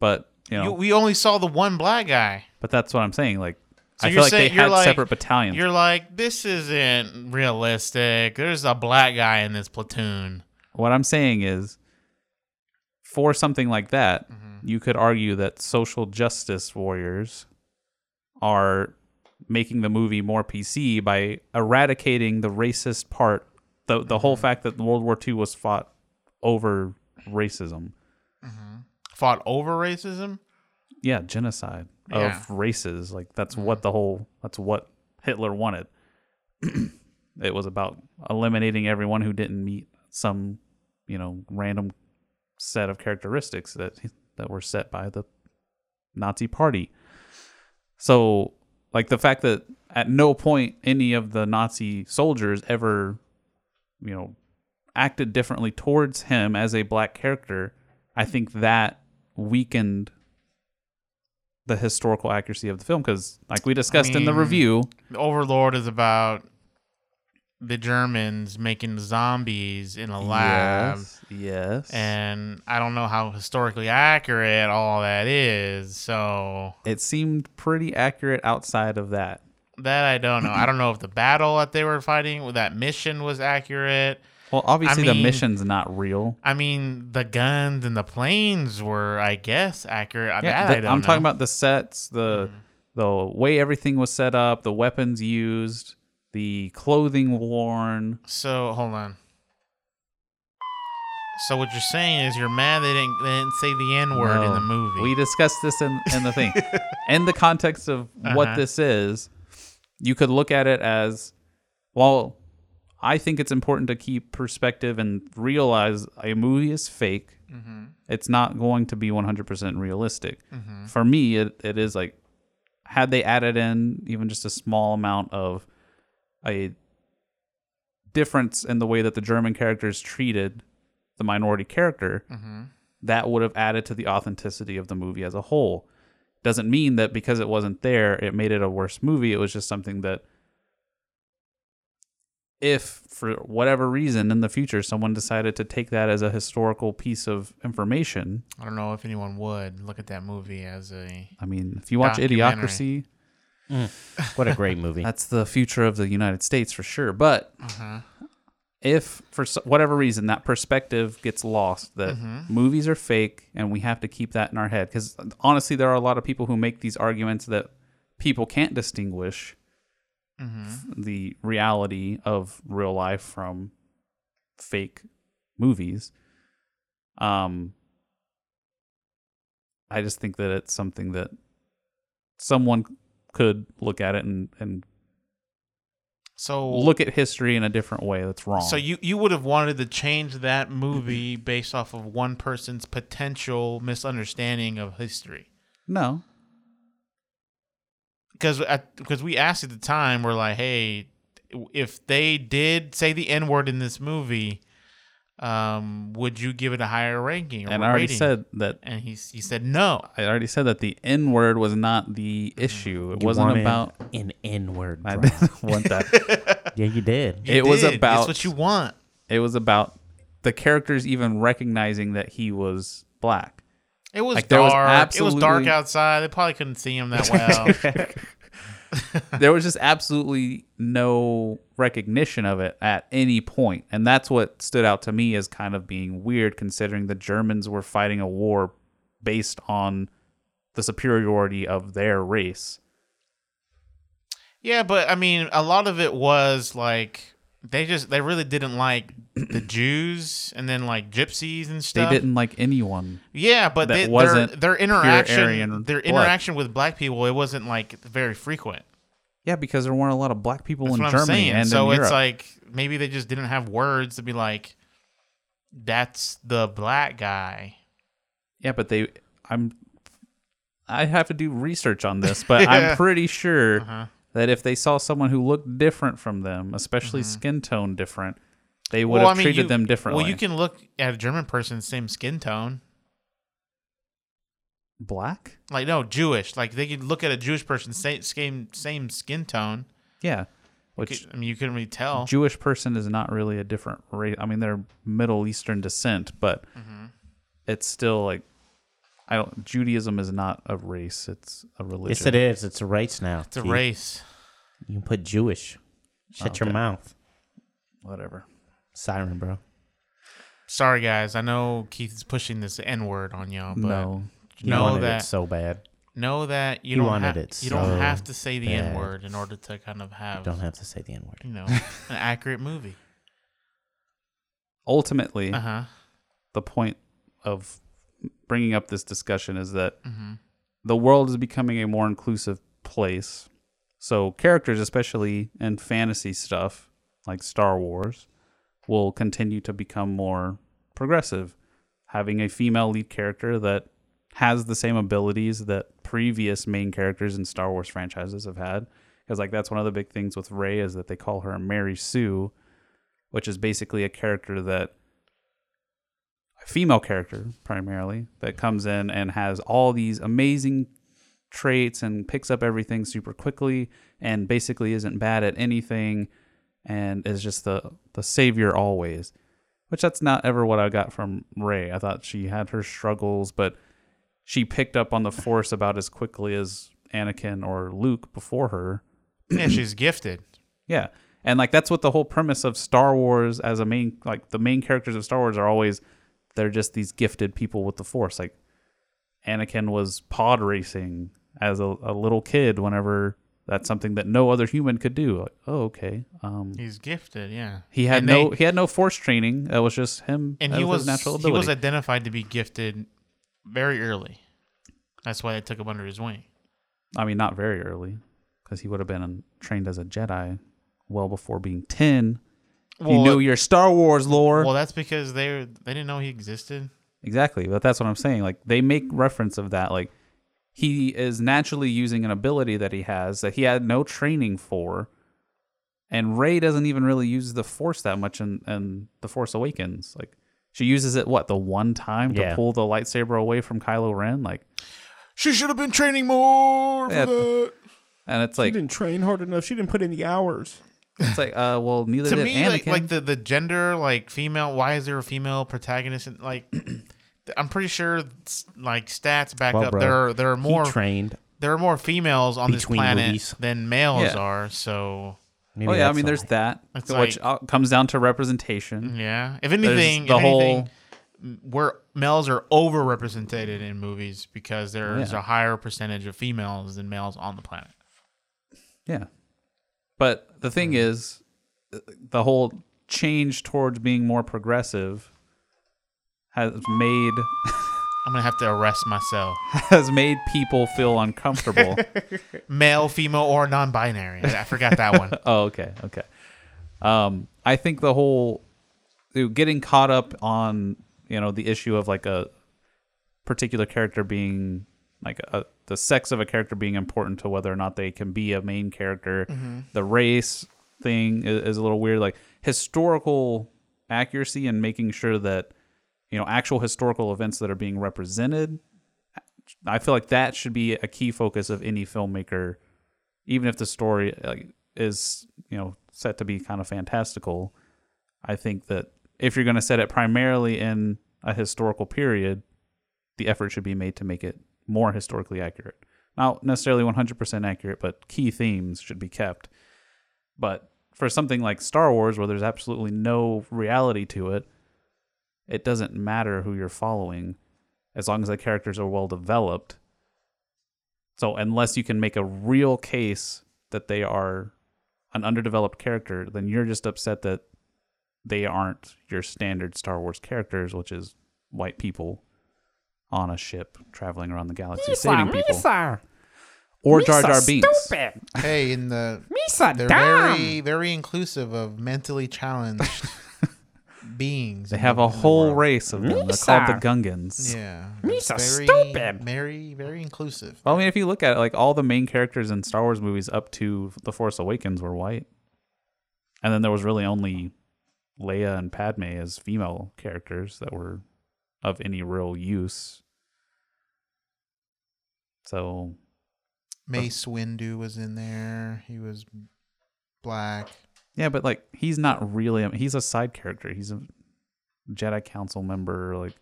but you know, You, we only saw the one black guy. but that's what I'm saying. Like, So I you're feel like they saying- you're had like- separate battalions. You're like, this isn't realistic. There's a black guy in this platoon. What I'm saying is, for something like that, Mm-hmm. you could argue that social justice warriors are making the movie more PC by eradicating the racist part, the the Mm-hmm. whole fact that World War II was fought over racism. Fought over racism. yeah genocide Yeah. of races like that's what the whole that's what hitler wanted (clears throat) it was about eliminating everyone who didn't meet some you know random set of characteristics that that were set by the nazi party so like the fact that at no point any of the nazi soldiers ever you know acted differently towards him as a black character i think that weakened the historical accuracy of the film because like we discussed in the mean- review The Overlord is about the Germans making zombies in a lab. yes And I don't know how historically accurate all that is. So it seemed pretty accurate outside of that That I don't know. I don't know if the battle that they were fighting with that mission was accurate. Well, obviously the mean- mission's not real. I mean, the guns and the planes were, I guess, accurate. that the- I don't I'm talking know. Mm-hmm. about the sets, the the way everything was set up, the weapons used, the clothing worn. So hold on. So what you're saying is you're mad they didn't they didn't say the N word in No. the movie. We discussed this in, in the (laughs) thing. in the context of what Uh-huh. this is, you could look at it as well, I think it's important to keep perspective and realize a movie is fake. Mm-hmm. It's not going to be 100% realistic. Mm-hmm. For me, it, it is like, had they added in even just a small amount of a difference in the way that the German characters treated the minority character, that would have added to the authenticity of the movie as a whole. Doesn't mean that because it wasn't there, it made it a worse movie. It was just something that, if for whatever reason in the future someone decided to take that as a historical piece of information, I don't know if anyone would look at that movie as a I mean, if you watch Documentary. Idiocracy, What a (laughs) great movie. that's the future of the United States for sure. But if for s- whatever reason that perspective gets lost, that Mm-hmm. movies are fake, and we have to keep that in our head, because honestly, there are a lot of people who make these arguments that people can't distinguish Mm-hmm. the reality of real life from fake movies. Um, I just think that it's something that someone could look at it and, and so look at history in a different way that's wrong. So you you would have wanted to change that movie based off of one person's potential misunderstanding of history. no, Because because we asked at the time, we're like, hey, if they did say the N word in this movie, um, would you give it a higher ranking? Or and I already rating? said that. and he he said no. I already said that the N word was not the issue. It You wasn't wanted about. an N word. I drop. didn't want that. (laughs) yeah, you did. You It was did. about- That's what you want. It was about the characters even recognizing that he was black. It was Like, there was dark. It was dark absolutely- outside. They probably couldn't see (laughs) him that well. there was just absolutely no recognition of it at any point, and that's what stood out to me as kind of being weird, considering the Germans were fighting a war based on the superiority of their race. yeah, but I mean, a lot of it was like they just they really didn't like (clears throat) the Jews and then like gypsies and They stuff. didn't like anyone. Yeah, but that they, wasn't their, their pure Aryan interaction their blood. interaction with black people it wasn't like very frequent. Yeah, because there weren't a lot of black people That's in what Germany I'm saying. and so in it's Europe. like maybe they just didn't have words to be like, "That's the black guy." yeah, but they, I'm, I have to do research on this, but (laughs) I'm pretty sure Uh-huh. that if they saw someone who looked different from them, especially skin tone different, they would Mm-hmm. Well, have I mean, treated you- them differently. Well, you can look at a German person, same skin tone. black. Like no, Jewish. Like they could look at a Jewish person, same same same skin tone. Yeah, You which could- I mean, you couldn't really tell. Jewish person is not really a different race. I mean, they're Middle Eastern descent, but Mm-hmm. it's still like, I don't. Judaism is not a race; it's a religion. Yes, it is. It's a race now. it's a Keith. race. You can put Jewish. Shut your mouth. Whatever. Siren, bro. Sorry, guys. I know Keith is pushing this N word on y'all, but no, You know wanted that it so bad. know that you He don't wanted ha- it you don't so have to say the bad. N word in order to kind of have, Don't have to say the N word. you (laughs) know an accurate movie. ultimately, Uh huh. the point of bringing up this discussion is that the world is becoming a more inclusive place. So characters, especially in fantasy stuff like Star Wars, will continue to become more progressive. Having a female lead character that has the same abilities that previous main characters in Star Wars franchises have had, because like that's one of the big things with Rey is that they call her Mary Sue, which is basically a character that a female character primarily that comes in and has all these amazing traits and picks up everything super quickly and basically isn't bad at anything and is just the the savior always which that's not ever what I got from Ray. I thought she had her struggles, but she picked up on the force about as quickly as Anakin or Luke before her, yeah, she's gifted. Yeah. And like that's what the whole premise of Star Wars as a main like the main characters of Star Wars are always they're just these gifted people with the force. Like Anakin was pod racing as a, a little kid whenever that's something that no other human could do. Like, oh, okay. Um He's gifted, yeah. he had And no they- he had no force training. That was just him and that he was his natural he ability. was identified to be gifted very early. That's why they took him under his wing. I mean, not very early, because he would have been trained as a Jedi well before being ten. you Well, knew your Star Wars lore. Well, that's because they they didn't know he existed. Exactly, but that's what I'm saying. Like they make reference of that. Like he is naturally using an ability that he has that he had no training for, and Ray doesn't even really use the Force that much in, in the Force Awakens. Like she uses it what the one time Yeah. to pull the lightsaber away from Kylo Ren. Like She should have been training more. Yeah. that. and it's She like didn't train hard enough. She didn't put in the hours. it's like uh well neither To did me, Anakin. like, like the the gender, like female. Why is there a female protagonist? And like, (clears throat) I'm pretty sure s- like stats back Well, up. bro, there are there are more he trained. there are more females on this Between planet movies. than males Yeah. are. So Maybe oh yeah, I that's mean the there's way. that, It's which like- uh comes down to representation. yeah, if There's anything, the if whole. anything, where males are overrepresented in movies because there's Yeah. a higher percentage of females than males on the planet. Yeah. But the thing is, th- the whole change towards being more progressive has made (laughs) I'm gonna have to arrest myself. has made people feel uncomfortable. Male, female, or non-binary. I forgot that one. (laughs) oh, okay, okay. Um, I think the whole you know, getting caught up on you know the issue of like a particular character being like a, the sex of a character being important to whether or not they can be a main character. The race thing is, is a little weird. Like historical accuracy and making sure that you know actual historical events that are being represented. I feel like that should be a key focus of any filmmaker even if the story like, is you know set to be kind of fantastical, I think that if you're going to set it primarily in a historical period, the effort should be made to make it more historically accurate. Not necessarily 100% accurate, but key themes should be kept. But for something like Star Wars, where there's absolutely no reality to it, it doesn't matter who you're following as long as the characters are well developed. So unless you can make a real case that they are an underdeveloped character, then you're just upset that they aren't your standard Star Wars characters, which is white people on a ship traveling around the galaxy saving people. Or Jar Jar Binks. (laughs) Hey, in the they're very very inclusive of mentally challenged beings. They in have the- a in the whole world. race of them. They're called the Gungans. Yeah, Me's it's a very, stupid. Very very inclusive. Well, I mean, if you look at it, like all the main characters in Star Wars movies up to The Force Awakens were white, and then there was really only Leia and Padme as female characters that were of any real use. So Mace Windu was in there. He was black. yeah, but like he's not really. I mean, he's a side character. He's a Jedi Council member. Like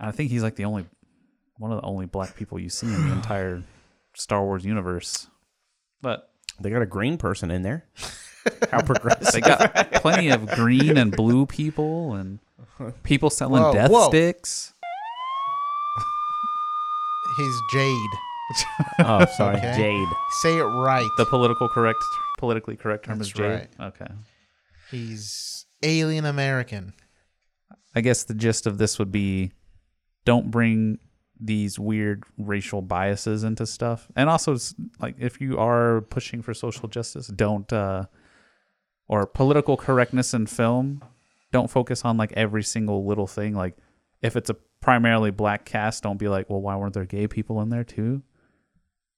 I think he's like the only one of the only black people you see in the entire Star Wars universe. But They got a green person in there. How progressive. They got plenty of green and blue people and people selling Whoa, death whoa. sticks. He's Jade. oh, (laughs) sorry, Okay. Jade. Say it right. The political correct, politically correct term is That's jade. right. Okay. He's alien American. I guess the gist of this would be don't bring these weird racial biases into stuff. And also it's like if you are pushing for social justice, don't uh or political correctness in film, don't focus on like every single little thing like if it's a primarily black cast, don't be like, "Well, why weren't there gay people in there too?"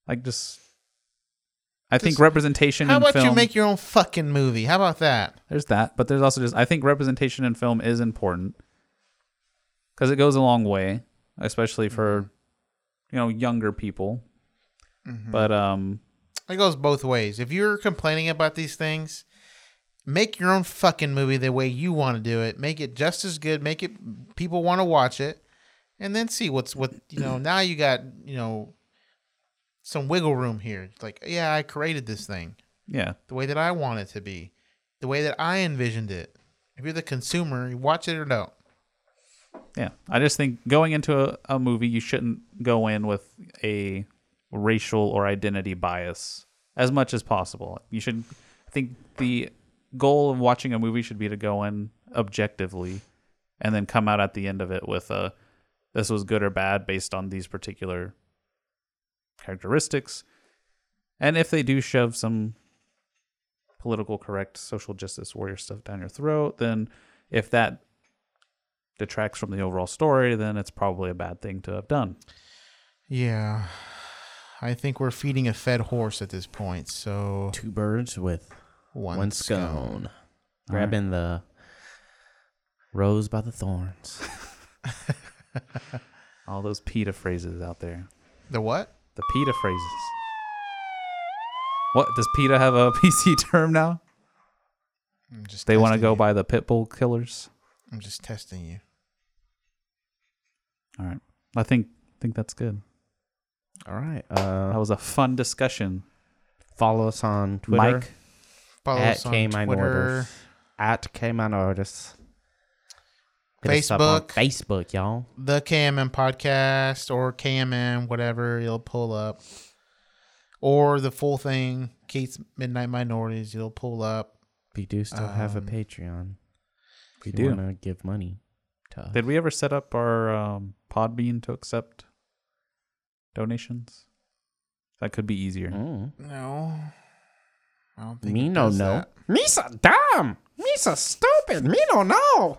Like just I think Just- representation How in about film you make your own fucking movie? How about that? there's that but there's also just i think representation in film is important because it goes a long way especially for you know younger people but um It goes both ways. If you're complaining about these things, make your own fucking movie the way you want to do it. Make it just as good. Make it people (clears throat) want to watch it, and then see what's what. You know, now you got you know some wiggle room here. It's like, yeah, I created this thing Yeah. the way that I want it to be, the way that I envisioned it. If you're the consumer, you watch it or don't. Yeah. I just think going into a, a movie, you shouldn't go in with a racial or identity bias as much as possible. You should I think the goal of watching a movie should be to go in objectively and then come out at the end of it with a this was good or bad based on these particular characteristics. And if they do shove some political correct social justice warrior stuff down your throat, then if that detracts from the overall story, then it's probably a bad thing to have done. Yeah. I think we're feeding a fed horse at this point. So Two birds with One one, scone. Grabbing the rose by the thorns. All those PETA phrases out there. the what? The PETA phrases. What does PETA have a (laughs) PC term now? I'm just They want to testing go you. by the pit bull killers. I'm just testing you. All right. I think think that's good. (laughs) All right. Uh, That was a fun discussion. follow us on Twitter. Mike, Follow at us on K Twitter. Minorders. At K Minorders. Facebook. Facebook, y'all. the KMM podcast or KMM, whatever it'll pull up, or the full thing, Keith's Midnight Minorities, it'll pull up. We do still have a Um, Patreon. We do. want to give money to us. did we ever set up our um, Podbean to accept donations? That could be easier. Mm. No, I don't think Me it no does no. that. Me so dumb. Me so stupid. Me no no.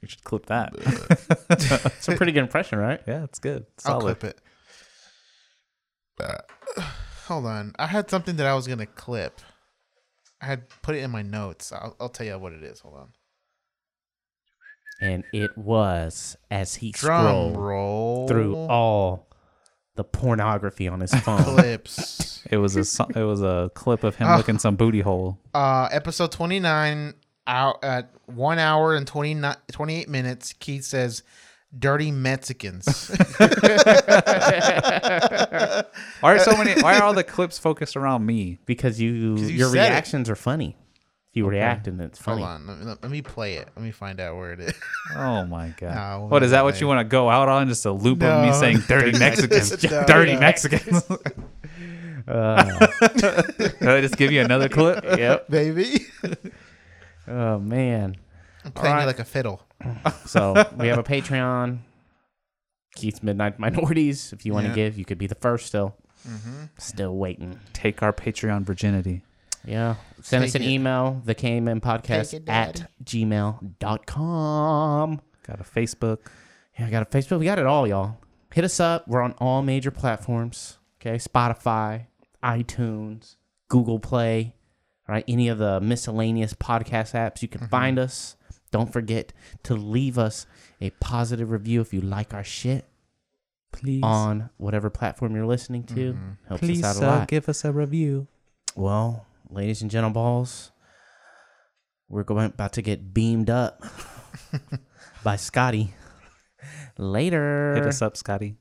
You should clip that. It's a pretty good impression, right? (laughs) yeah, it's good. I'll Solid. clip it. Uh, (sighs) hold on, I had something that I was gonna clip. I had put it in my notes. I'll, I'll tell you what it is. Hold on. And it was as he Drum scrolled roll through all the pornography on his (laughs) phone. clips. It was a so- it was a clip of him looking some booty hole. uh episode 29 out at 1 hour and 29 28 minutes keith says dirty (laughs) mexicans Why are so many? Why are all (laughs) the clips focused around me? because you, 'Cause you your said it. reactions are funny. If you react and it's funny. hold on let me, let me play it let me find out where it (laughs) is Oh my god! Nah, we'll what is do that? it What you later. want to go out on? Just a loop of me (laughs) No. saying "dirty Mexicans," (laughs) No, "dirty (laughs) no. Mexicans." Uh, (laughs) Did I just give you another clip? Yep. baby Oh man. i'm playing right. you like a fiddle So we have a Patreon. Keith's Midnight Minorities. If you want to Yeah. give, you could be the first still. Mm-hmm. Still waiting. Take our Patreon virginity. Yeah. Send us an Take it. email, the KMN podcast Take it, at gmail.com. Got a Facebook. Yeah, I got a Facebook. We got it all, y'all. Hit us up. We're on all major platforms. Okay. Spotify, iTunes, Google Play, all right? Any of the miscellaneous podcast apps, you Mm-hmm. can find us. Don't forget to leave us a positive review if you like our shit Please, on whatever platform you're listening to. Helps please us out a uh, lot. give us a review. Well, ladies and gentle balls, we're going about to get (laughs) beamed up by Scotty. Later. Hit us up, Scotty.